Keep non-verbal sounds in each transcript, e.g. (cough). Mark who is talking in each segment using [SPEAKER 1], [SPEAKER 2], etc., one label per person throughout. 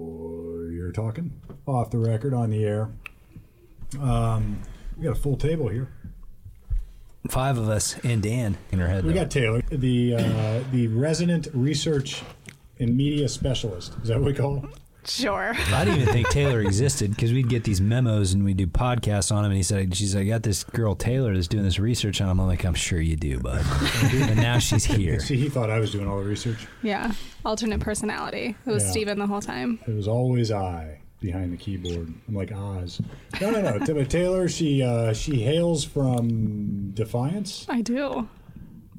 [SPEAKER 1] Lawyer talking off the record on the air. Um, we got a full table here.
[SPEAKER 2] Five of us and Dan in her head.
[SPEAKER 1] We got Taylor, the uh, the resident research and media specialist. Is that what we call? him?
[SPEAKER 3] Sure.
[SPEAKER 2] I didn't
[SPEAKER 1] (laughs)
[SPEAKER 2] even think Taylor existed because we'd get these memos and we'd do podcasts on him. And he said, "She's, I got this girl Taylor that's doing this research on him." I'm like, "I'm sure you do,
[SPEAKER 1] (laughs)
[SPEAKER 2] bud." and now she's here.
[SPEAKER 1] See, he thought I was doing all the research.
[SPEAKER 3] (laughs) Yeah. Alternate personality. It was
[SPEAKER 1] Yeah.
[SPEAKER 3] Steven the whole time.
[SPEAKER 1] It was always I behind the keyboard. I'm like Oz. No, no, no. T- Taylor, she uh, she hails from Defiance.
[SPEAKER 3] I do.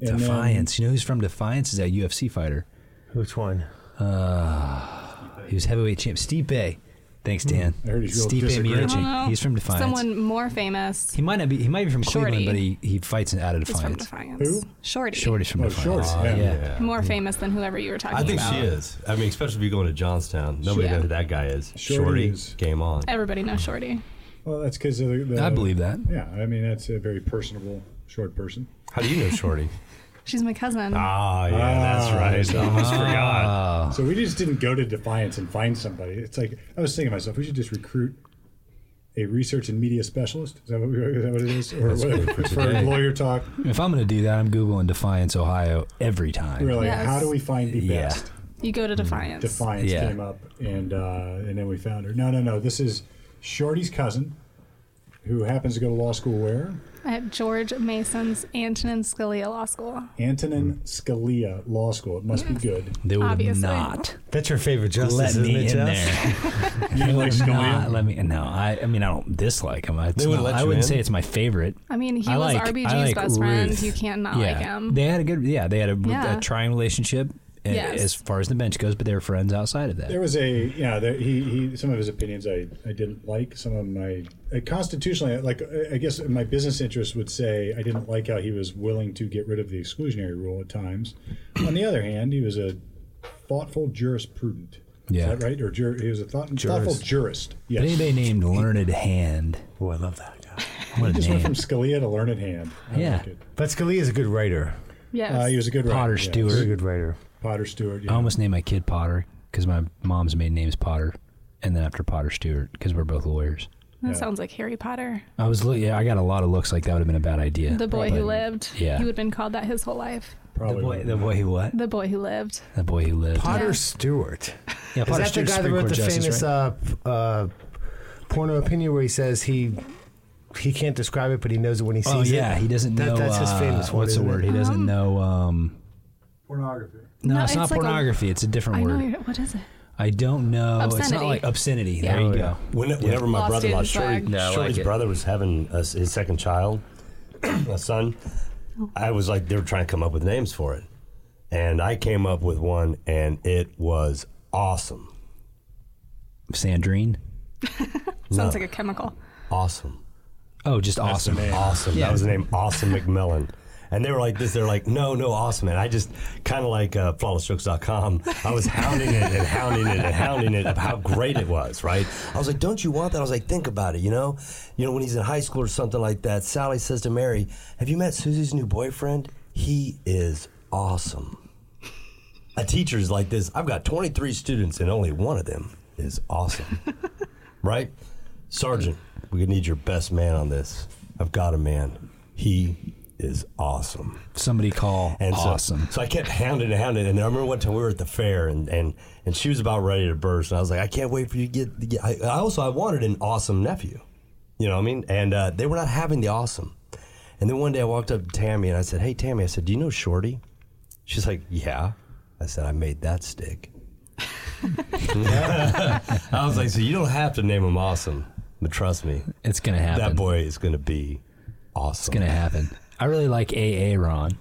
[SPEAKER 1] and then-
[SPEAKER 2] Defiance. You know who's from Defiance? Is that UFC fighter?
[SPEAKER 4] Which one?
[SPEAKER 2] He was heavyweight champ. Stipe. Thanks, Dan.
[SPEAKER 1] Hmm. I heard he's real
[SPEAKER 2] Stipe
[SPEAKER 1] disagreeable.
[SPEAKER 3] I don't
[SPEAKER 2] Miocic.
[SPEAKER 3] know.
[SPEAKER 2] He's from Defiance.
[SPEAKER 3] Someone more famous
[SPEAKER 2] He might not be. He might be from
[SPEAKER 3] Shorty.
[SPEAKER 2] Cleveland, but he, he fights out of
[SPEAKER 3] is from
[SPEAKER 2] Defiance.
[SPEAKER 3] Defiance.
[SPEAKER 1] Who?
[SPEAKER 3] Shorty.
[SPEAKER 2] Shorty's from
[SPEAKER 1] Oh,
[SPEAKER 2] Defiance.
[SPEAKER 1] Shorty, yeah.
[SPEAKER 3] More famous than whoever you were talking
[SPEAKER 4] I
[SPEAKER 3] about.
[SPEAKER 4] think she is. I mean, especially if you're going to Johnstown. Nobody
[SPEAKER 3] Yeah.
[SPEAKER 4] knows who that guy is.
[SPEAKER 1] Shorty
[SPEAKER 4] Shorty,
[SPEAKER 1] is-
[SPEAKER 4] game on.
[SPEAKER 3] Everybody knows Shorty.
[SPEAKER 1] Well, that's because of the, the.
[SPEAKER 2] I believe that.
[SPEAKER 1] Yeah, I mean that's a very personable short person.
[SPEAKER 4] How do you know Shorty?
[SPEAKER 3] She's my cousin.
[SPEAKER 4] Ah, yeah, that's right. I
[SPEAKER 5] ah.
[SPEAKER 4] almost forgot.
[SPEAKER 1] So we just didn't go to Defiance and find somebody. It's like I was thinking to myself, we should just recruit a research and media specialist. Is that what, we, is that what it is? Or what, for, lawyer talk,
[SPEAKER 2] If I'm going to do that, I'm googling Defiance, Ohio every time.
[SPEAKER 1] we're like,
[SPEAKER 3] Yes.
[SPEAKER 1] how do we find the
[SPEAKER 2] Yeah.
[SPEAKER 1] best?
[SPEAKER 3] You go to
[SPEAKER 2] Hmm.
[SPEAKER 3] Defiance.
[SPEAKER 1] Defiance
[SPEAKER 2] Yeah.
[SPEAKER 1] came up, and uh, and then we found her. No, no, no. This is Shorty's cousin, who happens to go to law school where
[SPEAKER 3] At George Mason's Antonin Scalia Law School.
[SPEAKER 1] Antonin Scalia Law School. It must be good.
[SPEAKER 2] They would
[SPEAKER 3] Obviously.
[SPEAKER 2] not
[SPEAKER 4] That's your favorite justice,
[SPEAKER 2] let me in
[SPEAKER 4] (laughs)
[SPEAKER 2] there.
[SPEAKER 1] (laughs) You like
[SPEAKER 2] Not
[SPEAKER 1] Scalia?
[SPEAKER 2] let me. No, I. I mean, I don't dislike him. I,
[SPEAKER 4] They wouldn't let
[SPEAKER 2] I
[SPEAKER 4] you
[SPEAKER 2] wouldn't
[SPEAKER 4] in?
[SPEAKER 2] say it's my favorite.
[SPEAKER 3] I mean, he
[SPEAKER 2] I
[SPEAKER 3] was
[SPEAKER 2] like,
[SPEAKER 3] RBG's
[SPEAKER 2] I like
[SPEAKER 3] best friend.
[SPEAKER 2] Ruth.
[SPEAKER 3] You can't not
[SPEAKER 2] yeah.
[SPEAKER 3] like him.
[SPEAKER 2] They had a good. Yeah, they had a,
[SPEAKER 3] Yeah.
[SPEAKER 2] a trying relationship uh,
[SPEAKER 3] Yes.
[SPEAKER 2] as far as the bench goes, but they were friends outside of that.
[SPEAKER 1] There was a yeah. There, he he. Some of his opinions I I didn't like. Some of my uh, constitutionally like uh, I I guess my business interests would say I didn't like how he was willing to get rid of the exclusionary rule at times. On the other hand, he was a thoughtful jurisprudent.
[SPEAKER 2] Yeah.
[SPEAKER 1] Is that right? Or jur- he was a thought- thoughtful jurist.
[SPEAKER 2] But
[SPEAKER 1] Yes.
[SPEAKER 2] anybody named Learned Hand.
[SPEAKER 4] Oh, I love that guy.
[SPEAKER 2] (laughs) What a
[SPEAKER 1] Just went from
[SPEAKER 2] name.
[SPEAKER 1] Scalia to Learned Hand. I
[SPEAKER 2] Yeah.
[SPEAKER 1] like it.
[SPEAKER 4] But Scalia is a good writer.
[SPEAKER 3] Yes.
[SPEAKER 1] Uh, he was a good writer,
[SPEAKER 2] Potter
[SPEAKER 1] yes.
[SPEAKER 2] Stewart. Um,
[SPEAKER 4] Very good writer.
[SPEAKER 1] Potter Stewart.
[SPEAKER 2] I
[SPEAKER 1] Yeah.
[SPEAKER 2] almost named my kid Potter because my mom's maiden name is Potter, and then after Potter Stewart because we're both lawyers.
[SPEAKER 3] that sounds like Harry Potter.
[SPEAKER 2] I was look, yeah, I got a lot of looks like that would have been a bad idea.
[SPEAKER 3] The boy who
[SPEAKER 2] But-
[SPEAKER 3] lived.
[SPEAKER 2] Yeah.
[SPEAKER 3] He would have been called that his whole life.
[SPEAKER 2] The
[SPEAKER 1] probably.
[SPEAKER 2] boy, the boy who what?
[SPEAKER 3] The boy who lived.
[SPEAKER 2] The boy who lived.
[SPEAKER 4] Potter
[SPEAKER 3] Yeah.
[SPEAKER 4] Stewart.
[SPEAKER 2] Yeah, Potter
[SPEAKER 4] Is that the
[SPEAKER 2] Stewart's
[SPEAKER 4] guy that
[SPEAKER 2] Supreme
[SPEAKER 4] wrote
[SPEAKER 2] Court
[SPEAKER 4] the
[SPEAKER 2] justice,
[SPEAKER 4] famous
[SPEAKER 2] right?
[SPEAKER 4] uh, p- uh, porno opinion where he says he he can't describe it, but he knows it when he sees
[SPEAKER 2] Oh
[SPEAKER 4] it?
[SPEAKER 2] yeah, he doesn't
[SPEAKER 4] That-
[SPEAKER 2] know.
[SPEAKER 4] That's his
[SPEAKER 2] uh,
[SPEAKER 4] famous one.
[SPEAKER 2] What's the
[SPEAKER 4] isn't
[SPEAKER 2] word?
[SPEAKER 4] it?
[SPEAKER 2] He doesn't know. Um,
[SPEAKER 1] Pornography.
[SPEAKER 2] no,
[SPEAKER 3] No,
[SPEAKER 2] it's, not
[SPEAKER 3] it's like a-
[SPEAKER 2] pornography. it's a different
[SPEAKER 3] I know.
[SPEAKER 2] word.
[SPEAKER 3] you're- What is it?
[SPEAKER 2] I don't know. It's not
[SPEAKER 3] Obscenity.
[SPEAKER 2] like obscenity.
[SPEAKER 3] Yeah.
[SPEAKER 2] There you
[SPEAKER 3] Oh,
[SPEAKER 2] go.
[SPEAKER 5] When, whenever my
[SPEAKER 3] Lost
[SPEAKER 5] brother-in-law,
[SPEAKER 3] in
[SPEAKER 5] Shorty,
[SPEAKER 3] flag.
[SPEAKER 2] No, I like
[SPEAKER 5] Shorty's
[SPEAKER 2] it.
[SPEAKER 5] brother was having a, his second child, a son, I was like, they were trying to come up with names for it, and I came up with one, and it was awesome,
[SPEAKER 2] Sandrine.
[SPEAKER 3] Sounds like a chemical.
[SPEAKER 5] awesome,
[SPEAKER 2] Oh, just awesome.
[SPEAKER 5] awesome.
[SPEAKER 2] Yeah.
[SPEAKER 5] That was the name, Awesome McMillan. And they were like this. They're like, no, no, awesome. And I just kind of like uh, flawlessstrokes.com. I was hounding it and hounding it and hounding it of how great it was, right? I was like, don't you want that? I was like, think about it, you know? You know, when he's in high school or something like that, Sally says to Mary, have you met Susie's new boyfriend? He is awesome. A teacher's like this. I've got 23 students and only one of them is awesome, right? Sergeant, we could need your best man on this. I've got a man. He is awesome.
[SPEAKER 2] Somebody
[SPEAKER 5] (laughs)
[SPEAKER 2] call
[SPEAKER 5] And so-
[SPEAKER 2] awesome.
[SPEAKER 5] So, I kept hounding and hounding. And I remember one time we were at the fair, and, and, and she was about ready to burst. And I was like, I can't wait for you to get. to get- I, I also I wanted an awesome nephew. You know what I mean? And uh, they were not having the awesome. And then one day I walked up to Tammy and I said, Hey Tammy, I said, do you know Shorty? She's like, Yeah. I said, I made that stick. (laughs) I was like, So you don't have to name him awesome, but trust me,
[SPEAKER 2] it's gonna happen.
[SPEAKER 5] that boy is going to be awesome.
[SPEAKER 2] It's gonna happen. I really like AA Ron.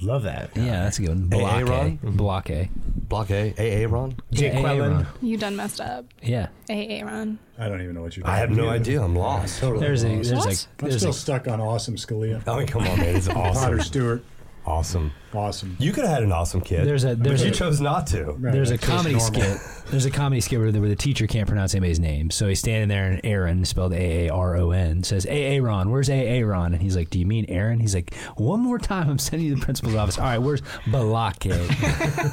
[SPEAKER 4] Love that.
[SPEAKER 2] Yeah, that's a good one.
[SPEAKER 5] AA
[SPEAKER 2] Block
[SPEAKER 5] Ron?
[SPEAKER 2] A. Block A.
[SPEAKER 5] Block A, A, A, Ron?
[SPEAKER 4] Jake
[SPEAKER 2] Yeah, AA
[SPEAKER 4] Quellen.
[SPEAKER 2] Ron.
[SPEAKER 3] You done messed up.
[SPEAKER 2] Yeah.
[SPEAKER 3] Hey, Aaron.
[SPEAKER 1] I don't even know what you're.
[SPEAKER 5] I have
[SPEAKER 1] talking
[SPEAKER 5] no
[SPEAKER 1] about.
[SPEAKER 5] idea. I'm lost.
[SPEAKER 1] Totally.
[SPEAKER 2] There's a
[SPEAKER 1] lost.
[SPEAKER 2] there's
[SPEAKER 3] What?
[SPEAKER 2] a Oh,
[SPEAKER 1] I'm
[SPEAKER 2] there's
[SPEAKER 1] still
[SPEAKER 2] a
[SPEAKER 5] (laughs)
[SPEAKER 1] stuck on awesome Scalia.
[SPEAKER 2] (laughs)
[SPEAKER 5] I mean, come Oh, on, man. It's awesome.
[SPEAKER 1] Potter Stewart.
[SPEAKER 5] Awesome.
[SPEAKER 1] Awesome.
[SPEAKER 5] You could have had an awesome kid.
[SPEAKER 2] There's a- there's
[SPEAKER 5] but you
[SPEAKER 2] a-
[SPEAKER 5] chose not to.
[SPEAKER 1] Right.
[SPEAKER 2] There's a
[SPEAKER 1] that's
[SPEAKER 2] comedy
[SPEAKER 1] just normal.
[SPEAKER 2] skit. (laughs) There's a comedy skit where the, where the teacher can't pronounce anybody's name, so he's standing there and Aaron, spelled A A R O N, says A A Ron. Where's A A Ron? And he's like, Do you mean Aaron? He's like, One more time, I'm sending you to the principal's office. All right, where's Balake?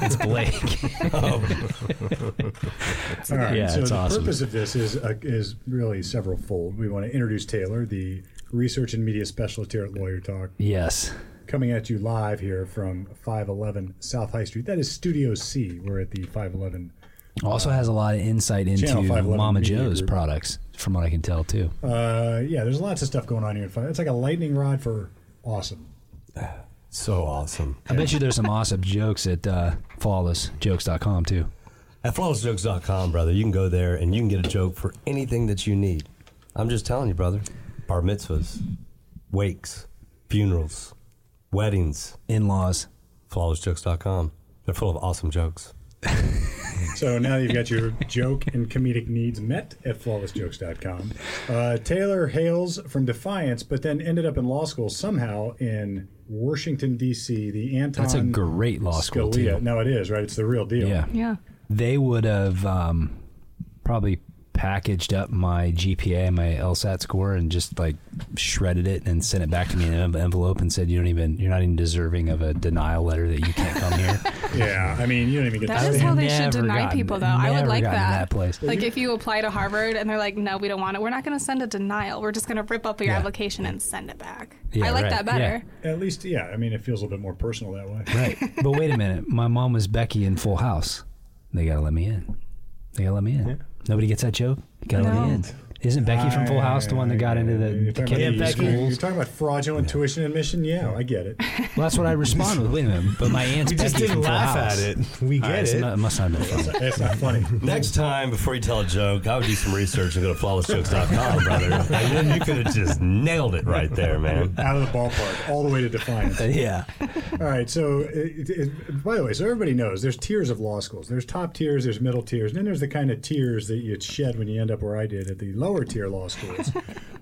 [SPEAKER 2] (laughs) it's Blake.
[SPEAKER 1] Oh. (laughs) All right.
[SPEAKER 2] Yeah,
[SPEAKER 1] so
[SPEAKER 2] it's
[SPEAKER 1] the
[SPEAKER 2] awesome.
[SPEAKER 1] purpose of this is uh, is really several fold. We want to introduce Taylor, the research and media specialist here at Lawyer Talk,
[SPEAKER 2] yes.
[SPEAKER 1] coming at you live here from 511 South High Street. That is Studio C. We're at the 511.
[SPEAKER 2] Also has a lot of insight into
[SPEAKER 1] Channel 511
[SPEAKER 2] Mama
[SPEAKER 1] Media
[SPEAKER 2] Joe's
[SPEAKER 1] Group.
[SPEAKER 2] products, from what I can tell too.
[SPEAKER 1] Uh, yeah, there's lots of stuff going on here. in five- It's like a lightning rod for awesome.
[SPEAKER 5] So awesome.
[SPEAKER 2] I bet you there's some awesome jokes at uh, flawlessjokes.com too.
[SPEAKER 5] At flawlessjokes.com, brother, you can go there and you can get a joke for anything that you need. I'm just telling you, brother. Bar mitzvahs, wakes, funerals, weddings.
[SPEAKER 2] In-laws.
[SPEAKER 5] Flawlessjokes.com. They're full of awesome jokes.
[SPEAKER 1] So now that you've got
[SPEAKER 2] (laughs)
[SPEAKER 1] your joke and comedic needs met at flawlessjokes.com. Uh, Taylor hails from Defiance, but then ended up in law school somehow in Washington, D.C., the Anton.
[SPEAKER 2] That's a great law school
[SPEAKER 1] Scalia.
[SPEAKER 2] too.
[SPEAKER 1] No, it is right. It's the real deal.
[SPEAKER 2] Yeah.
[SPEAKER 3] Yeah.
[SPEAKER 2] they would have um, probably packaged up my GPA and my LSAT score and just like shredded it and sent it back to me in an envelope and said, "You don't even, you're not even deserving of a denial letter that you can't come
[SPEAKER 4] (laughs)
[SPEAKER 2] here."
[SPEAKER 1] (laughs) Yeah. I mean, you don't even get.
[SPEAKER 3] That
[SPEAKER 1] to
[SPEAKER 2] I've
[SPEAKER 3] is
[SPEAKER 1] say-
[SPEAKER 3] how they should
[SPEAKER 2] never
[SPEAKER 3] deny
[SPEAKER 2] gotten-
[SPEAKER 3] people, though. I would
[SPEAKER 2] never
[SPEAKER 3] like
[SPEAKER 2] gotten to
[SPEAKER 3] that.
[SPEAKER 2] that place.
[SPEAKER 3] Like if you apply to Harvard and they're like, "No, we don't want it. We're not going to send a denial. We're just going to rip up your
[SPEAKER 2] Yeah.
[SPEAKER 3] application and send it back."
[SPEAKER 2] Yeah,
[SPEAKER 3] I like
[SPEAKER 2] right.
[SPEAKER 3] that better.
[SPEAKER 1] At least, yeah. I mean, it feels a little bit more personal that way.
[SPEAKER 2] right? But wait a minute, my mom was Becky in Full House. They gotta let me in. They gotta let me in. Nobody gets that joke. You gotta let me
[SPEAKER 3] No.
[SPEAKER 2] in. Isn't Becky from Full House the one that got into
[SPEAKER 1] You're
[SPEAKER 2] the, the
[SPEAKER 1] talking, about,
[SPEAKER 2] kid in
[SPEAKER 1] the-
[SPEAKER 2] schools?
[SPEAKER 1] you're talking about fraudulent tuition admission. Yeah, I get it.
[SPEAKER 2] Well, that's what I respond with. Wait a minute, but my aunt's
[SPEAKER 4] We
[SPEAKER 2] Becky
[SPEAKER 4] just
[SPEAKER 2] from
[SPEAKER 4] didn't
[SPEAKER 2] Full
[SPEAKER 4] laugh
[SPEAKER 2] House.
[SPEAKER 4] at it. We
[SPEAKER 2] All right,
[SPEAKER 4] get
[SPEAKER 2] it's
[SPEAKER 4] it.
[SPEAKER 2] not- it must not have been
[SPEAKER 1] (laughs)
[SPEAKER 2] funny.
[SPEAKER 1] That's not
[SPEAKER 2] (laughs)
[SPEAKER 1] funny.
[SPEAKER 5] Next time, before you tell a joke, I would do some research and go to flawlessjokes.com, brother. And then you could have just nailed it right
[SPEAKER 2] (laughs)
[SPEAKER 5] there, man.
[SPEAKER 1] Out of the ballpark, all the way to Defiance.
[SPEAKER 2] Yeah.
[SPEAKER 1] All right. So, it, it- it- by the way, so everybody knows there's tiers of law schools. There's top tiers, there's middle tiers, and then there's the kind of tiers that you shed when you end up where I did at the lower tier law
[SPEAKER 3] (laughs)
[SPEAKER 1] schools.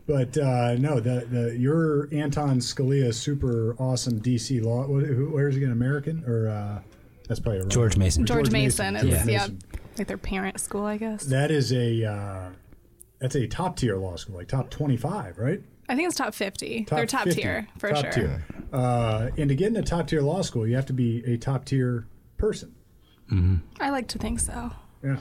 [SPEAKER 1] but uh, no, the, the your Anton Scalia, super awesome DC law. What, who, where is he again? American or uh, that's probably a wrong-
[SPEAKER 2] George Mason.
[SPEAKER 3] George, Mason, is
[SPEAKER 1] George
[SPEAKER 3] yeah.
[SPEAKER 1] Mason.
[SPEAKER 3] like their parent school, I guess.
[SPEAKER 1] That is a uh, that's a top tier law school, like top twenty five, right?
[SPEAKER 3] I think it's top 50. They're top
[SPEAKER 1] 50,
[SPEAKER 3] tier for
[SPEAKER 1] top
[SPEAKER 3] sure.
[SPEAKER 1] Tier. Uh, and to get into top tier law school, you have to be a top tier person.
[SPEAKER 3] I like to think so.
[SPEAKER 1] Yeah.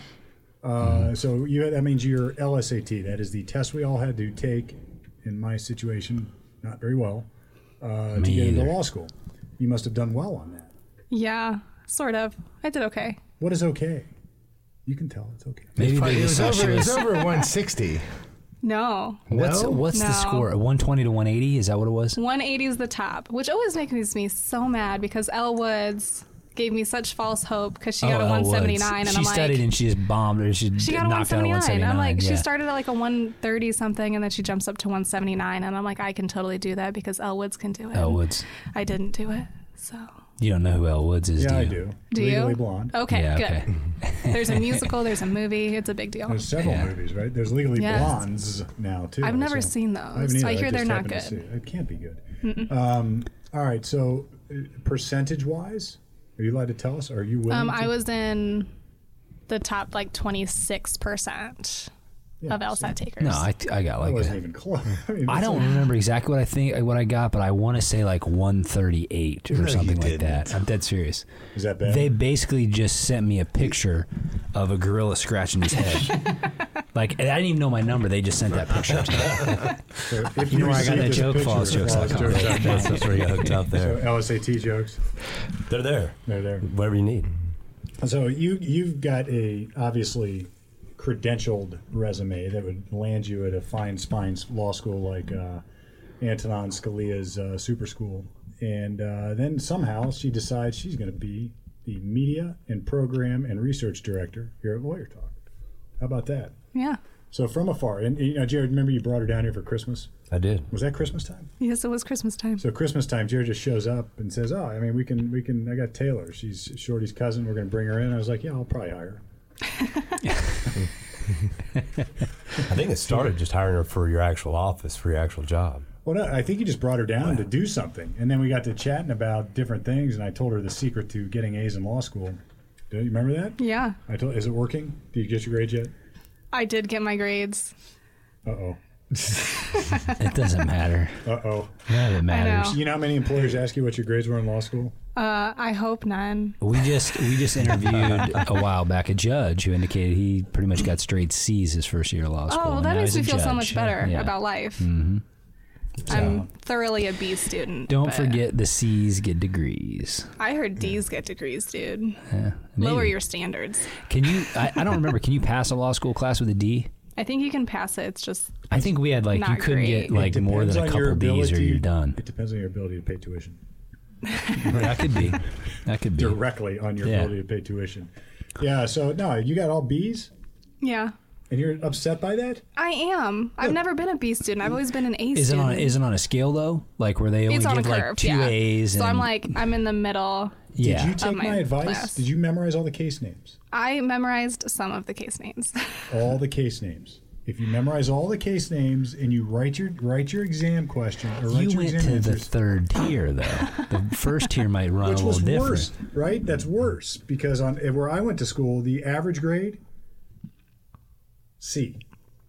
[SPEAKER 1] Uh,
[SPEAKER 2] Mm.
[SPEAKER 1] So you that means your LSAT. That is the test we all had to take. In my situation, not very well uh, to get into
[SPEAKER 2] either.
[SPEAKER 1] law school. You must have done well on that.
[SPEAKER 3] Yeah, sort of. I did okay.
[SPEAKER 1] What is okay? You can tell it's okay.
[SPEAKER 2] Maybe
[SPEAKER 4] But
[SPEAKER 2] they
[SPEAKER 4] it was
[SPEAKER 2] just thought
[SPEAKER 4] over.
[SPEAKER 2] she
[SPEAKER 4] It was
[SPEAKER 2] was.
[SPEAKER 4] over 160.
[SPEAKER 3] No.
[SPEAKER 2] What's
[SPEAKER 4] No?
[SPEAKER 2] what's the
[SPEAKER 3] No.
[SPEAKER 2] score? One twenty to one eighty? Is that what it was?
[SPEAKER 3] 180 is the top, which always makes me so mad because Elle Woods gave me such false hope because she got a
[SPEAKER 2] Oh, oh,
[SPEAKER 3] 179
[SPEAKER 2] well,
[SPEAKER 3] and
[SPEAKER 2] she
[SPEAKER 3] I'm
[SPEAKER 2] studied
[SPEAKER 3] like.
[SPEAKER 2] and she just bombed or she,
[SPEAKER 3] She got a
[SPEAKER 2] knocked out a
[SPEAKER 3] 179.
[SPEAKER 2] one seventy nine.
[SPEAKER 3] I'm like, she started at like a 130 something, and then she jumps up to 179, and I'm like, I can totally do that because Elle Woods can do it.
[SPEAKER 2] Elle Oh, Woods.
[SPEAKER 3] I didn't do it, so.
[SPEAKER 2] You don't know who Elle Woods is,
[SPEAKER 1] Yeah, I
[SPEAKER 2] do you?
[SPEAKER 1] do.
[SPEAKER 3] Do
[SPEAKER 1] Legally
[SPEAKER 3] you? Oh.
[SPEAKER 1] Blonde.
[SPEAKER 3] Okay,
[SPEAKER 2] Yeah, okay.
[SPEAKER 3] good. (laughs) There's a musical, there's a movie, it's a big deal.
[SPEAKER 1] There's several
[SPEAKER 2] Yeah.
[SPEAKER 1] movies, right? There's Legally
[SPEAKER 3] Yes.
[SPEAKER 1] Blondes now too.
[SPEAKER 3] I've never
[SPEAKER 1] so-
[SPEAKER 3] seen those.
[SPEAKER 1] I haven't
[SPEAKER 3] I
[SPEAKER 1] either.
[SPEAKER 3] hear they're
[SPEAKER 1] just
[SPEAKER 3] not
[SPEAKER 1] happened to
[SPEAKER 3] good.
[SPEAKER 1] see it. It can't be good. Um, all right. So, uh, percentage-wise, are you allowed to tell us? Are you willing?
[SPEAKER 3] Um,
[SPEAKER 1] to?
[SPEAKER 3] I was in the top like 26%
[SPEAKER 1] Yeah,
[SPEAKER 3] of LSAT takers.
[SPEAKER 2] No, I, I got
[SPEAKER 1] It
[SPEAKER 2] like
[SPEAKER 1] wasn't
[SPEAKER 2] a,
[SPEAKER 1] even close. (laughs) I, mean,
[SPEAKER 2] I
[SPEAKER 1] that's
[SPEAKER 2] don't
[SPEAKER 1] a-
[SPEAKER 2] remember exactly what I think what I got, but I want to say like one thirty eight or
[SPEAKER 5] No, you
[SPEAKER 2] something like
[SPEAKER 5] didn't.
[SPEAKER 2] that. I'm dead serious.
[SPEAKER 1] Is that bad?
[SPEAKER 2] They basically just sent me a picture of a gorilla scratching his head.
[SPEAKER 3] (laughs)
[SPEAKER 2] like and I didn't even know my number. They just sent that picture.
[SPEAKER 1] So if
[SPEAKER 2] You know where I got
[SPEAKER 1] receive
[SPEAKER 2] that
[SPEAKER 1] this
[SPEAKER 2] joke?
[SPEAKER 1] picture,
[SPEAKER 2] FlawlessJokes.com.
[SPEAKER 1] flawlessjokes.com.
[SPEAKER 5] That's, that's where you got hooked up
[SPEAKER 1] So
[SPEAKER 5] there.
[SPEAKER 1] LSAT jokes,
[SPEAKER 5] They're there.
[SPEAKER 1] they're there.
[SPEAKER 5] Whatever you need.
[SPEAKER 1] So you you've got a obviously credentialed resume that would land you at a fine spine law school like uh, Antonin Scalia's uh, super school, and uh, then somehow she decides she's going to be the media and program and research director here at Lawyer Talk. How about that?
[SPEAKER 3] yeah.
[SPEAKER 1] So from afar, and you know, Jared, remember you brought her down here for Christmas.
[SPEAKER 5] I did.
[SPEAKER 1] Was that Christmas time?
[SPEAKER 3] Yes, it was Christmas time.
[SPEAKER 1] So Christmas time, Jared just shows up and says, "Oh, I mean, we can, we can. I got Taylor. She's Shorty's cousin. We're going to bring her in." I was like, "Yeah, I'll probably hire."
[SPEAKER 5] I think it started just hiring her for your actual office, for your actual job.
[SPEAKER 1] Well, no, I think you just brought her down to do something, and then we got to chatting about different things, and I told her the secret to getting A's in law school. Do you remember that?
[SPEAKER 3] Yeah.
[SPEAKER 1] I told. Is it working? Did you get your grades yet?
[SPEAKER 3] I did get my grades.
[SPEAKER 1] Uh oh.
[SPEAKER 2] It doesn't matter.
[SPEAKER 1] Uh oh.
[SPEAKER 2] None of it matters.
[SPEAKER 3] know.
[SPEAKER 1] You know how many employers ask you what your grades were in law school?
[SPEAKER 3] Uh, I hope none.
[SPEAKER 2] We just we just interviewed a while back a judge who indicated he pretty much got straight C's his first year of law school.
[SPEAKER 3] Oh, well,
[SPEAKER 2] and
[SPEAKER 3] that
[SPEAKER 2] now
[SPEAKER 3] makes
[SPEAKER 2] he's
[SPEAKER 3] me
[SPEAKER 2] a
[SPEAKER 3] feel so
[SPEAKER 2] judge.
[SPEAKER 3] much better
[SPEAKER 2] Yeah.
[SPEAKER 3] about life. Mm-hmm. I'm thoroughly a B student.
[SPEAKER 2] Don't
[SPEAKER 3] but
[SPEAKER 2] forget the C's get degrees.
[SPEAKER 3] I heard D's get degrees, dude.
[SPEAKER 2] Maybe.
[SPEAKER 3] Lower your standards.
[SPEAKER 2] Can you? I, I don't remember. Can you pass a law school class with a D?
[SPEAKER 3] I think you can pass it. It's just
[SPEAKER 2] I think we had like you
[SPEAKER 3] Not
[SPEAKER 2] couldn't
[SPEAKER 3] great.
[SPEAKER 2] get like
[SPEAKER 1] It
[SPEAKER 2] more
[SPEAKER 1] depends
[SPEAKER 2] than a
[SPEAKER 1] on your
[SPEAKER 2] couple D's or
[SPEAKER 1] ability-
[SPEAKER 2] you're done.
[SPEAKER 1] It depends on your ability to pay tuition.
[SPEAKER 2] that could be. That could be.
[SPEAKER 1] Directly on your
[SPEAKER 2] Yeah.
[SPEAKER 1] ability to pay tuition. Yeah. So no, you got all B's,
[SPEAKER 3] yeah.
[SPEAKER 1] and you're upset by that.
[SPEAKER 3] I am. I've never been a B student. I've always been an A
[SPEAKER 2] Is it
[SPEAKER 3] student.
[SPEAKER 2] on? Is it on a scale though? Like where they only
[SPEAKER 3] it's on a
[SPEAKER 2] give
[SPEAKER 3] curve.
[SPEAKER 2] like two
[SPEAKER 3] yeah.
[SPEAKER 2] A's? And
[SPEAKER 3] so I'm
[SPEAKER 2] then-
[SPEAKER 3] like, I'm in the middle.
[SPEAKER 2] yeah.
[SPEAKER 1] Did you take
[SPEAKER 3] my
[SPEAKER 1] my, advice?
[SPEAKER 3] class.
[SPEAKER 1] Did you memorize all the case names?
[SPEAKER 3] I memorized some of the case names.
[SPEAKER 1] All the case names. If you memorize all the case names and you write your write your exam question or write
[SPEAKER 2] You
[SPEAKER 1] your
[SPEAKER 2] went
[SPEAKER 1] exam
[SPEAKER 2] to the
[SPEAKER 1] answers,
[SPEAKER 2] third tier though. The first tier might run
[SPEAKER 1] which
[SPEAKER 2] a
[SPEAKER 1] was
[SPEAKER 2] little oh, different.
[SPEAKER 1] worse, right? That's worse because on where I went to school, the average grade C.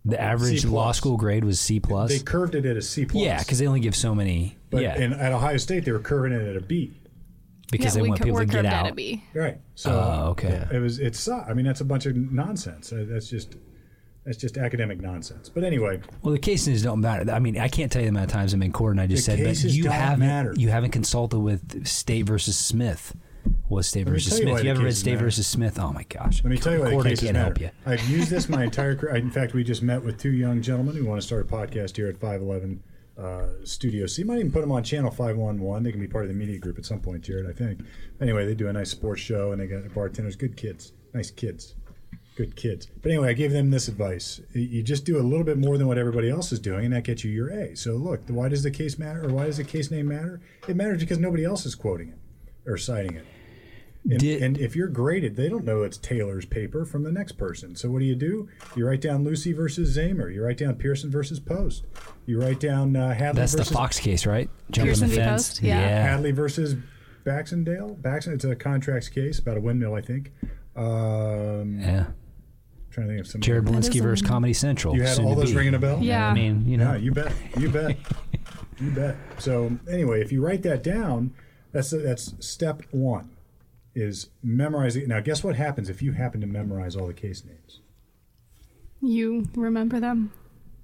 [SPEAKER 2] The average
[SPEAKER 1] C
[SPEAKER 2] law
[SPEAKER 1] plus.
[SPEAKER 2] school grade was C plus.
[SPEAKER 1] They curved it at a C plus.
[SPEAKER 2] yeah, because they only give so many.
[SPEAKER 1] but
[SPEAKER 2] yeah,
[SPEAKER 1] in, at Ohio State they were curving it at a B.
[SPEAKER 2] because
[SPEAKER 3] yeah,
[SPEAKER 2] they
[SPEAKER 3] we
[SPEAKER 2] want
[SPEAKER 3] cou-
[SPEAKER 2] people
[SPEAKER 3] we're
[SPEAKER 2] to get
[SPEAKER 3] curved out
[SPEAKER 2] out.
[SPEAKER 3] of B.
[SPEAKER 1] Right. So
[SPEAKER 2] Oh, okay.
[SPEAKER 1] it was it's I mean that's a bunch of nonsense. Uh, That's just that's just academic nonsense. But anyway,
[SPEAKER 2] Well, the cases don't matter. I mean, I can't tell you the amount of times I'm in court and I just
[SPEAKER 1] The
[SPEAKER 2] said, but
[SPEAKER 1] cases
[SPEAKER 2] you
[SPEAKER 1] don't
[SPEAKER 2] haven't
[SPEAKER 1] matter.
[SPEAKER 2] you haven't consulted with State versus Smith. Was State
[SPEAKER 1] me
[SPEAKER 2] versus
[SPEAKER 1] tell you why
[SPEAKER 2] Smith?
[SPEAKER 1] the
[SPEAKER 2] You ever read
[SPEAKER 1] cases
[SPEAKER 2] State
[SPEAKER 1] matter.
[SPEAKER 2] versus Smith? Oh my gosh!
[SPEAKER 1] Let me tell you why
[SPEAKER 2] court,
[SPEAKER 1] the
[SPEAKER 2] I
[SPEAKER 1] cases
[SPEAKER 2] can't help
[SPEAKER 1] matter.
[SPEAKER 2] you.
[SPEAKER 1] I've used this
[SPEAKER 2] (laughs)
[SPEAKER 1] my entire career. In fact, we just met with two young gentlemen who want to start a podcast here at 511 uh, Studio C. You might even put them on Channel 511. They can be part of the media group at some point, Jared, I think. Anyway, they do a nice sports show, and they got bartenders. Good kids. Nice kids. Good kids. But anyway, I gave them this advice. Y- You just do a little bit more than what everybody else is doing, and that gets you your A. So, look, why does the case matter, or why does the case name matter? It matters because nobody else is quoting it or citing it. And,
[SPEAKER 2] Did-
[SPEAKER 1] and if you're graded, they don't know it's Taylor's paper from the next person. So what do you do? You write down Lucy versus Zamer. You write down Pearson versus Post. You write down uh, Hadley
[SPEAKER 2] That's the
[SPEAKER 1] versus
[SPEAKER 2] Fox case, right? Jumping
[SPEAKER 3] Pearson
[SPEAKER 2] the
[SPEAKER 3] v.
[SPEAKER 2] fence.
[SPEAKER 3] Post? Yeah.
[SPEAKER 1] Hadley versus Baxendale. Baxendale. It's a contracts case about a windmill, I think. Um,
[SPEAKER 2] yeah.
[SPEAKER 1] trying to think of some.
[SPEAKER 2] Jared
[SPEAKER 3] is
[SPEAKER 2] Belinsky
[SPEAKER 3] a-
[SPEAKER 2] versus Comedy Central.
[SPEAKER 1] you had
[SPEAKER 2] soon
[SPEAKER 1] all
[SPEAKER 2] to
[SPEAKER 1] those
[SPEAKER 2] be.
[SPEAKER 1] ringing a bell.
[SPEAKER 3] Yeah.
[SPEAKER 2] I mean, you know,
[SPEAKER 1] Yeah, you bet. You bet. you bet. So anyway, if you write that down, that's that's step one, is memorizing. Now, guess what happens if you happen to memorize all the case names?
[SPEAKER 3] You remember them?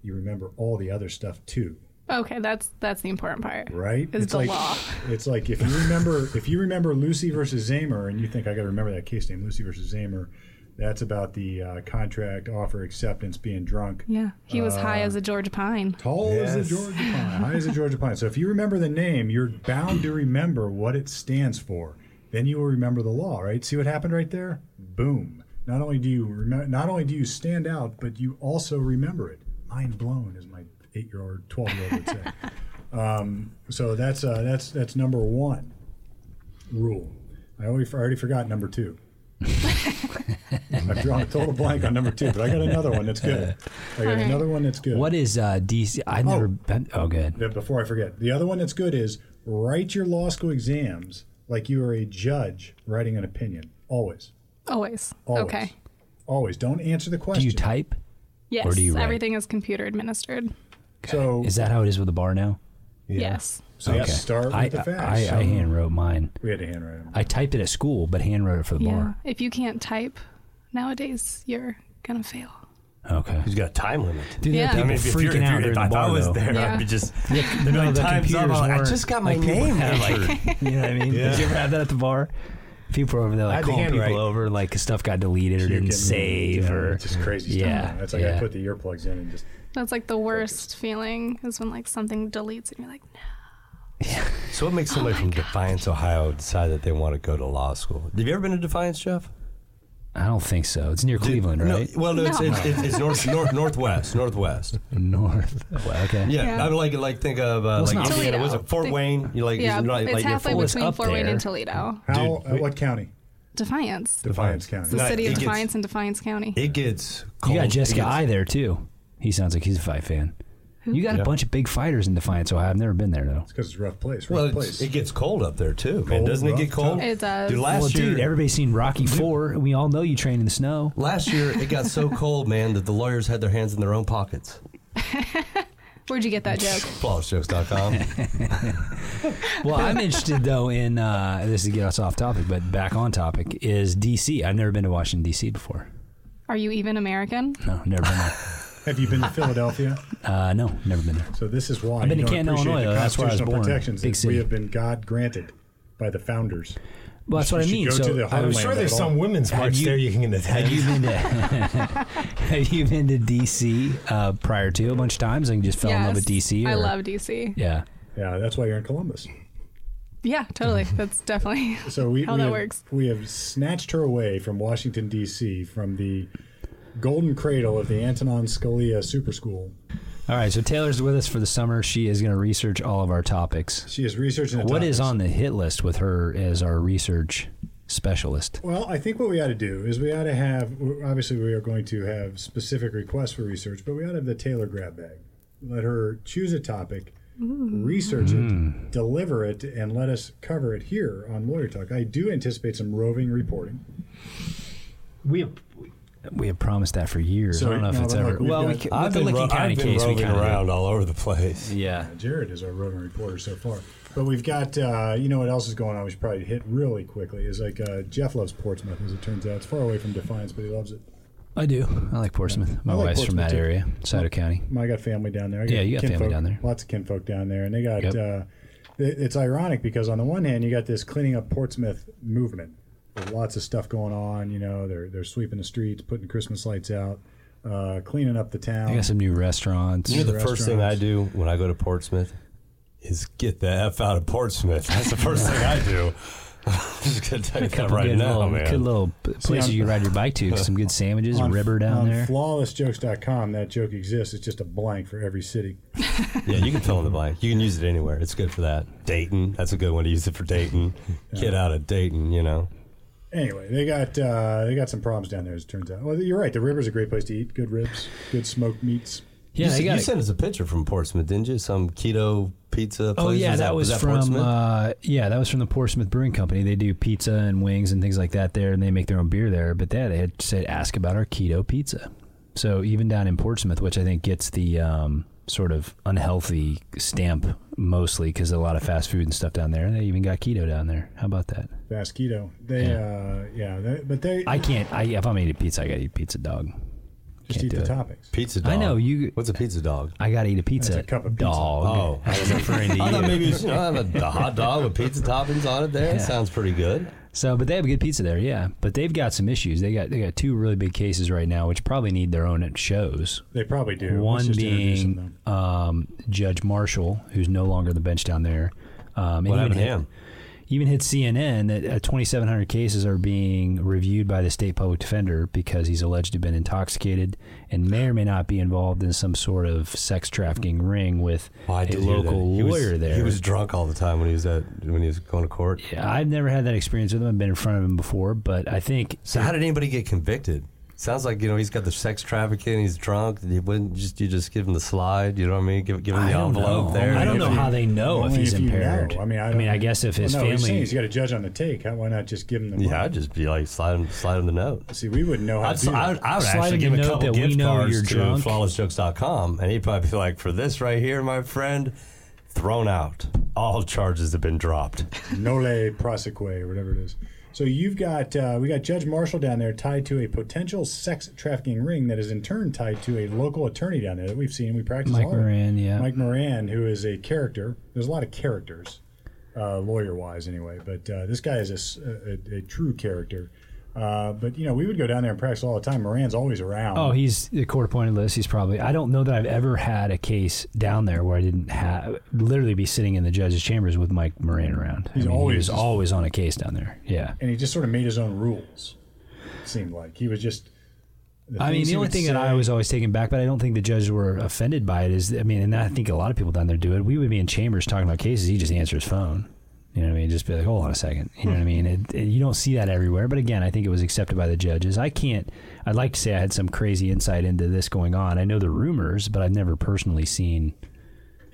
[SPEAKER 1] You remember all the other stuff too,
[SPEAKER 3] Okay, that's that's the important part.
[SPEAKER 1] right?
[SPEAKER 3] Is the
[SPEAKER 1] like
[SPEAKER 3] law.
[SPEAKER 1] it's like if you remember if you remember Lucy versus Zamer, and you think I got to remember that case name, Lucy versus Zamer. That's about the uh, contract offer acceptance being drunk.
[SPEAKER 3] Yeah. He was high
[SPEAKER 1] uh,
[SPEAKER 3] as a George Pine.
[SPEAKER 1] Tall as
[SPEAKER 4] Yes.
[SPEAKER 1] a Georgia pine, high as a Georgia pine. So if you remember the name, you're bound to remember what it stands for. Then you will remember the law, right? See what happened right there? Boom. Not only do you remember, not only do you stand out, but you also remember it. Mind blown, as my eight-year-old, twelve-year-old would say. um, so that's uh, that's that's number one rule. I already, I already forgot number two. I've drawn a total blank on number two, but I got another one that's good. I got
[SPEAKER 3] right.
[SPEAKER 1] another one that's good.
[SPEAKER 2] what is uh, DC? I've never been. Oh, good.
[SPEAKER 1] Yeah, before I forget, the other one that's good is write your law school exams like you are a judge writing an opinion. Always.
[SPEAKER 3] Always.
[SPEAKER 1] Always.
[SPEAKER 3] Okay.
[SPEAKER 1] Always. Don't answer the question.
[SPEAKER 2] Do you type?
[SPEAKER 3] Yes.
[SPEAKER 2] do you write?
[SPEAKER 3] Everything is computer administered.
[SPEAKER 1] So,
[SPEAKER 2] Is that how it is with the bar now?
[SPEAKER 3] Yes.
[SPEAKER 1] so you have to start with
[SPEAKER 2] I,
[SPEAKER 1] the facts.
[SPEAKER 2] I, I,
[SPEAKER 1] So-
[SPEAKER 2] hand wrote mine.
[SPEAKER 1] we had to handwrite them.
[SPEAKER 2] I typed it at school, but hand wrote it for the
[SPEAKER 3] Yeah.
[SPEAKER 2] bar.
[SPEAKER 3] If you can't type nowadays, you're gonna fail.
[SPEAKER 2] Okay.
[SPEAKER 5] He's got a time limit.
[SPEAKER 2] Dude,
[SPEAKER 3] Yeah.
[SPEAKER 2] there
[SPEAKER 5] I
[SPEAKER 2] are
[SPEAKER 5] mean,
[SPEAKER 2] people
[SPEAKER 5] if, you're,
[SPEAKER 2] freaking
[SPEAKER 5] if,
[SPEAKER 2] out
[SPEAKER 5] you're,
[SPEAKER 2] during
[SPEAKER 5] if
[SPEAKER 2] the
[SPEAKER 5] I
[SPEAKER 2] bar,
[SPEAKER 5] was
[SPEAKER 2] though.
[SPEAKER 5] there,
[SPEAKER 3] Yeah.
[SPEAKER 5] I'd be just. (laughs)
[SPEAKER 2] No,
[SPEAKER 5] They're like,
[SPEAKER 2] the
[SPEAKER 5] time's up.
[SPEAKER 2] computers
[SPEAKER 5] I'm like, I
[SPEAKER 2] weren't
[SPEAKER 5] just got my
[SPEAKER 2] like people
[SPEAKER 5] name.
[SPEAKER 2] have
[SPEAKER 5] They're like,
[SPEAKER 2] you know
[SPEAKER 1] (laughs)
[SPEAKER 2] what I mean? Did you ever have that at the bar? People over there
[SPEAKER 4] I
[SPEAKER 2] like
[SPEAKER 4] had to
[SPEAKER 2] calling
[SPEAKER 4] handwrite.
[SPEAKER 2] people over, like stuff got deleted or
[SPEAKER 1] You're
[SPEAKER 2] didn't
[SPEAKER 1] getting-
[SPEAKER 2] save
[SPEAKER 1] yeah,
[SPEAKER 2] or
[SPEAKER 1] it's just crazy stuff.
[SPEAKER 2] Yeah,
[SPEAKER 1] That's like
[SPEAKER 2] yeah.
[SPEAKER 1] I put the earplugs in and just
[SPEAKER 3] That's like the worst feeling is when like something deletes and you're like, no.
[SPEAKER 5] so what makes somebody from Defiance, Ohio, decide that they want to go to law school? Have you ever been to Defiance, Jeff?
[SPEAKER 2] I don't think so. It's near Cleveland, right?
[SPEAKER 5] No, well, no, it's,
[SPEAKER 3] No.
[SPEAKER 5] it's, it's, it's north, north, northwest,
[SPEAKER 2] (laughs)
[SPEAKER 5] northwest.
[SPEAKER 1] (laughs)
[SPEAKER 2] North. Well, okay.
[SPEAKER 5] Yeah,
[SPEAKER 3] Yeah.
[SPEAKER 5] I would like like think of uh,
[SPEAKER 2] it's
[SPEAKER 5] like
[SPEAKER 2] not-
[SPEAKER 5] Indiana. Was it
[SPEAKER 3] Toledo.
[SPEAKER 5] Fort
[SPEAKER 3] They-
[SPEAKER 5] Wayne? You like
[SPEAKER 3] Yeah,
[SPEAKER 5] is it like,
[SPEAKER 3] it's
[SPEAKER 5] like your
[SPEAKER 3] halfway
[SPEAKER 5] Fort-
[SPEAKER 2] it's
[SPEAKER 3] between
[SPEAKER 2] up
[SPEAKER 3] Fort Wayne
[SPEAKER 2] there.
[SPEAKER 3] and Toledo.
[SPEAKER 1] how
[SPEAKER 5] Dude,
[SPEAKER 1] uh,
[SPEAKER 5] we-
[SPEAKER 1] what county?
[SPEAKER 3] Defiance.
[SPEAKER 1] Defiance County.
[SPEAKER 3] the
[SPEAKER 5] No,
[SPEAKER 3] city
[SPEAKER 5] it
[SPEAKER 3] of
[SPEAKER 5] gets-
[SPEAKER 3] Defiance and Defiance County.
[SPEAKER 5] It gets
[SPEAKER 2] You
[SPEAKER 5] cold.
[SPEAKER 2] got Jessica
[SPEAKER 5] It gets-
[SPEAKER 2] I there too. He sounds like he's a fight fan. You got a bunch of big fighters in Defiance, Ohio. I've never been there though.
[SPEAKER 1] because it's a rough place. Rough
[SPEAKER 5] Well, it's-
[SPEAKER 1] place.
[SPEAKER 5] it gets cold up there too, man.
[SPEAKER 1] Cold,
[SPEAKER 5] Doesn't it
[SPEAKER 1] rough
[SPEAKER 5] get cold?
[SPEAKER 1] tough.
[SPEAKER 3] It does.
[SPEAKER 5] Dude, last
[SPEAKER 2] Well,
[SPEAKER 5] year,
[SPEAKER 2] dude, everybody's seen Rocky Four. and We all know you train in the snow.
[SPEAKER 5] last year it got so cold, man, that the lawyers had their hands in their own pockets.
[SPEAKER 3] Where'd you get that
[SPEAKER 2] (laughs)
[SPEAKER 3] joke?
[SPEAKER 5] Flawlessjokes.com.
[SPEAKER 2] Well, I'm interested though in uh, this is to get us off topic, but back on topic is DC. I've never been to Washington D.C. before.
[SPEAKER 3] Are you even American?
[SPEAKER 2] No, never been (laughs) there.
[SPEAKER 1] Have you been to Philadelphia?
[SPEAKER 2] Uh, no, never been there.
[SPEAKER 1] So this is why
[SPEAKER 2] I've been
[SPEAKER 1] you
[SPEAKER 2] to
[SPEAKER 1] don't
[SPEAKER 2] Canton,
[SPEAKER 1] appreciate the
[SPEAKER 2] Illinois, though. That's where I was
[SPEAKER 1] constitutional
[SPEAKER 2] born.
[SPEAKER 1] protections
[SPEAKER 2] Big
[SPEAKER 1] that
[SPEAKER 2] city.
[SPEAKER 1] we have been God granted by the founders.
[SPEAKER 2] Well, that's
[SPEAKER 1] You
[SPEAKER 2] what I
[SPEAKER 1] should
[SPEAKER 2] mean.
[SPEAKER 1] go
[SPEAKER 2] so
[SPEAKER 1] to the
[SPEAKER 2] I
[SPEAKER 1] homeland.
[SPEAKER 2] was
[SPEAKER 4] I'm sure
[SPEAKER 1] Land
[SPEAKER 4] there's
[SPEAKER 1] at
[SPEAKER 4] some
[SPEAKER 1] all.
[SPEAKER 4] women's march
[SPEAKER 2] you-
[SPEAKER 4] there you can get
[SPEAKER 2] Have
[SPEAKER 4] attend.
[SPEAKER 2] you been to
[SPEAKER 1] (laughs)
[SPEAKER 2] Have you been to DC uh, prior to a bunch of times and just fell in love with DC?
[SPEAKER 3] I
[SPEAKER 2] or-
[SPEAKER 3] love DC.
[SPEAKER 2] Yeah.
[SPEAKER 1] Yeah, that's why you're in Columbus.
[SPEAKER 3] Yeah, totally. That's definitely (laughs)
[SPEAKER 1] So we
[SPEAKER 3] how
[SPEAKER 1] we
[SPEAKER 3] that
[SPEAKER 1] have,
[SPEAKER 3] works.
[SPEAKER 1] we have snatched her away from Washington D.C. from the golden cradle of the Antonin Scalia Super School.
[SPEAKER 2] All right. So Taylor's with us for the summer. She is going to research all of our topics.
[SPEAKER 1] She is researching. the
[SPEAKER 2] What
[SPEAKER 1] topics.
[SPEAKER 2] is on the hit list with her as our research specialist?
[SPEAKER 1] Well, I think what we ought to do is we ought to have. Obviously, we are going to have specific requests for research, but we ought to have the Taylor grab bag. Let her choose a topic,
[SPEAKER 3] Mm.
[SPEAKER 1] research
[SPEAKER 2] Mm.
[SPEAKER 1] it, deliver it, and let us cover it here on Lawyer Talk. I do anticipate some roving reporting.
[SPEAKER 2] We have, we have promised that for years. I
[SPEAKER 1] So,
[SPEAKER 2] don't know if
[SPEAKER 1] no,
[SPEAKER 2] it's
[SPEAKER 1] but
[SPEAKER 2] ever.
[SPEAKER 1] look, we've
[SPEAKER 2] well, we
[SPEAKER 1] got-
[SPEAKER 2] ca-
[SPEAKER 5] I've
[SPEAKER 2] with the
[SPEAKER 5] been, ro-
[SPEAKER 2] Licking County
[SPEAKER 5] I've been
[SPEAKER 2] case, we
[SPEAKER 5] roving
[SPEAKER 2] kind
[SPEAKER 5] around all over the place.
[SPEAKER 2] Yeah.
[SPEAKER 1] Jared is our roving reporter so far. But we've got, uh, you know, what else is going on? We should probably hit really quickly. Is like uh, Jeff loves Portsmouth, as it turns out. It's far away from Defiance, but he loves it.
[SPEAKER 2] I do. I like Portsmouth. My
[SPEAKER 1] I like
[SPEAKER 2] wife's from
[SPEAKER 1] Portsmouth,
[SPEAKER 2] that
[SPEAKER 1] too.
[SPEAKER 2] area, Sauter County.
[SPEAKER 1] I got family down there. I
[SPEAKER 2] Yeah, you got family
[SPEAKER 1] kinfolk-
[SPEAKER 2] down there.
[SPEAKER 1] Lots of kinfolk down there, and they got.
[SPEAKER 2] Yep.
[SPEAKER 1] Uh, it- it's ironic because on the one hand, you got this cleaning up Portsmouth movement. There's lots of stuff going on. You know, they're they're sweeping the streets, putting Christmas lights out, uh, cleaning up the
[SPEAKER 2] I
[SPEAKER 1] town.
[SPEAKER 2] got some new restaurants.
[SPEAKER 5] You know, the
[SPEAKER 1] The
[SPEAKER 5] first thing I
[SPEAKER 1] restaurants.
[SPEAKER 5] do when I go to Portsmouth is get the F out of Portsmouth. (laughs) That's the first thing I do. (laughs) I'm just going to tell you that
[SPEAKER 2] couple
[SPEAKER 5] right
[SPEAKER 2] good
[SPEAKER 5] now,
[SPEAKER 2] little,
[SPEAKER 5] man.
[SPEAKER 2] Good little p- places
[SPEAKER 1] on-
[SPEAKER 2] you can ride your bike to. Some good (laughs) sandwiches,
[SPEAKER 1] on,
[SPEAKER 2] river down
[SPEAKER 1] on
[SPEAKER 2] there.
[SPEAKER 1] flawlessjokes.com, that joke exists. It's just a blank for every city.
[SPEAKER 5] Yeah, you can fill in the blank. You can use it anywhere. It's good for that. Dayton. That's a good one to use it for Dayton. Get out of Dayton, you know.
[SPEAKER 1] Anyway, they got uh, they got some problems down there. As it turns out, well, you're right. The river's a great place to eat. Good ribs, good smoked meats.
[SPEAKER 2] yeah,
[SPEAKER 5] you,
[SPEAKER 2] they
[SPEAKER 5] s-
[SPEAKER 2] got
[SPEAKER 5] you
[SPEAKER 2] a-
[SPEAKER 5] sent us a picture from Portsmouth, didn't you? Some keto pizza place.
[SPEAKER 2] Oh yeah,
[SPEAKER 5] Was
[SPEAKER 2] that was
[SPEAKER 5] that
[SPEAKER 2] from
[SPEAKER 5] Portsmouth?
[SPEAKER 2] uh, yeah, that was from the Portsmouth Brewing Company. They do pizza and wings and things like that there, and they make their own beer there. But yeah, they had said ask about our keto pizza. So even down in Portsmouth, which I think gets the um, sort of unhealthy stamp mostly because a lot of fast food and stuff down there. They even got keto down there. How about that?
[SPEAKER 1] Fast keto. They
[SPEAKER 2] Yeah.
[SPEAKER 1] uh, yeah, they, but they
[SPEAKER 2] I can't. I if I'm eating pizza, I gotta eat pizza dog.
[SPEAKER 1] just
[SPEAKER 2] can't
[SPEAKER 1] eat
[SPEAKER 2] do
[SPEAKER 1] the
[SPEAKER 2] it.
[SPEAKER 1] topics. (laughs)
[SPEAKER 5] pizza dog.
[SPEAKER 2] I know, you-
[SPEAKER 5] What's a pizza dog?
[SPEAKER 2] I gotta eat a pizza
[SPEAKER 1] That's a cup of pizza.
[SPEAKER 2] dog.
[SPEAKER 5] Oh, I was referring to you. (laughs) I thought maybe it was, you know, I have a, a hot dog with pizza toppings on it. There It sounds pretty good.
[SPEAKER 2] So, but they have a good pizza there, yeah. But they've got some issues. They got they got two really big cases right now, which probably need their own shows.
[SPEAKER 1] They probably do. Let's
[SPEAKER 2] One
[SPEAKER 1] just introduce them,
[SPEAKER 2] being um, Judge Marshall, who's no longer on the bench down there. Um, and
[SPEAKER 5] What happened to
[SPEAKER 2] even hit-
[SPEAKER 5] him?
[SPEAKER 2] Even hit CNN that uh, 2,700 cases are being reviewed by the state public defender because he's alleged to have been intoxicated and may or may not be involved in some sort of sex trafficking ring with
[SPEAKER 5] Oh, I
[SPEAKER 2] a
[SPEAKER 5] did hear that.
[SPEAKER 2] local
[SPEAKER 5] He was-
[SPEAKER 2] lawyer there.
[SPEAKER 5] He was drunk all the time when he was at when he was going to court.
[SPEAKER 2] Yeah, I've never had that experience with him. I've been in front of him before, but I think
[SPEAKER 5] So how did anybody get convicted? Sounds like you know he's got the sex trafficking. He's drunk. You wouldn't just you just give him the slide. You know what I mean? Give, give him the
[SPEAKER 2] I don't
[SPEAKER 5] envelope
[SPEAKER 2] know.
[SPEAKER 5] there.
[SPEAKER 2] I don't know
[SPEAKER 5] If you-
[SPEAKER 2] how they know if
[SPEAKER 1] Only
[SPEAKER 2] he's
[SPEAKER 1] you
[SPEAKER 2] impaired.
[SPEAKER 1] know. I mean, I,
[SPEAKER 2] mean, I
[SPEAKER 1] don't-
[SPEAKER 2] guess if his
[SPEAKER 1] well, no, he's saying
[SPEAKER 2] family,
[SPEAKER 1] he's got a judge on the take. How, why not just give him the money?
[SPEAKER 5] Yeah, I'd just be like slide him slide him the note.
[SPEAKER 1] See, we wouldn't know how
[SPEAKER 5] I'd,
[SPEAKER 1] to do
[SPEAKER 5] I
[SPEAKER 1] that.
[SPEAKER 5] would, I would
[SPEAKER 2] Slide
[SPEAKER 5] actually
[SPEAKER 2] him
[SPEAKER 5] give him
[SPEAKER 2] a
[SPEAKER 5] a
[SPEAKER 2] note
[SPEAKER 5] couple
[SPEAKER 2] that we
[SPEAKER 5] gift
[SPEAKER 2] know
[SPEAKER 5] cards
[SPEAKER 2] you're
[SPEAKER 5] to
[SPEAKER 2] drunk.
[SPEAKER 5] flawlessjokes.com, and he'd probably be like, "For this right here, my friend, thrown out. All charges have been dropped."
[SPEAKER 1] Nole proseque or whatever it is. So you've got uh, we got Judge Marshall down there tied to a potential sex trafficking ring that is in turn tied to a local attorney down there that we've seen. We practice
[SPEAKER 2] Mike
[SPEAKER 1] all of it.
[SPEAKER 2] Moran, yeah.
[SPEAKER 1] Mike Moran, who is a character. There's a lot of characters, uh, lawyer wise anyway. But uh, this guy is a s- a, a- a true character. Uh, but you know we would go down there and practice all the time. Moran's always around.
[SPEAKER 2] oh, he's the court appointed list. He's probably. I don't know that I've ever had a case down there where I didn't have literally be sitting in the judge's chambers with Mike Moran around. I
[SPEAKER 1] He's
[SPEAKER 2] mean,
[SPEAKER 1] always
[SPEAKER 2] he was
[SPEAKER 1] just-
[SPEAKER 2] always on a case down there. Yeah.
[SPEAKER 1] and he just sort of made his own rules. It seemed like he was just.
[SPEAKER 2] I mean,
[SPEAKER 1] things
[SPEAKER 2] the
[SPEAKER 1] he
[SPEAKER 2] only
[SPEAKER 1] would
[SPEAKER 2] thing that I
[SPEAKER 1] say-
[SPEAKER 2] was always taken back, but I don't think the judges were offended by it. Is I mean, and I think a lot of people down there do it. We would be in chambers talking about cases. He just answers his phone. You know what I mean? Just be like, hold on a second. You know what I mean? It, it- you don't see that everywhere. But again, I think it was accepted by the judges. I can't. I'd like to say I had some crazy insight into this going on. I know the rumors, but I've never personally seen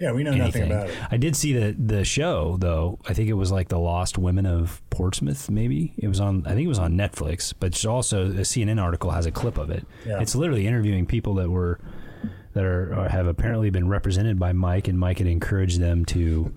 [SPEAKER 1] Yeah, we know
[SPEAKER 2] anything.
[SPEAKER 1] nothing about it.
[SPEAKER 2] I did see the the show though. I think it was like the Lost Women of Portsmouth. Maybe it was on. I think it was on Netflix. But it's also a CNN article has a clip of it.
[SPEAKER 1] Yeah.
[SPEAKER 2] It's literally interviewing people that were that are or have apparently been represented by Mike, and Mike had encouraged them to.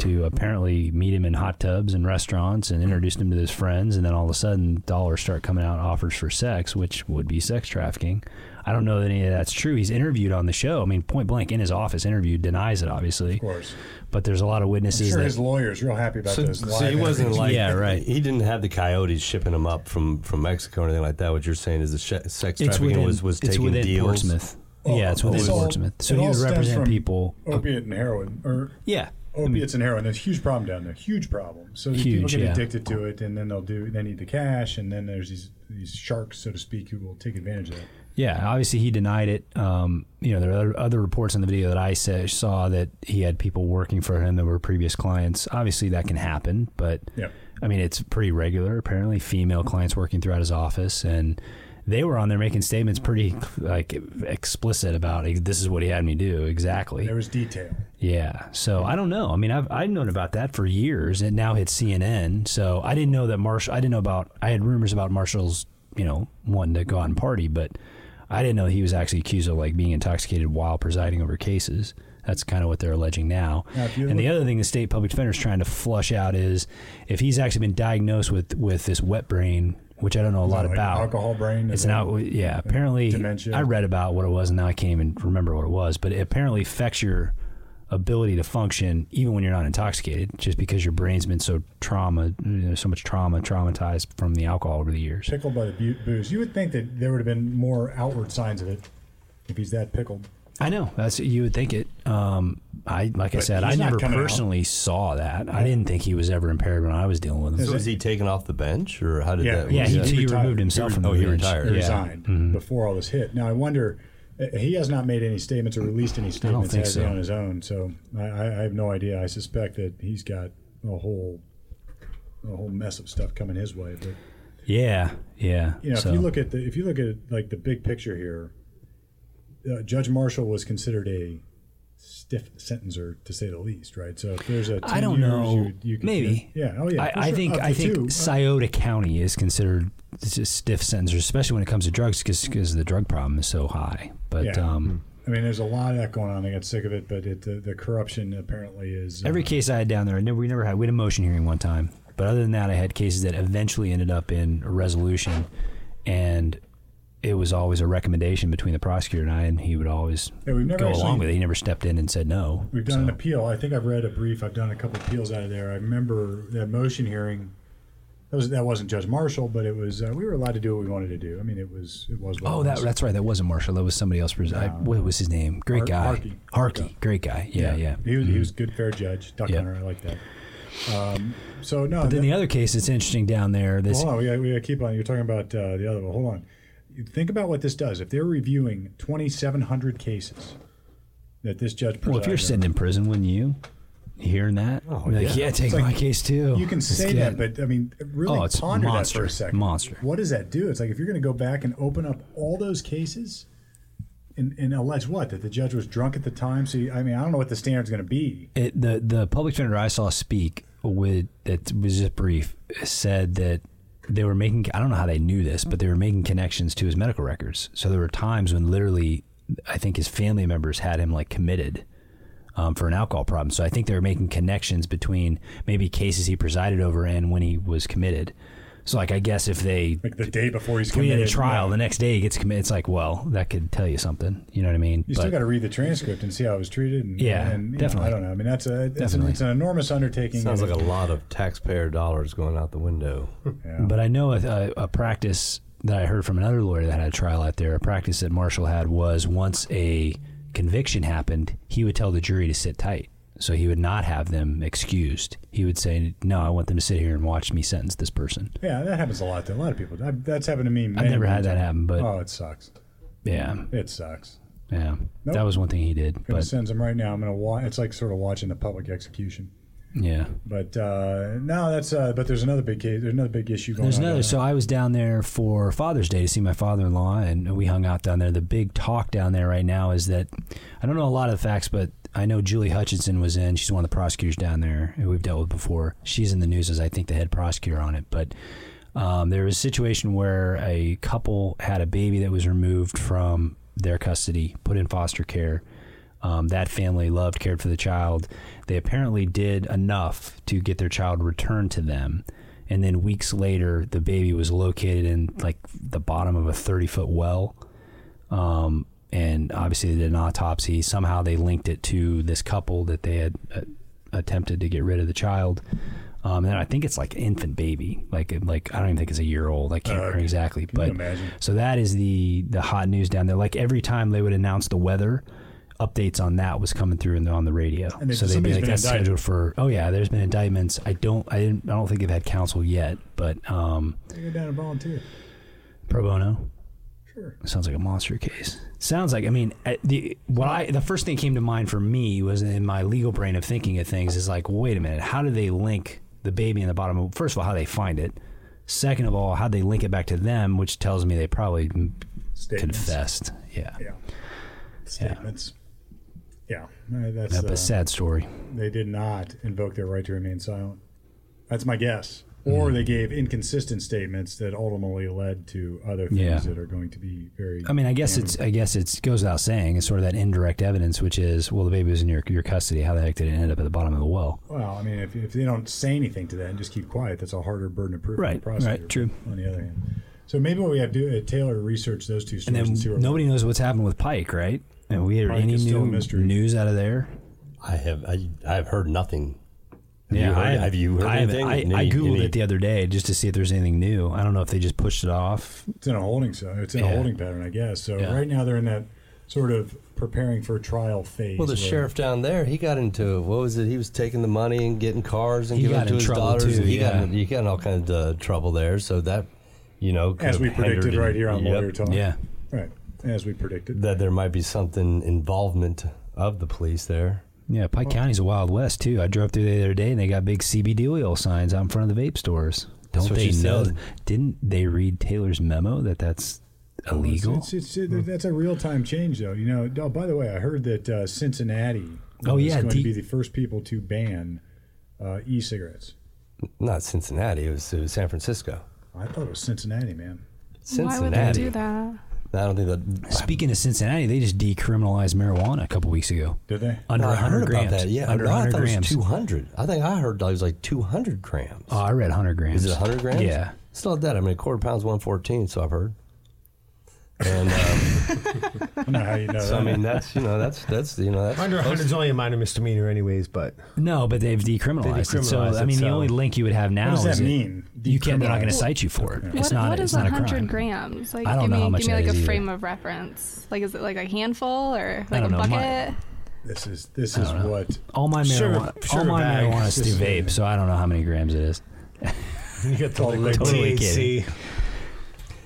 [SPEAKER 2] To apparently meet him in hot tubs and restaurants and introduced him to his friends, and then all of a sudden, dollars start coming out offers for sex, which would be sex trafficking. I don't know that any of that's true. He's interviewed on the show. I mean, point blank in his office, interviewed denies it, obviously
[SPEAKER 1] Of course,
[SPEAKER 2] but there's a lot of witnesses
[SPEAKER 1] sure.
[SPEAKER 2] that
[SPEAKER 1] His lawyer's real happy about
[SPEAKER 5] So,
[SPEAKER 1] this.
[SPEAKER 5] so he wasn't like
[SPEAKER 2] Yeah, right.
[SPEAKER 5] He didn't have the coyotes shipping him up from, from Mexico or anything like that. What you're saying is the sh- sex trafficking was was
[SPEAKER 2] it's
[SPEAKER 5] taking
[SPEAKER 2] within
[SPEAKER 5] deals.
[SPEAKER 2] Portsmouth.
[SPEAKER 1] Oh,
[SPEAKER 2] yeah, it's within
[SPEAKER 1] this all-
[SPEAKER 2] Portsmouth. So
[SPEAKER 1] it
[SPEAKER 2] he
[SPEAKER 1] all
[SPEAKER 2] would
[SPEAKER 1] stems
[SPEAKER 2] represent
[SPEAKER 1] from
[SPEAKER 2] people.
[SPEAKER 1] opiate and heroin, or
[SPEAKER 2] Yeah,
[SPEAKER 1] opiates and heroin. There's a huge problem down there. Huge problem. So these people
[SPEAKER 2] Huge,
[SPEAKER 1] get
[SPEAKER 2] yeah.
[SPEAKER 1] addicted to it, and then they'll do. They need the cash, and then there's these these sharks, so to speak, who will take advantage of that.
[SPEAKER 2] yeah. Obviously, he denied it. Um, you know, there are other- other reports in the video that I sa- saw that he had people working for him that were previous clients. Obviously, that can happen, but
[SPEAKER 1] Yeah.
[SPEAKER 2] I mean, it's pretty regular. Apparently, female clients working throughout his office, and they were on there making statements pretty like explicit about like, this is what he had me do exactly.
[SPEAKER 1] There was detail.
[SPEAKER 2] Yeah. So I don't know. I mean, I've I've known about that for years. It now hits CNN. So I didn't know that Marshall. I didn't know about. I had rumors about Marshall's. You know, wanting to go out and party, but I didn't know he was actually accused of like being intoxicated while presiding over cases. That's kind of what they're alleging now.
[SPEAKER 1] Now, if you
[SPEAKER 2] and the other thing the state public defender is trying to flush out is if he's actually been diagnosed with with this wet brain, which I don't know a lot
[SPEAKER 1] Like
[SPEAKER 2] about.
[SPEAKER 1] alcohol brain.
[SPEAKER 2] It's an out. Yeah, apparently
[SPEAKER 1] Dementia.
[SPEAKER 2] I read about what it was, and now I can't even remember what it was. But it apparently affects your ability to function even when you're not intoxicated, just because your brain's been so trauma, you know, so much trauma, traumatized from the alcohol over the years.
[SPEAKER 1] pickled by the bu- booze. You would think that there would have been more outward signs of it if he's that pickled.
[SPEAKER 2] I know that's you would think it. Um, I like I
[SPEAKER 1] But
[SPEAKER 2] said,
[SPEAKER 1] he's
[SPEAKER 2] I
[SPEAKER 1] not
[SPEAKER 2] never
[SPEAKER 1] coming out.
[SPEAKER 2] personally saw that. I didn't think he was ever impaired when I was dealing with him.
[SPEAKER 5] So is he taken off the bench or how did
[SPEAKER 1] Yeah.
[SPEAKER 5] that?
[SPEAKER 2] yeah, he,
[SPEAKER 1] he
[SPEAKER 2] he
[SPEAKER 1] retired.
[SPEAKER 2] removed himself
[SPEAKER 5] He-
[SPEAKER 2] from the
[SPEAKER 5] oh, he
[SPEAKER 2] bench.
[SPEAKER 5] retired.
[SPEAKER 1] He
[SPEAKER 2] Yeah. Mm-hmm.
[SPEAKER 1] resigned before all this hit. Now I wonder. uh, He has not made any statements or released any statements
[SPEAKER 2] think
[SPEAKER 1] has he
[SPEAKER 2] so.
[SPEAKER 1] on his own, so I, I I have no idea. I suspect that he's got a whole a whole mess of stuff coming his way. But
[SPEAKER 2] Yeah, yeah.
[SPEAKER 1] you know,
[SPEAKER 2] so,
[SPEAKER 1] if you look at the if you look at like the big picture here, uh, Judge Marshall was considered a stiff sentencer to say the least, right? So if there's a 10
[SPEAKER 2] I don't
[SPEAKER 1] years,
[SPEAKER 2] know.
[SPEAKER 1] you, you could
[SPEAKER 2] Maybe.
[SPEAKER 1] get- yeah, oh yeah,
[SPEAKER 2] I,
[SPEAKER 1] for
[SPEAKER 2] I
[SPEAKER 1] sure.
[SPEAKER 2] think
[SPEAKER 1] Up
[SPEAKER 2] I
[SPEAKER 1] to
[SPEAKER 2] think
[SPEAKER 1] two, uh,
[SPEAKER 2] Scioto County is considered s- stiff sentences, especially when it comes to drugs, because the drug problem is so high. But
[SPEAKER 1] Mm. Yeah.
[SPEAKER 2] um,
[SPEAKER 1] I mean, there's a lot of that going on. I got sick of it, but it, the, the corruption apparently is uh,
[SPEAKER 2] every case I had down there, I never, we never had. We had a motion hearing one time, but other than that, I had cases that eventually ended up in a resolution, and it was always a recommendation between the prosecutor and I, and he would always
[SPEAKER 1] Yeah, we've never
[SPEAKER 2] go along
[SPEAKER 1] actually-
[SPEAKER 2] with it. He never stepped in and said no.
[SPEAKER 1] We've done an appeal. I think I've read a brief. I've done a couple appeals out of there. I remember that motion hearing. That, was, that wasn't Judge Marshall, but it was. Uh, we were allowed to do what we wanted to do. I mean, it was. It was. what
[SPEAKER 2] Oh,
[SPEAKER 1] it
[SPEAKER 2] that,
[SPEAKER 1] was.
[SPEAKER 2] that's right. That wasn't Marshall. That was somebody else. pres- I, what was his name? Great
[SPEAKER 1] Har-
[SPEAKER 2] guy.
[SPEAKER 1] Harkey.
[SPEAKER 2] Harkey. Great guy. Yeah, yeah. Mm-hmm.
[SPEAKER 1] He was. He was a good, fair judge. Duck
[SPEAKER 2] Yeah.
[SPEAKER 1] hunter. I like that. Um, so no.
[SPEAKER 2] Then
[SPEAKER 1] that-
[SPEAKER 2] the other case that's interesting down there. This
[SPEAKER 1] hold on. We gotta, we gotta keep on. You're talking about uh, the other one. Hold on. You Think about what this does. If they're reviewing 2,700 cases that this judge.
[SPEAKER 2] Well, if you're
[SPEAKER 1] presided
[SPEAKER 2] sitting in prison, wouldn't you? Hearing that? Oh, like, yeah, take my case too.
[SPEAKER 1] You can
[SPEAKER 2] Let's
[SPEAKER 1] say
[SPEAKER 2] get-
[SPEAKER 1] that, but I mean, really
[SPEAKER 2] Oh, it's
[SPEAKER 1] ponder that
[SPEAKER 2] monster.
[SPEAKER 1] for a second.
[SPEAKER 2] Monster.
[SPEAKER 1] What does that do? It's like if you're going to go back and open up all those cases and, and allege what that the judge was drunk at the time. So you, I mean, I don't know what the standard's going to be.
[SPEAKER 2] it, the the public defender I saw speak with that was just brief said that they were making I don't know how they knew this, but they were making connections to his medical records. So there were times when literally I think his family members had him like committed um, for an alcohol problem. So I think they were making connections between maybe cases he presided over and when he was committed. So like I guess if they
[SPEAKER 1] Like the day before he's
[SPEAKER 2] if we had a
[SPEAKER 1] committed.
[SPEAKER 2] trial the next day he gets committed, it's like well that could tell you something. You know what I mean?
[SPEAKER 1] You still got to read the transcript and see how it was treated. And,
[SPEAKER 2] Yeah,
[SPEAKER 1] and, you know,
[SPEAKER 2] definitely.
[SPEAKER 1] I don't know. I mean, that's a it's, an,
[SPEAKER 2] Definitely.
[SPEAKER 1] it's an enormous undertaking.
[SPEAKER 5] Sounds
[SPEAKER 1] And
[SPEAKER 5] like a lot of taxpayer dollars going out the window.
[SPEAKER 2] But I know a, a, a practice that I heard from another lawyer that had a trial out there. A practice that Marshall had was once a conviction happened, he would tell the jury to sit tight. So he would not have them excused. He would say, "No, I want them to sit here and watch me sentence this person."
[SPEAKER 1] yeah, that happens a lot to a lot of people. I, that's happened to me.
[SPEAKER 2] I've never had that happen, but
[SPEAKER 1] Oh, it sucks.
[SPEAKER 2] yeah,
[SPEAKER 1] It sucks.
[SPEAKER 2] yeah,
[SPEAKER 1] Nope.
[SPEAKER 2] that was one thing he did.
[SPEAKER 1] Gonna
[SPEAKER 2] But
[SPEAKER 1] sends them right now. I'm gonna watch. It's like sort of watching the public execution.
[SPEAKER 2] Yeah.
[SPEAKER 1] But uh, no, that's uh, but there's another big case. There's another big issue going
[SPEAKER 2] There's
[SPEAKER 1] on.
[SPEAKER 2] another.
[SPEAKER 1] down
[SPEAKER 2] So I was down there for Father's Day to see my father-in-law, and we hung out down there. The big talk down there right now is that I don't know a lot of the facts, but I know Julie Hutchinson was in. She's one of the prosecutors down there who we've dealt with before. She's in the news as I think the head prosecutor on it. But um, there was a situation where a couple had a baby that was removed from their custody, put in foster care. Um, that family loved, cared for the child. They apparently did enough to get their child returned to them. And then weeks later, the baby was located in like the bottom of a 30 foot well. Um, and obviously, they did an autopsy. Somehow, they linked it to this couple that they had uh, attempted to get rid of the child. Um, and I think it's like infant baby, like like I don't even think it's a year old. I can't
[SPEAKER 1] Uh,
[SPEAKER 2] remember exactly,
[SPEAKER 1] Can
[SPEAKER 2] but
[SPEAKER 1] you imagine?
[SPEAKER 2] so that is the the hot news down there. Like every time they would announce the weather, updates on that was coming through and on the radio.
[SPEAKER 1] And if
[SPEAKER 2] so they'd be
[SPEAKER 1] somebody's
[SPEAKER 2] like
[SPEAKER 1] been
[SPEAKER 2] that's
[SPEAKER 1] indicted."
[SPEAKER 2] scheduled for. Oh yeah, there's been indictments. I don't I didn't I don't think they've had counsel yet, but um,
[SPEAKER 1] They go down and volunteer.
[SPEAKER 2] pro bono.
[SPEAKER 1] Sure.
[SPEAKER 2] Sounds like a monster case. Sounds like I mean I- the what I the first thing that came to mind for me was in my legal brain of thinking of things is like wait a minute how do they link the baby in the bottom of first of all how they find it second of all how they link it back to them which tells me they probably mm,
[SPEAKER 1] Statements.
[SPEAKER 2] confessed yeah,
[SPEAKER 1] Yeah. Statements. Yeah. Uh, That's
[SPEAKER 2] Yep, a
[SPEAKER 1] uh,
[SPEAKER 2] sad story
[SPEAKER 1] they did not invoke their right to remain silent. That's my guess. Or
[SPEAKER 2] Hmm.
[SPEAKER 1] they gave inconsistent statements that ultimately led to other things
[SPEAKER 2] Yeah.
[SPEAKER 1] that are going to be very.
[SPEAKER 2] I mean, I guess it's I guess it goes without saying. It's sort of that indirect evidence, which is, well, the baby was in your your custody. How the heck did it end up at the bottom of the well?
[SPEAKER 1] Well, I mean, if, if they don't say anything to that and just keep quiet, that's a harder burden of proof. for the
[SPEAKER 2] Right,
[SPEAKER 1] prosecutor,
[SPEAKER 2] right, true.
[SPEAKER 1] On the other hand, so maybe what we have to do is Taylor research those two
[SPEAKER 2] And
[SPEAKER 1] stories and, see
[SPEAKER 2] then
[SPEAKER 1] what
[SPEAKER 2] nobody knows what's happened with Pike, right? And we hear
[SPEAKER 1] Pike
[SPEAKER 2] any
[SPEAKER 1] is still a
[SPEAKER 2] new
[SPEAKER 1] mystery.
[SPEAKER 2] news out of there?
[SPEAKER 5] I have I, I've heard nothing. Have you heard,
[SPEAKER 2] I,
[SPEAKER 5] have you heard
[SPEAKER 2] I haven't-
[SPEAKER 5] anything?
[SPEAKER 2] I,
[SPEAKER 5] Any-
[SPEAKER 2] I googled
[SPEAKER 5] any-
[SPEAKER 2] it the other day just to see if there's anything new. I don't know if they just pushed it off.
[SPEAKER 1] it's in a holding. So it's in
[SPEAKER 2] Yeah.
[SPEAKER 1] a holding pattern, I guess. So
[SPEAKER 2] Yeah.
[SPEAKER 1] right now they're in that sort of preparing for trial phase.
[SPEAKER 5] Well, the
[SPEAKER 1] where-
[SPEAKER 5] sheriff down there, he got into what was it? He was taking the money and getting cars and
[SPEAKER 2] He
[SPEAKER 5] giving
[SPEAKER 2] got
[SPEAKER 5] it to
[SPEAKER 2] in
[SPEAKER 5] his
[SPEAKER 2] trouble,
[SPEAKER 5] daughters.
[SPEAKER 2] too,
[SPEAKER 5] he got
[SPEAKER 2] yeah.
[SPEAKER 5] in, he got in all kinds of uh, trouble there. So that, you know, could
[SPEAKER 1] as
[SPEAKER 5] have
[SPEAKER 1] we predicted
[SPEAKER 5] hindered-
[SPEAKER 1] right here on
[SPEAKER 5] yep,
[SPEAKER 1] lawyer talk.
[SPEAKER 2] Yeah,
[SPEAKER 1] right. As we predicted.
[SPEAKER 5] that there might be something involvement of the police there.
[SPEAKER 2] yeah. Pike County's a wild west too. I drove through there the other day and they got big CBD oil signs out in front of the vape stores. Don't
[SPEAKER 5] what
[SPEAKER 2] they
[SPEAKER 5] she
[SPEAKER 2] know?
[SPEAKER 5] said.
[SPEAKER 2] Didn't they read Taylor's memo that that's illegal?
[SPEAKER 1] It's, it's, it- that's a real time change, though. You know. Oh, by the way, I heard that uh, Cincinnati
[SPEAKER 2] Oh,
[SPEAKER 1] is
[SPEAKER 2] yeah,
[SPEAKER 1] going
[SPEAKER 2] D-
[SPEAKER 1] to be the first people to ban uh, e-cigarettes.
[SPEAKER 5] Not Cincinnati. It was, it was San Francisco.
[SPEAKER 1] I thought it was Cincinnati, man.
[SPEAKER 5] Cincinnati.
[SPEAKER 3] Why would they do that?
[SPEAKER 5] I don't think that.
[SPEAKER 2] Speaking of Cincinnati, they just decriminalized marijuana a couple weeks ago.
[SPEAKER 1] Did they?
[SPEAKER 2] Under
[SPEAKER 5] No, I
[SPEAKER 2] 100
[SPEAKER 5] heard
[SPEAKER 2] grams.
[SPEAKER 5] about that. Yeah,
[SPEAKER 2] under
[SPEAKER 5] no, I
[SPEAKER 2] 100
[SPEAKER 5] thought
[SPEAKER 2] grams.
[SPEAKER 5] it was 200. I think I heard it was like 200 grams.
[SPEAKER 2] oh, I read 100 grams.
[SPEAKER 5] Is it 100 grams?
[SPEAKER 2] Yeah.
[SPEAKER 5] It's not that. I mean, a quarter pound's 114, so I've heard. And um,
[SPEAKER 1] I don't know how
[SPEAKER 2] (laughs)
[SPEAKER 1] you know
[SPEAKER 5] so, I
[SPEAKER 1] that.
[SPEAKER 5] mean, that's, you know, that's, that's, you know, that's.
[SPEAKER 4] Under 100 is only a minor misdemeanor, anyways. But
[SPEAKER 2] No, but they've decriminalized, it. So,
[SPEAKER 4] decriminalized
[SPEAKER 2] I
[SPEAKER 4] it,
[SPEAKER 2] mean, the
[SPEAKER 4] so-
[SPEAKER 2] only link you would have now
[SPEAKER 1] does that
[SPEAKER 2] is it-
[SPEAKER 1] mean,
[SPEAKER 2] you can't. They're not going to
[SPEAKER 1] decriminalized?
[SPEAKER 2] cite you for it. It's
[SPEAKER 3] what,
[SPEAKER 2] not.
[SPEAKER 3] what
[SPEAKER 2] it's
[SPEAKER 3] is
[SPEAKER 2] not a crime.
[SPEAKER 3] 100 grams? Like,
[SPEAKER 2] I don't
[SPEAKER 3] give
[SPEAKER 2] know
[SPEAKER 3] me,
[SPEAKER 2] how much
[SPEAKER 3] give me
[SPEAKER 2] that
[SPEAKER 3] like a
[SPEAKER 2] is either.
[SPEAKER 3] frame of reference. Like, is it like a handful or
[SPEAKER 2] I
[SPEAKER 3] like a
[SPEAKER 2] don't know,
[SPEAKER 3] bucket?
[SPEAKER 2] my-
[SPEAKER 1] This is this is what
[SPEAKER 2] All my
[SPEAKER 4] Sure,
[SPEAKER 2] marijuana,
[SPEAKER 4] sure
[SPEAKER 2] all my
[SPEAKER 4] bag.
[SPEAKER 2] marijuana is through vape, so I don't know how many grams it is.
[SPEAKER 4] you got the
[SPEAKER 1] Totally
[SPEAKER 4] liquid
[SPEAKER 2] kidding.
[SPEAKER 4] THC.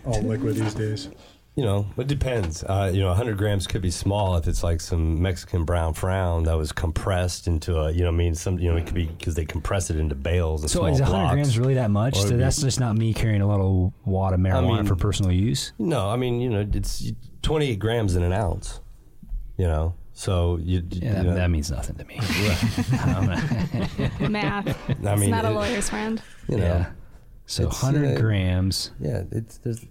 [SPEAKER 1] all liquid these days.
[SPEAKER 5] You know, it depends. Uh, you know, 100 grams could be small if it's like some Mexican brown frown that was compressed into a, you know, what I mean, some, you know, it could be because they compress it into bales and
[SPEAKER 2] So,
[SPEAKER 5] small
[SPEAKER 2] is 100
[SPEAKER 5] blocks.
[SPEAKER 2] grams really that much?
[SPEAKER 5] Or
[SPEAKER 2] So
[SPEAKER 5] it'd be-
[SPEAKER 2] that's just not me carrying a little wad of marijuana
[SPEAKER 5] mean-
[SPEAKER 2] for personal use.
[SPEAKER 5] No, I mean, you know, it's 28 grams in an ounce, you know, so you,
[SPEAKER 2] Yeah, that,
[SPEAKER 5] you know,
[SPEAKER 2] that means nothing to me. I'm not-
[SPEAKER 3] (laughs) Math. It's
[SPEAKER 5] I mean,
[SPEAKER 3] not a
[SPEAKER 5] it-
[SPEAKER 3] lawyer's friend.
[SPEAKER 5] you know,
[SPEAKER 2] yeah. So
[SPEAKER 5] It's,
[SPEAKER 2] 100
[SPEAKER 5] uh,
[SPEAKER 2] grams.
[SPEAKER 5] yeah, it's, there's,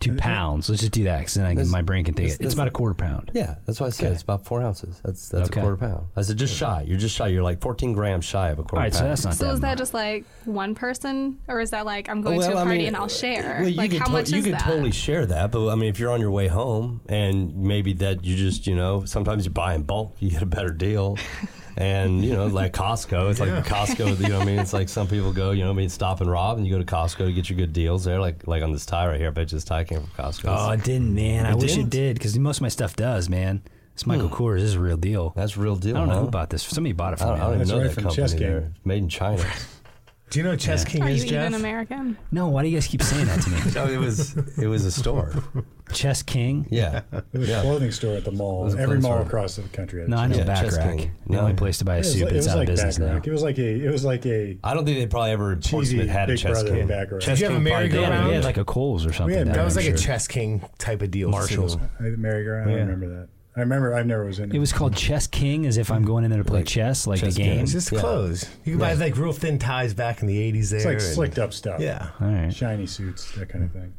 [SPEAKER 2] Two pounds. Let's just do that because then I can,
[SPEAKER 5] That's-
[SPEAKER 2] my brain can think
[SPEAKER 5] that's-
[SPEAKER 2] it. It's
[SPEAKER 5] that's-
[SPEAKER 2] about a quarter pound.
[SPEAKER 5] Yeah, that's why I said
[SPEAKER 2] Okay.
[SPEAKER 5] it's about four ounces. That's that's
[SPEAKER 2] Okay.
[SPEAKER 5] a quarter pound. I said just shy. You're just shy. You're like 14 grams shy of a
[SPEAKER 2] All
[SPEAKER 5] quarter
[SPEAKER 2] right,
[SPEAKER 5] pound.
[SPEAKER 2] so that's not
[SPEAKER 3] So
[SPEAKER 2] that
[SPEAKER 3] is
[SPEAKER 2] much.
[SPEAKER 3] that just like one person, or is that like I'm going
[SPEAKER 5] Well,
[SPEAKER 3] to a
[SPEAKER 5] I
[SPEAKER 3] party
[SPEAKER 5] mean,
[SPEAKER 3] and I'll share?
[SPEAKER 5] Well, you
[SPEAKER 3] like
[SPEAKER 5] could
[SPEAKER 3] how
[SPEAKER 5] to-
[SPEAKER 3] much
[SPEAKER 5] you
[SPEAKER 3] is
[SPEAKER 5] could
[SPEAKER 3] that?
[SPEAKER 5] totally share that, but I mean, if you're on your way home and maybe that you just you know sometimes you buy in bulk, you get a better (laughs) deal. And you know, like Costco, it's like Costco. You know, what I mean, it's like some people go, you know, what I mean, stop and rob, and you go to Costco to get your good deals there. Like, like on this tie right here, I bet you this tie came from Costco.
[SPEAKER 2] Oh, it didn't, man. I
[SPEAKER 5] It
[SPEAKER 2] wish it
[SPEAKER 5] didn't?
[SPEAKER 2] did because most of my stuff does, man. This Michael Kors is a real deal.
[SPEAKER 5] that's a real deal.
[SPEAKER 2] I don't know
[SPEAKER 5] huh?
[SPEAKER 2] who bought this. Somebody bought it for
[SPEAKER 5] I don't,
[SPEAKER 2] me.
[SPEAKER 5] I don't even
[SPEAKER 1] That's
[SPEAKER 5] know
[SPEAKER 1] right
[SPEAKER 5] that
[SPEAKER 1] from
[SPEAKER 5] company. (laughs)
[SPEAKER 1] Chess Game.
[SPEAKER 5] there. Made in China.
[SPEAKER 4] Do you know Chess
[SPEAKER 2] Yeah.
[SPEAKER 4] King
[SPEAKER 3] Are you
[SPEAKER 4] is, Jeff?
[SPEAKER 3] even American?
[SPEAKER 2] No, why do you guys keep saying that to me?
[SPEAKER 5] No, it was it was a store.
[SPEAKER 2] Chess King.
[SPEAKER 5] Yeah,
[SPEAKER 1] It was a
[SPEAKER 5] yeah.
[SPEAKER 1] clothing store at the mall.
[SPEAKER 5] was a
[SPEAKER 1] Every
[SPEAKER 5] clothing
[SPEAKER 1] mall
[SPEAKER 5] store.
[SPEAKER 1] across the country. Had a
[SPEAKER 2] No, I
[SPEAKER 1] Chess
[SPEAKER 2] know
[SPEAKER 5] Yeah, Chess
[SPEAKER 2] Backrack.
[SPEAKER 5] King.
[SPEAKER 2] The
[SPEAKER 5] No.
[SPEAKER 2] only place to buy
[SPEAKER 1] King.
[SPEAKER 2] a
[SPEAKER 1] It was,
[SPEAKER 2] suit,
[SPEAKER 1] like-
[SPEAKER 2] but
[SPEAKER 1] it
[SPEAKER 2] it's
[SPEAKER 1] was
[SPEAKER 2] out
[SPEAKER 1] like
[SPEAKER 2] of business now.
[SPEAKER 1] Bacharach. It was like a. It was like a.
[SPEAKER 5] I don't think they probably ever
[SPEAKER 1] Cheesy
[SPEAKER 5] Portsmouth had a
[SPEAKER 1] Big
[SPEAKER 5] chess
[SPEAKER 1] Brother
[SPEAKER 5] king.
[SPEAKER 1] Bacharach. Did
[SPEAKER 5] Chess
[SPEAKER 4] you have
[SPEAKER 5] king
[SPEAKER 4] a
[SPEAKER 5] probably
[SPEAKER 2] They had,
[SPEAKER 4] merry-go-round?
[SPEAKER 5] did.
[SPEAKER 2] they had like a Kohl's or something.
[SPEAKER 1] We had-
[SPEAKER 2] down
[SPEAKER 1] that
[SPEAKER 4] That
[SPEAKER 2] there, I'm
[SPEAKER 4] was like
[SPEAKER 2] sure.
[SPEAKER 4] a Chess King type of deal.
[SPEAKER 2] Marshalls.
[SPEAKER 1] I Merry-go-round. I
[SPEAKER 4] Yeah.
[SPEAKER 1] remember that. I remember. I never was in.
[SPEAKER 2] It was called Chess King, as if I'm going in there to play chess, like
[SPEAKER 5] chess
[SPEAKER 2] the
[SPEAKER 5] game.
[SPEAKER 2] game.
[SPEAKER 4] It's just
[SPEAKER 5] Yeah.
[SPEAKER 4] clothes. You could buy like real thin ties back in the eighties. There,
[SPEAKER 1] It's like
[SPEAKER 4] and-
[SPEAKER 1] slicked up stuff.
[SPEAKER 4] Yeah,
[SPEAKER 2] All right,
[SPEAKER 1] Shiny suits, that kind of thing.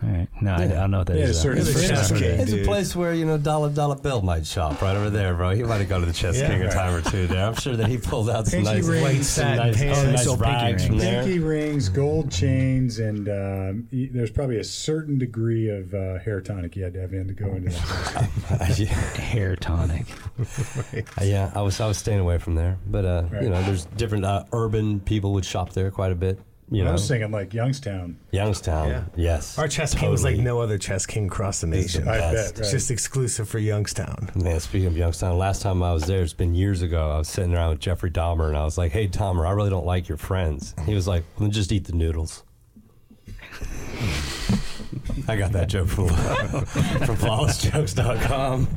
[SPEAKER 2] all right. No, I, I don't know what that
[SPEAKER 1] Yeah,
[SPEAKER 2] is. uh, though.
[SPEAKER 1] certain-
[SPEAKER 4] It's a chess
[SPEAKER 1] certain-
[SPEAKER 4] king.
[SPEAKER 5] It's a
[SPEAKER 4] Dude.
[SPEAKER 5] place where you know Dollar Dollar Bill might shop right over there, bro. He might have gone to the Chess
[SPEAKER 4] Yeah.
[SPEAKER 5] King a time or two there. I'm sure that he pulled out some
[SPEAKER 1] Pinky
[SPEAKER 5] nice
[SPEAKER 1] rings,
[SPEAKER 5] white
[SPEAKER 4] satin
[SPEAKER 5] nice,
[SPEAKER 4] pants,
[SPEAKER 5] oh, nice
[SPEAKER 2] old pinky
[SPEAKER 5] rags from
[SPEAKER 2] rings.
[SPEAKER 5] there.
[SPEAKER 1] Pinky rings, gold chains, and um, y- there's probably a certain degree of uh, hair tonic you had to have in to go into that.
[SPEAKER 5] (laughs) yeah,
[SPEAKER 2] Hair tonic.
[SPEAKER 5] yeah. I was I was staying away from there, but uh, you know, there's different uh, urban people would shop there quite a bit. You
[SPEAKER 1] I
[SPEAKER 5] know,
[SPEAKER 1] was thinking like Youngstown.
[SPEAKER 5] Youngstown.
[SPEAKER 4] Yeah.
[SPEAKER 5] Yes,
[SPEAKER 4] our Chess King was like
[SPEAKER 5] totally.
[SPEAKER 4] no other Chess King across the nation.
[SPEAKER 1] I
[SPEAKER 5] Yes.
[SPEAKER 1] bet.
[SPEAKER 4] It's
[SPEAKER 1] Right.
[SPEAKER 4] just exclusive for Youngstown.
[SPEAKER 5] Man, speaking of Youngstown, last time I was there, it's been years ago. I was sitting around with Jeffrey Dahmer, and I was like, "Hey, Dahmer, I really don't like your friends." He was like, "Well, then just eat the noodles." I got that joke from (laughs) from flawlessjokes.com.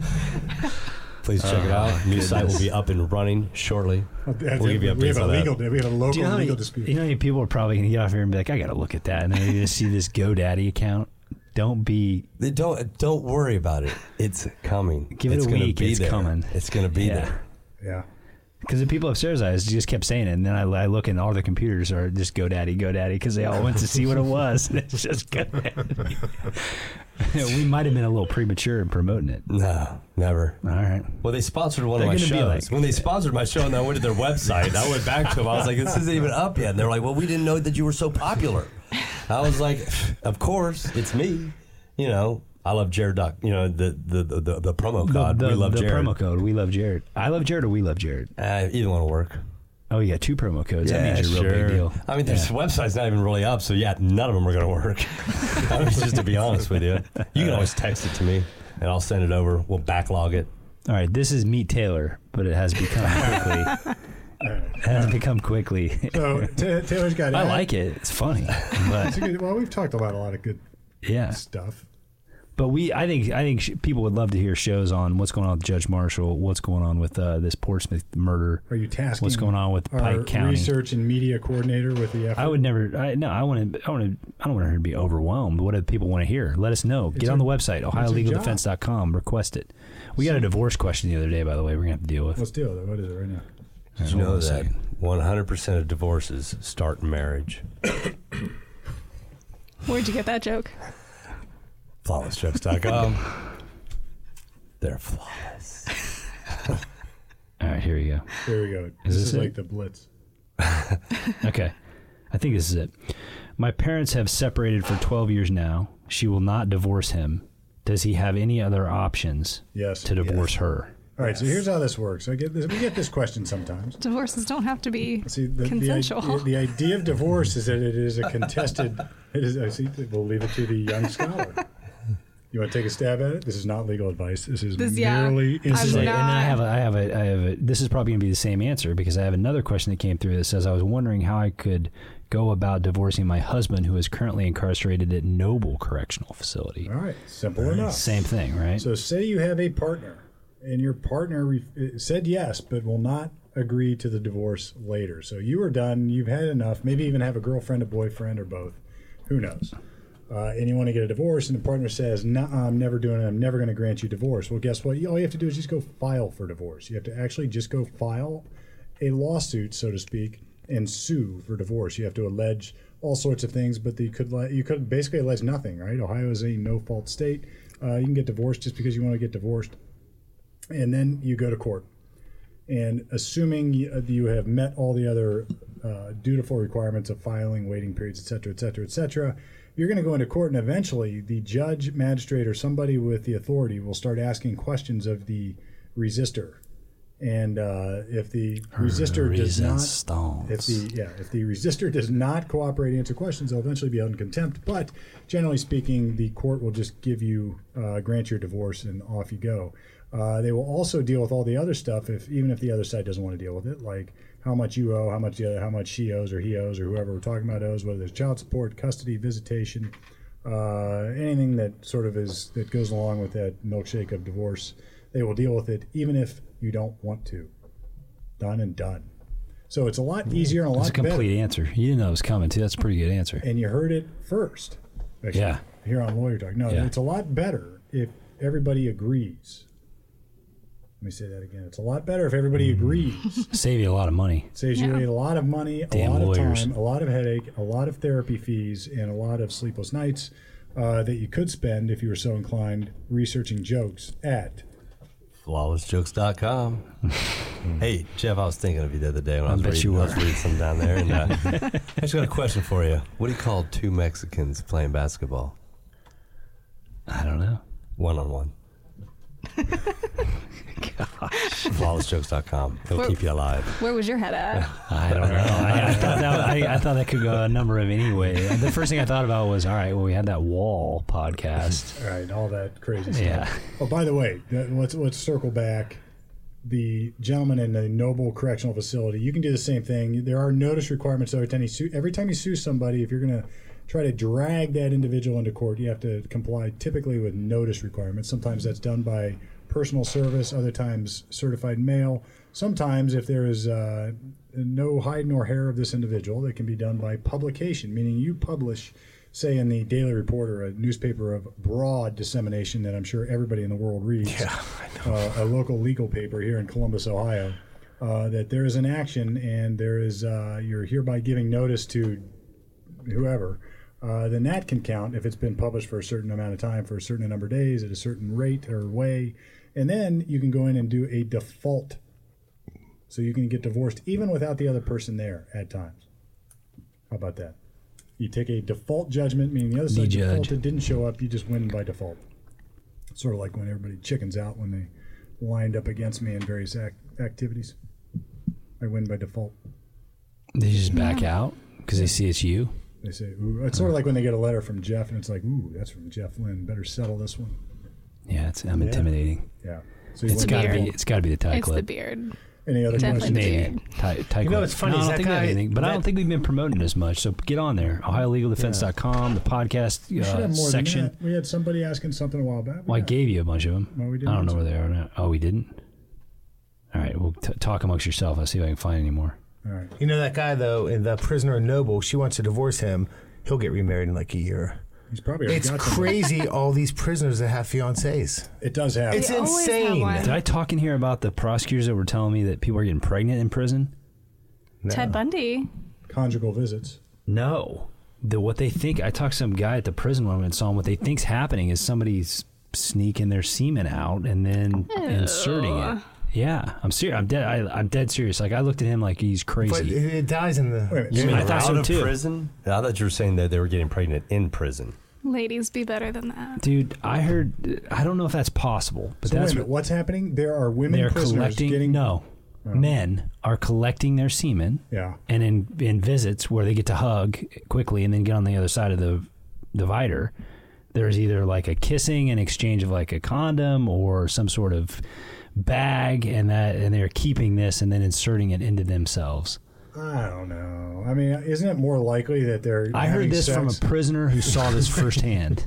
[SPEAKER 5] Please check it
[SPEAKER 2] Oh,
[SPEAKER 5] out. New site will be up and running shortly. We'll give you
[SPEAKER 1] we have
[SPEAKER 5] updates
[SPEAKER 1] a
[SPEAKER 5] on that.
[SPEAKER 1] legal. We had a local
[SPEAKER 2] Do you know, how many,
[SPEAKER 1] legal dispute.
[SPEAKER 2] you know how many people are probably going to get off here and be like, I got to look at that. And then you just see this GoDaddy account. Don't be.
[SPEAKER 5] They Don't don't worry about it. It's coming.
[SPEAKER 2] Give it
[SPEAKER 5] it's
[SPEAKER 2] a
[SPEAKER 5] gonna
[SPEAKER 2] week,
[SPEAKER 5] Be
[SPEAKER 2] it's
[SPEAKER 5] there.
[SPEAKER 2] coming.
[SPEAKER 5] It's gonna be
[SPEAKER 2] Yeah.
[SPEAKER 5] there.
[SPEAKER 1] yeah.
[SPEAKER 2] Because the people upstairs, I was- just kept saying it. And then I, I look and all the computers are just GoDaddy, GoDaddy, because they all went to see what it was. (laughs) And it's just GoDaddy. (laughs) we might have been a little premature in promoting it.
[SPEAKER 5] No, never.
[SPEAKER 2] All right.
[SPEAKER 5] Well, they sponsored one
[SPEAKER 2] They're
[SPEAKER 5] of my
[SPEAKER 2] gonna be
[SPEAKER 5] shows.
[SPEAKER 2] like-
[SPEAKER 5] when they sponsored my show and I went to their website, I went back to them. I was like, this isn't even up yet. And they're like, well, we didn't know that you were so popular. I was like, of course, it's me. You know, I love Jared Doc. You know, the, the, the, the, the promo code.
[SPEAKER 2] the,
[SPEAKER 5] Uh, we love
[SPEAKER 2] the
[SPEAKER 5] Jared.
[SPEAKER 2] promo code. We love Jared. I love Jared or we love Jared.
[SPEAKER 5] Uh, either one will work.
[SPEAKER 2] Oh, you got two promo codes. that means you're a real big deal.
[SPEAKER 5] I mean, this website's not even really up, so yeah, none of them are going to work. (laughs) I mean, just to be honest with you, you can always text it to me, and I'll send it over. We'll backlog it.
[SPEAKER 2] All right, this is Meet Taylor, but it has become
[SPEAKER 5] (laughs)
[SPEAKER 2] quickly. it has become quickly.
[SPEAKER 1] So Ta Taylor's got.
[SPEAKER 2] I
[SPEAKER 1] ad-
[SPEAKER 2] like it.
[SPEAKER 1] (laughs)
[SPEAKER 2] It's funny, but
[SPEAKER 1] It's a good- well, we've talked about a lot of good
[SPEAKER 2] yeah.
[SPEAKER 1] stuff.
[SPEAKER 2] But we, I think, I think sh- people would love to hear shows on what's going on with Judge Marshall, what's going on with uh, this Portsmouth murder.
[SPEAKER 1] Are you tasking?
[SPEAKER 2] What's going on with
[SPEAKER 1] our
[SPEAKER 2] Pike County?
[SPEAKER 1] research and media coordinator with the effort?
[SPEAKER 2] I would never. I, no, I want to. I want to. I don't want her to be overwhelmed. What do people want to hear? Let us know. Get
[SPEAKER 1] It's
[SPEAKER 2] on the
[SPEAKER 1] our-
[SPEAKER 2] website,
[SPEAKER 1] our
[SPEAKER 2] OhioLegalDefense.com. Request it. We got a divorce question the other day, by the way. We're gonna have to deal with.
[SPEAKER 1] Let's deal with it. What is it right now?
[SPEAKER 5] Did
[SPEAKER 2] Hold
[SPEAKER 5] you
[SPEAKER 2] on
[SPEAKER 5] know
[SPEAKER 2] a
[SPEAKER 5] that
[SPEAKER 2] second.
[SPEAKER 5] 100% of divorces start in marriage?
[SPEAKER 3] Where'd you get that joke?
[SPEAKER 5] flawlessjokes.com. Um, They're flawless.
[SPEAKER 2] All right, here you
[SPEAKER 1] There we go. This
[SPEAKER 2] Is this
[SPEAKER 1] is
[SPEAKER 2] it?
[SPEAKER 1] like the blitz.
[SPEAKER 2] go. Okay, I think this is it. My parents have separated for twelve years now. She will not divorce him. Does he have any other options
[SPEAKER 1] Yes.
[SPEAKER 2] to divorce her?
[SPEAKER 1] All right. So here's how this works. I get this. We get this question sometimes.
[SPEAKER 3] Divorces don't have to be
[SPEAKER 1] See, the, the,
[SPEAKER 3] consensual.
[SPEAKER 1] idea, the idea of divorce is that it is
[SPEAKER 3] (laughs)
[SPEAKER 1] a contested. It is. I see. We'll leave it to the young scholar. You want to take a stab at it? This is not legal advice. This is
[SPEAKER 3] This- yeah.
[SPEAKER 1] merely
[SPEAKER 3] I'm
[SPEAKER 2] This is
[SPEAKER 1] insight.
[SPEAKER 2] it. and then I
[SPEAKER 3] not-
[SPEAKER 2] have a, I have a, I have a. This is probably going to be the same answer because I have another question that came through that says I was wondering how I could go about divorcing my husband who is currently incarcerated at Noble Correctional Facility.
[SPEAKER 1] All right. Simple enough.
[SPEAKER 2] Same thing, right?
[SPEAKER 1] So say you have a partner, and your partner re- said yes, but will not agree to the divorce later. So you are done. You've had enough. Maybe even have a girlfriend, a boyfriend, or both. Who knows? Uh, and you want to get a divorce, and the partner says, "No, I'm never doing it. I'm never going to grant you divorce." Well, guess what? You- All you have to do is just go file for divorce. You have to actually just go file a lawsuit, so to speak, and sue for divorce. You have to allege all sorts of things, but you could le- you could basically allege nothing, right? Ohio is a no fault state. Uh, you can get divorced just because you want to get divorced, and then you go to court. And assuming you uh, you have met all the other uh, dutiful requirements of filing, waiting periods, et cetera, et cetera, et cetera, you're going to go into court, and eventually the judge, magistrate, or somebody with the authority will start asking questions of the resistor And uh, if the resistor does not, if the
[SPEAKER 2] Resistance.
[SPEAKER 1] yeah, if the resistor does not cooperate, answer questions, they'll eventually be held in contempt. But generally speaking, the court will just give you uh, grant your divorce and off you go. Uh, they will also deal with all the other stuff if even if the other side doesn't want to deal with it, like how much you owe, how much the other, how much she owes or he owes or whoever we're talking about owes, whether there's child support, custody, visitation, uh, anything that sort of is that goes along with that milkshake of divorce. They will deal with it even if you don't want to. Done and done. So it's a lot easier and a
[SPEAKER 2] That's a
[SPEAKER 1] lot better.
[SPEAKER 2] complete answer. You didn't know it was coming too. That's a pretty good answer.
[SPEAKER 1] and you heard it first. Actually,
[SPEAKER 2] Yeah.
[SPEAKER 1] Here on Lawyer Talk. No,
[SPEAKER 2] Yeah.
[SPEAKER 1] it's a lot better if everybody agrees. Let me say that again. It's a lot better if
[SPEAKER 2] Mm.
[SPEAKER 1] everybody
[SPEAKER 2] (laughs)
[SPEAKER 1] agrees.
[SPEAKER 2] Save you a lot of money.
[SPEAKER 1] Saves you
[SPEAKER 3] Yeah.
[SPEAKER 1] a lot of money, a
[SPEAKER 2] Damn
[SPEAKER 1] lot
[SPEAKER 2] lawyers.
[SPEAKER 1] of time, a lot of headache, a lot of therapy fees, and a lot of sleepless nights uh, that you could spend if you were so inclined researching jokes at.
[SPEAKER 2] (laughs)
[SPEAKER 5] flawlessjokes.com. hey, Jeff, I was thinking of you the other day when I, was,
[SPEAKER 2] bet
[SPEAKER 5] reading,
[SPEAKER 2] you
[SPEAKER 5] I was
[SPEAKER 2] were.
[SPEAKER 5] reading some down there.
[SPEAKER 2] (laughs)
[SPEAKER 5] And, uh, I just got a question for you. What do you call two Mexicans playing basketball
[SPEAKER 2] I don't know.
[SPEAKER 5] one
[SPEAKER 2] (laughs)
[SPEAKER 5] on one? Gosh. Flawlessjokes.com. It'll keep you alive.
[SPEAKER 3] Where was your head at?
[SPEAKER 2] I don't know. I, I thought that I, I thought that could go a number of any way. The first thing I thought about was, all right, well, we had that wall
[SPEAKER 1] (laughs)
[SPEAKER 2] podcast.
[SPEAKER 1] All right, all that crazy stuff.
[SPEAKER 2] Yeah,
[SPEAKER 1] Oh, by the way, that- let's let's circle back. The gentleman in the Noble Correctional Facility. You can do the same thing. There are notice requirements every time you sue. Every time you sue somebody, if you're going to try to drag that individual into court, you have to comply typically with notice requirements. Sometimes that's done by personal service. Other times certified mail. Sometimes if there is uh, no hide nor hair of this individual, that can be done by publication, meaning you publish say in the Daily Reporter, a newspaper of broad dissemination that I'm sure everybody in the world reads, uh, a local legal paper here in Columbus, Ohio, uh, that there is an action and there is uh, you're hereby giving notice to whoever. Uh, then that can count if it's been published for a certain amount of time, for a certain number of days, at a certain rate or way, and then you can go in and do a default. So you can get divorced even without the other person there at times. How about that? You take a default judgment, meaning the other side
[SPEAKER 2] judge.
[SPEAKER 1] defaulted, didn't show up. You just win by default. Sort of like when everybody chickens out when they lined up against me in various ac- activities. I win by default.
[SPEAKER 2] they just back out because they see it's you.
[SPEAKER 1] They say, ooh, it's sort of like when they get a letter from Jeff, and it's like, ooh, that's from Jeff Lynn. Better settle this one.
[SPEAKER 2] Yeah, it's, I'm intimidating.
[SPEAKER 1] Yeah. So you
[SPEAKER 2] It's
[SPEAKER 1] went
[SPEAKER 2] got to
[SPEAKER 1] to
[SPEAKER 2] be.
[SPEAKER 1] default.
[SPEAKER 2] It's got to be the tie
[SPEAKER 3] it's the
[SPEAKER 2] clip.
[SPEAKER 3] beard.
[SPEAKER 1] Any other
[SPEAKER 3] Definitely
[SPEAKER 1] questions?
[SPEAKER 3] the beard.
[SPEAKER 2] Maybe tie, tie
[SPEAKER 4] You know,
[SPEAKER 2] clip.
[SPEAKER 4] it's funny,
[SPEAKER 2] No, I
[SPEAKER 4] is
[SPEAKER 2] don't
[SPEAKER 4] that
[SPEAKER 2] think we have
[SPEAKER 4] guy-
[SPEAKER 2] anything, but I don't
[SPEAKER 4] that-
[SPEAKER 2] think we've been promoting as much. So get on there. OhioLegalDefense.com, the podcast
[SPEAKER 1] We should
[SPEAKER 2] uh,
[SPEAKER 1] have more
[SPEAKER 2] section.
[SPEAKER 1] than that. We had somebody asking something a while back. but
[SPEAKER 2] Well, I
[SPEAKER 1] yeah.
[SPEAKER 2] gave you a bunch of them.
[SPEAKER 1] No, we didn't.
[SPEAKER 2] I don't know where they are now. Oh, we didn't. All right, well, t- talk amongst yourself. I'll see if I can find any more.
[SPEAKER 1] All right.
[SPEAKER 4] (laughs) You know that guy though, in the prisoner in Noble. She wants to divorce him. He'll get remarried in like a year.
[SPEAKER 1] He's probably already
[SPEAKER 4] It's
[SPEAKER 1] got somebody.
[SPEAKER 4] crazy. all these prisoners that have fiancées.
[SPEAKER 1] It does happen.
[SPEAKER 4] It's
[SPEAKER 3] They always have
[SPEAKER 4] insane.
[SPEAKER 3] one.
[SPEAKER 2] Did I talk in here about the prosecutors that were telling me that people are getting pregnant in prison?
[SPEAKER 3] Ted Bundy.
[SPEAKER 1] Conjugal visits.
[SPEAKER 2] No. The what they think I talked to some guy at the prison one and saw him what they think's happening is somebody's sneaking their semen out and then inserting it. Yeah, I'm serious. I'm dead. I, I'm dead serious. Like I looked at him like he's
[SPEAKER 4] But
[SPEAKER 2] crazy.
[SPEAKER 4] it, it dies in the.
[SPEAKER 1] Wait a minute.
[SPEAKER 2] I
[SPEAKER 5] Out
[SPEAKER 2] thought so
[SPEAKER 5] of
[SPEAKER 2] too.
[SPEAKER 5] prison? I thought you were saying that they were getting pregnant in prison.
[SPEAKER 3] Ladies be better than that.
[SPEAKER 2] Dude, I heard. I don't know if that's possible, but
[SPEAKER 1] So wait a
[SPEAKER 2] that's
[SPEAKER 1] minute.
[SPEAKER 2] what
[SPEAKER 1] What's happening? There are women
[SPEAKER 2] they're
[SPEAKER 1] prisoners
[SPEAKER 2] collecting.
[SPEAKER 1] getting. Oh.
[SPEAKER 2] no, men are collecting their semen.
[SPEAKER 1] Yeah.
[SPEAKER 2] and in in visits where they get to hug quickly and then get on the other side of the divider there's either like a kissing an exchange of like a condom or some sort of bag and that and they're keeping this and then inserting it into themselves
[SPEAKER 1] I don't know. I mean, isn't it more likely that they're.
[SPEAKER 2] i heard
[SPEAKER 1] having
[SPEAKER 2] this
[SPEAKER 1] sex?
[SPEAKER 2] from a prisoner who saw
[SPEAKER 1] (laughs)
[SPEAKER 2] this firsthand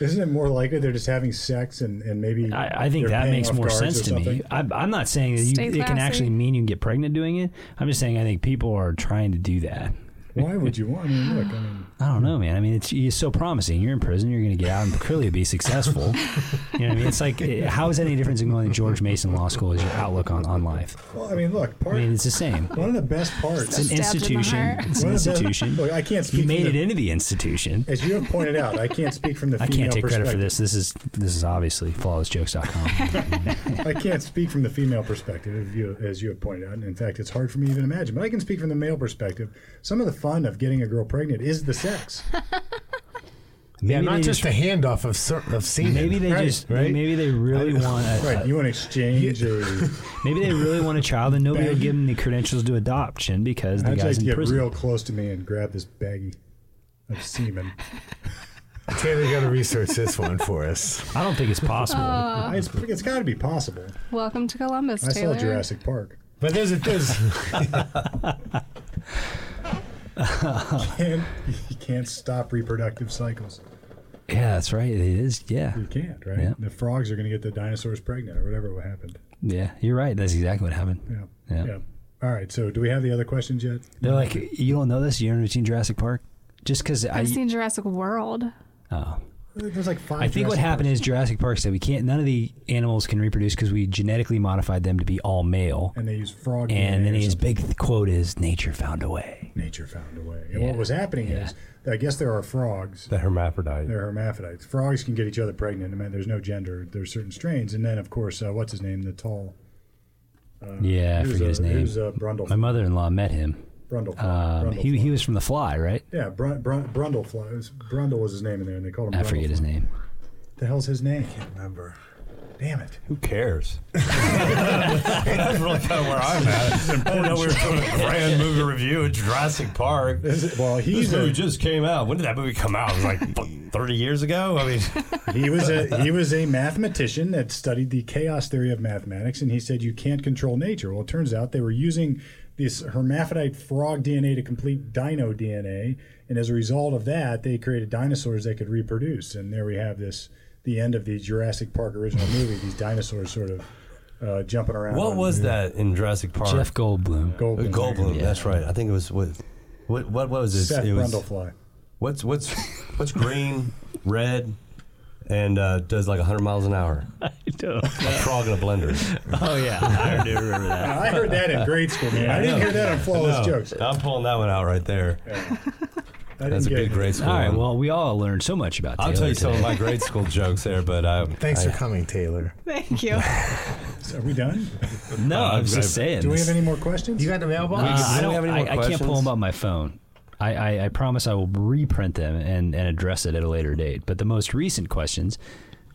[SPEAKER 1] Isn't it more likely they're just having sex and, and maybe.
[SPEAKER 2] I, I think
[SPEAKER 1] they're
[SPEAKER 2] that
[SPEAKER 1] paying
[SPEAKER 2] makes
[SPEAKER 1] off
[SPEAKER 2] more
[SPEAKER 1] guards
[SPEAKER 2] sense
[SPEAKER 1] or
[SPEAKER 2] to me
[SPEAKER 1] something?
[SPEAKER 2] I, i'm not saying that you,
[SPEAKER 3] Stay
[SPEAKER 2] it can
[SPEAKER 3] classy.
[SPEAKER 2] actually mean you can get pregnant doing it i'm just saying i think people are trying to do that
[SPEAKER 1] Why would you want? I mean, look, I mean.
[SPEAKER 2] I don't
[SPEAKER 1] Hmm.
[SPEAKER 2] know, man. I mean, it's, it's so promising. You're in prison. You're going to get out and clearly
[SPEAKER 1] (laughs)
[SPEAKER 2] be successful. you know what I mean? It's like, eh, how is that any different than going to George Mason Law School as your outlook on, on life?
[SPEAKER 1] Well, I mean, look,
[SPEAKER 2] I
[SPEAKER 1] part,
[SPEAKER 2] mean, it's the same.
[SPEAKER 1] one of the best parts.
[SPEAKER 2] It's an
[SPEAKER 3] Stabbed in the
[SPEAKER 2] institution.
[SPEAKER 3] heart.
[SPEAKER 2] It's an
[SPEAKER 1] One of the best-
[SPEAKER 2] institution.
[SPEAKER 1] Look, I can't speak.
[SPEAKER 2] You made
[SPEAKER 1] for
[SPEAKER 2] it
[SPEAKER 1] the,
[SPEAKER 2] into the institution.
[SPEAKER 1] As you have pointed out, I can't speak from the
[SPEAKER 2] (laughs) I
[SPEAKER 1] female
[SPEAKER 2] can't take
[SPEAKER 1] perspective.
[SPEAKER 2] credit for this. This is this is obviously
[SPEAKER 3] (laughs)
[SPEAKER 2] flawlessjokes.com.
[SPEAKER 1] I can't speak from the female perspective, if you, as you have pointed out. And in fact, it's hard for me to even imagine. But I can speak
[SPEAKER 2] (laughs)
[SPEAKER 1] from the male perspective. Some of the fun of getting a girl pregnant is the sex.
[SPEAKER 4] yeah,
[SPEAKER 2] Maybe
[SPEAKER 4] not
[SPEAKER 2] they
[SPEAKER 4] just a handoff of cer- of semen.
[SPEAKER 2] Maybe they
[SPEAKER 4] Right,
[SPEAKER 2] just
[SPEAKER 4] right.
[SPEAKER 2] maybe they really want a,
[SPEAKER 1] Right, you want to exchange a
[SPEAKER 2] maybe they really want a child and nobody will
[SPEAKER 1] Baggy.
[SPEAKER 2] give them the credentials to adoption because the
[SPEAKER 1] I'd like
[SPEAKER 2] guy's
[SPEAKER 1] to
[SPEAKER 2] in
[SPEAKER 1] get
[SPEAKER 2] prison.
[SPEAKER 1] real close to me and grab this baggie of semen.
[SPEAKER 4] Taylor got to research this one for us.
[SPEAKER 2] I don't think it's possible.
[SPEAKER 1] it's it's got to be possible.
[SPEAKER 3] Welcome to Columbus,
[SPEAKER 1] I
[SPEAKER 3] Taylor.
[SPEAKER 1] saw Jurassic Park. (laughs)
[SPEAKER 4] But there's a there's
[SPEAKER 1] And you can't stop reproductive cycles.
[SPEAKER 2] yeah, that's right. It is. Yeah,
[SPEAKER 1] You can't, right?
[SPEAKER 2] Yeah.
[SPEAKER 1] The frogs are going to get the dinosaurs pregnant or whatever happened.
[SPEAKER 2] yeah. You're right. That's exactly what happened.
[SPEAKER 1] Yeah.
[SPEAKER 2] Yeah.
[SPEAKER 1] All right. So, do we have the other questions yet?
[SPEAKER 2] They're like, you don't know this. You haven't seen Jurassic Park. Just because I,
[SPEAKER 3] I've seen Jurassic World.
[SPEAKER 2] oh.
[SPEAKER 1] There's like five.
[SPEAKER 2] I think what
[SPEAKER 1] Jurassic
[SPEAKER 2] happened is Jurassic Park said we can't. None of the animals can reproduce because we genetically modified them to be all male.
[SPEAKER 1] Parks, and they use frog.
[SPEAKER 2] And
[SPEAKER 1] DNA
[SPEAKER 2] then
[SPEAKER 1] or
[SPEAKER 2] his
[SPEAKER 1] something.
[SPEAKER 2] big quote is, "Nature found a way."
[SPEAKER 1] nature found a way. And
[SPEAKER 2] Yeah.
[SPEAKER 1] what was happening
[SPEAKER 2] Yeah.
[SPEAKER 1] is, I guess there are frogs.
[SPEAKER 5] The hermaphrodite.
[SPEAKER 1] They're hermaphrodites. Frogs can get each other pregnant. I mean, there's no gender. There's certain strains. And then, of course, uh, what's his name? The tall.
[SPEAKER 2] yeah, I
[SPEAKER 1] who's,
[SPEAKER 2] forget
[SPEAKER 1] uh,
[SPEAKER 2] his name.
[SPEAKER 1] Who's uh, Brundle?
[SPEAKER 2] My mother-in-law met him.
[SPEAKER 1] Brundle.
[SPEAKER 2] Um,
[SPEAKER 1] Brundle.
[SPEAKER 2] he he was from The Fly, right?
[SPEAKER 1] yeah, Brun, Brun, Brundle. Fly. It was- Brundle was his name in there, and they called him.
[SPEAKER 2] I
[SPEAKER 1] Brundle
[SPEAKER 2] forget his
[SPEAKER 1] Fly.
[SPEAKER 2] name.
[SPEAKER 1] What the hell's his name? I can't remember. Damn it.
[SPEAKER 5] Who cares? (laughs) That's really kind of where I'm at. I didn't know we were doing a grand movie review of Jurassic Park.
[SPEAKER 1] Well,
[SPEAKER 5] This
[SPEAKER 1] he's
[SPEAKER 5] movie
[SPEAKER 1] a,
[SPEAKER 5] just came out. When did that movie come out? It was like what, 30 years ago. I mean, (laughs)
[SPEAKER 1] he was a he was a mathematician that studied the chaos theory of mathematics, and he said you can't control nature. Well, it turns out they were using this hermaphrodite frog DNA to complete dino DNA, and as a result of that, they created dinosaurs that could reproduce. And there we have this the end of the Jurassic Park original movie. These dinosaurs sort of uh, jumping around.
[SPEAKER 5] what
[SPEAKER 1] on
[SPEAKER 5] was that in Jurassic Park? Uh,
[SPEAKER 2] Jeff Goldblum.
[SPEAKER 1] Goldblum?
[SPEAKER 5] Goldblum. That's right. I think it was what. What, what was this?
[SPEAKER 1] Seth
[SPEAKER 5] it was
[SPEAKER 1] Brundlefly.
[SPEAKER 5] what's what's what's green, red, and uh, does like 100 miles an hour. A frog in a blender.
[SPEAKER 2] (laughs) Oh yeah,
[SPEAKER 5] (laughs)
[SPEAKER 2] I do remember that.
[SPEAKER 1] I heard that in grade school, man. I didn't hear that on flawless
[SPEAKER 5] No,
[SPEAKER 1] jokes.
[SPEAKER 5] I'm pulling that one out right there.
[SPEAKER 1] I
[SPEAKER 5] That's
[SPEAKER 1] didn't
[SPEAKER 5] a
[SPEAKER 1] get
[SPEAKER 5] big
[SPEAKER 1] it.
[SPEAKER 5] grade school.
[SPEAKER 2] All right.
[SPEAKER 5] one.
[SPEAKER 2] Well, we all learned so much about.
[SPEAKER 5] I'll
[SPEAKER 2] Taylor
[SPEAKER 5] tell you some
[SPEAKER 2] today.
[SPEAKER 5] of my grade school jokes there, but uh, I,
[SPEAKER 4] thanks
[SPEAKER 5] I,
[SPEAKER 4] for coming, Taylor.
[SPEAKER 2] (laughs)
[SPEAKER 3] Thank you.
[SPEAKER 1] Are we done?
[SPEAKER 2] No, I was
[SPEAKER 5] I've-
[SPEAKER 2] just saying.
[SPEAKER 1] Do we have
[SPEAKER 2] this-
[SPEAKER 1] any more questions?
[SPEAKER 4] You got the mailbox?
[SPEAKER 2] Uh, I
[SPEAKER 5] do
[SPEAKER 2] don't.
[SPEAKER 5] we have any
[SPEAKER 2] I,
[SPEAKER 5] more
[SPEAKER 2] I can't pull
[SPEAKER 5] questions?
[SPEAKER 2] them up my phone. I, I, I promise I will reprint them and, and address it at a later date. But the most recent questions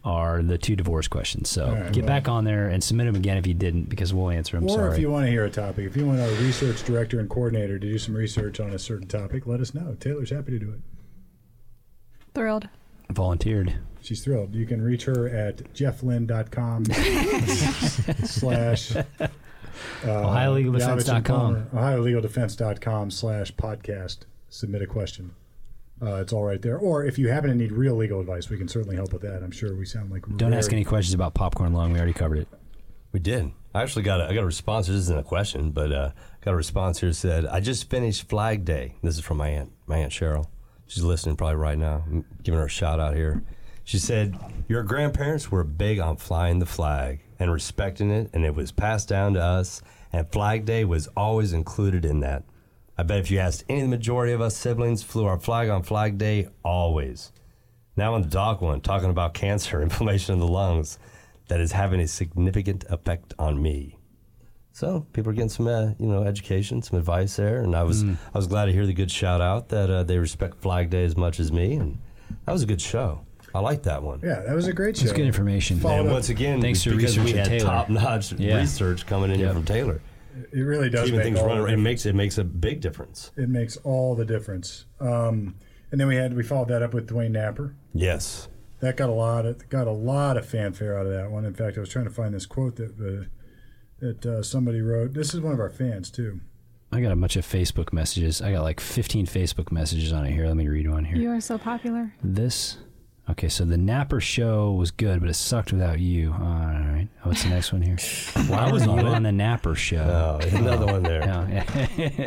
[SPEAKER 2] are the two divorce questions. So
[SPEAKER 1] right,
[SPEAKER 2] get
[SPEAKER 1] well.
[SPEAKER 2] back on there and submit them again if you didn't, because we'll answer
[SPEAKER 1] Or
[SPEAKER 2] them. sorry.
[SPEAKER 1] if you want to hear a topic, if you want our research director and coordinator to do some research on a certain topic, let us know. Taylor's happy to do it.
[SPEAKER 3] Thrilled.
[SPEAKER 2] volunteered.
[SPEAKER 1] She's thrilled. You can reach her at jefflynn.com slash Uh,
[SPEAKER 2] OhioLegalDefense.com.
[SPEAKER 1] OhioLegalDefense.com slash podcast. Submit a question. Uh, it's all right there. Or if you happen to need real legal advice, we can certainly help with that. I'm sure we sound like
[SPEAKER 2] Don't ask any questions about popcorn long. We already covered it.
[SPEAKER 5] We did. I actually got a, I got a response. This isn't a question, but uh, got a response here that said, I just finished Flag Day. This is from my aunt, my aunt Cheryl. She's listening probably right now. I'm giving her a shout out here. She said, Your grandparents were big on flying the flag and respecting it, and it was passed down to us, and Flag Day was always included in that. I bet if you asked any of the majority of us siblings, flew our flag on Flag Day always. Now on the dog one, talking about cancer, (laughs) inflammation in the lungs, that is having a significant effect on me. So people are getting some, uh, you know, education, some advice there, and I was
[SPEAKER 2] Mm.
[SPEAKER 5] I was glad to hear the good shout out that uh, they respect Flag Day as much as me, and that was a good show. I like that one.
[SPEAKER 1] Yeah, that was a great show.
[SPEAKER 2] It's good information.
[SPEAKER 1] Follow-
[SPEAKER 5] And once again,
[SPEAKER 2] Thanks to
[SPEAKER 5] because we
[SPEAKER 2] research
[SPEAKER 5] had
[SPEAKER 2] and Taylor.
[SPEAKER 5] top notch
[SPEAKER 2] Yeah.
[SPEAKER 5] research coming in here from Taylor,
[SPEAKER 1] It really does
[SPEAKER 5] keeping
[SPEAKER 1] make
[SPEAKER 5] things
[SPEAKER 1] all the
[SPEAKER 5] running, it makes it makes a big difference.
[SPEAKER 1] It makes all the difference. Um, and then we had we followed that up with Dwayne Napper.
[SPEAKER 5] Yes,
[SPEAKER 1] That got a lot of got a lot of fanfare out of that one. In fact, I was trying to find this quote that uh, that uh, somebody wrote. This is one of our fans too.
[SPEAKER 2] I got a bunch of Facebook messages. I got like 15 Facebook messages on it here. Let me read one here.
[SPEAKER 3] You are so popular.
[SPEAKER 2] This. Okay, so the Napper show was good, but it sucked without you. All right. What's the next one (laughs) here? Why was you on the Napper show?
[SPEAKER 5] oh, another
[SPEAKER 2] (laughs)
[SPEAKER 5] one there.
[SPEAKER 2] No,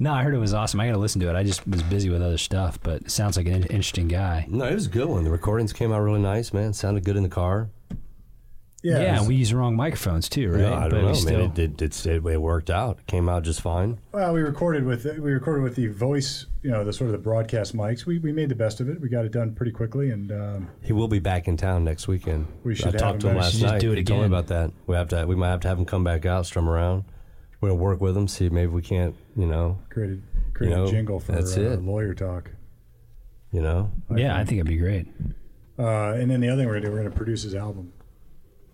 [SPEAKER 2] (laughs) no, I heard it was awesome. I got to listen to it. I just was busy with other stuff, but it sounds like an in- interesting guy.
[SPEAKER 5] No, it was a good one. The recordings came out really nice, man. sounded good in the car.
[SPEAKER 1] Yeah,
[SPEAKER 2] yeah,
[SPEAKER 1] it was-
[SPEAKER 2] we use the wrong microphones too, right?
[SPEAKER 5] Yeah, I
[SPEAKER 2] But
[SPEAKER 5] don't
[SPEAKER 2] we
[SPEAKER 5] know,
[SPEAKER 2] still-
[SPEAKER 5] man. It, it, it, it, it worked out. It came out just fine.
[SPEAKER 1] well, we recorded with we recorded with the voice, you know, the sort of the broadcast mics. We, we made the best of it. We got it done pretty quickly, and um,
[SPEAKER 5] He will be back in town next weekend.
[SPEAKER 1] We should
[SPEAKER 5] I
[SPEAKER 1] have him
[SPEAKER 5] talked to him
[SPEAKER 1] back.
[SPEAKER 5] last
[SPEAKER 2] Should just
[SPEAKER 5] night.
[SPEAKER 2] do it
[SPEAKER 5] He told me
[SPEAKER 2] again.
[SPEAKER 5] about that. We have to. We might have to have him come back out, strum around. We're gonna work with him, see maybe we can't. You know,
[SPEAKER 1] created created
[SPEAKER 5] You know,
[SPEAKER 1] a jingle for
[SPEAKER 5] that's
[SPEAKER 1] uh,
[SPEAKER 5] it.
[SPEAKER 1] lawyer talk.
[SPEAKER 5] You know?
[SPEAKER 2] yeah, I think it'd be great.
[SPEAKER 1] Uh, and then the other thing we're gonna do, we're gonna produce his album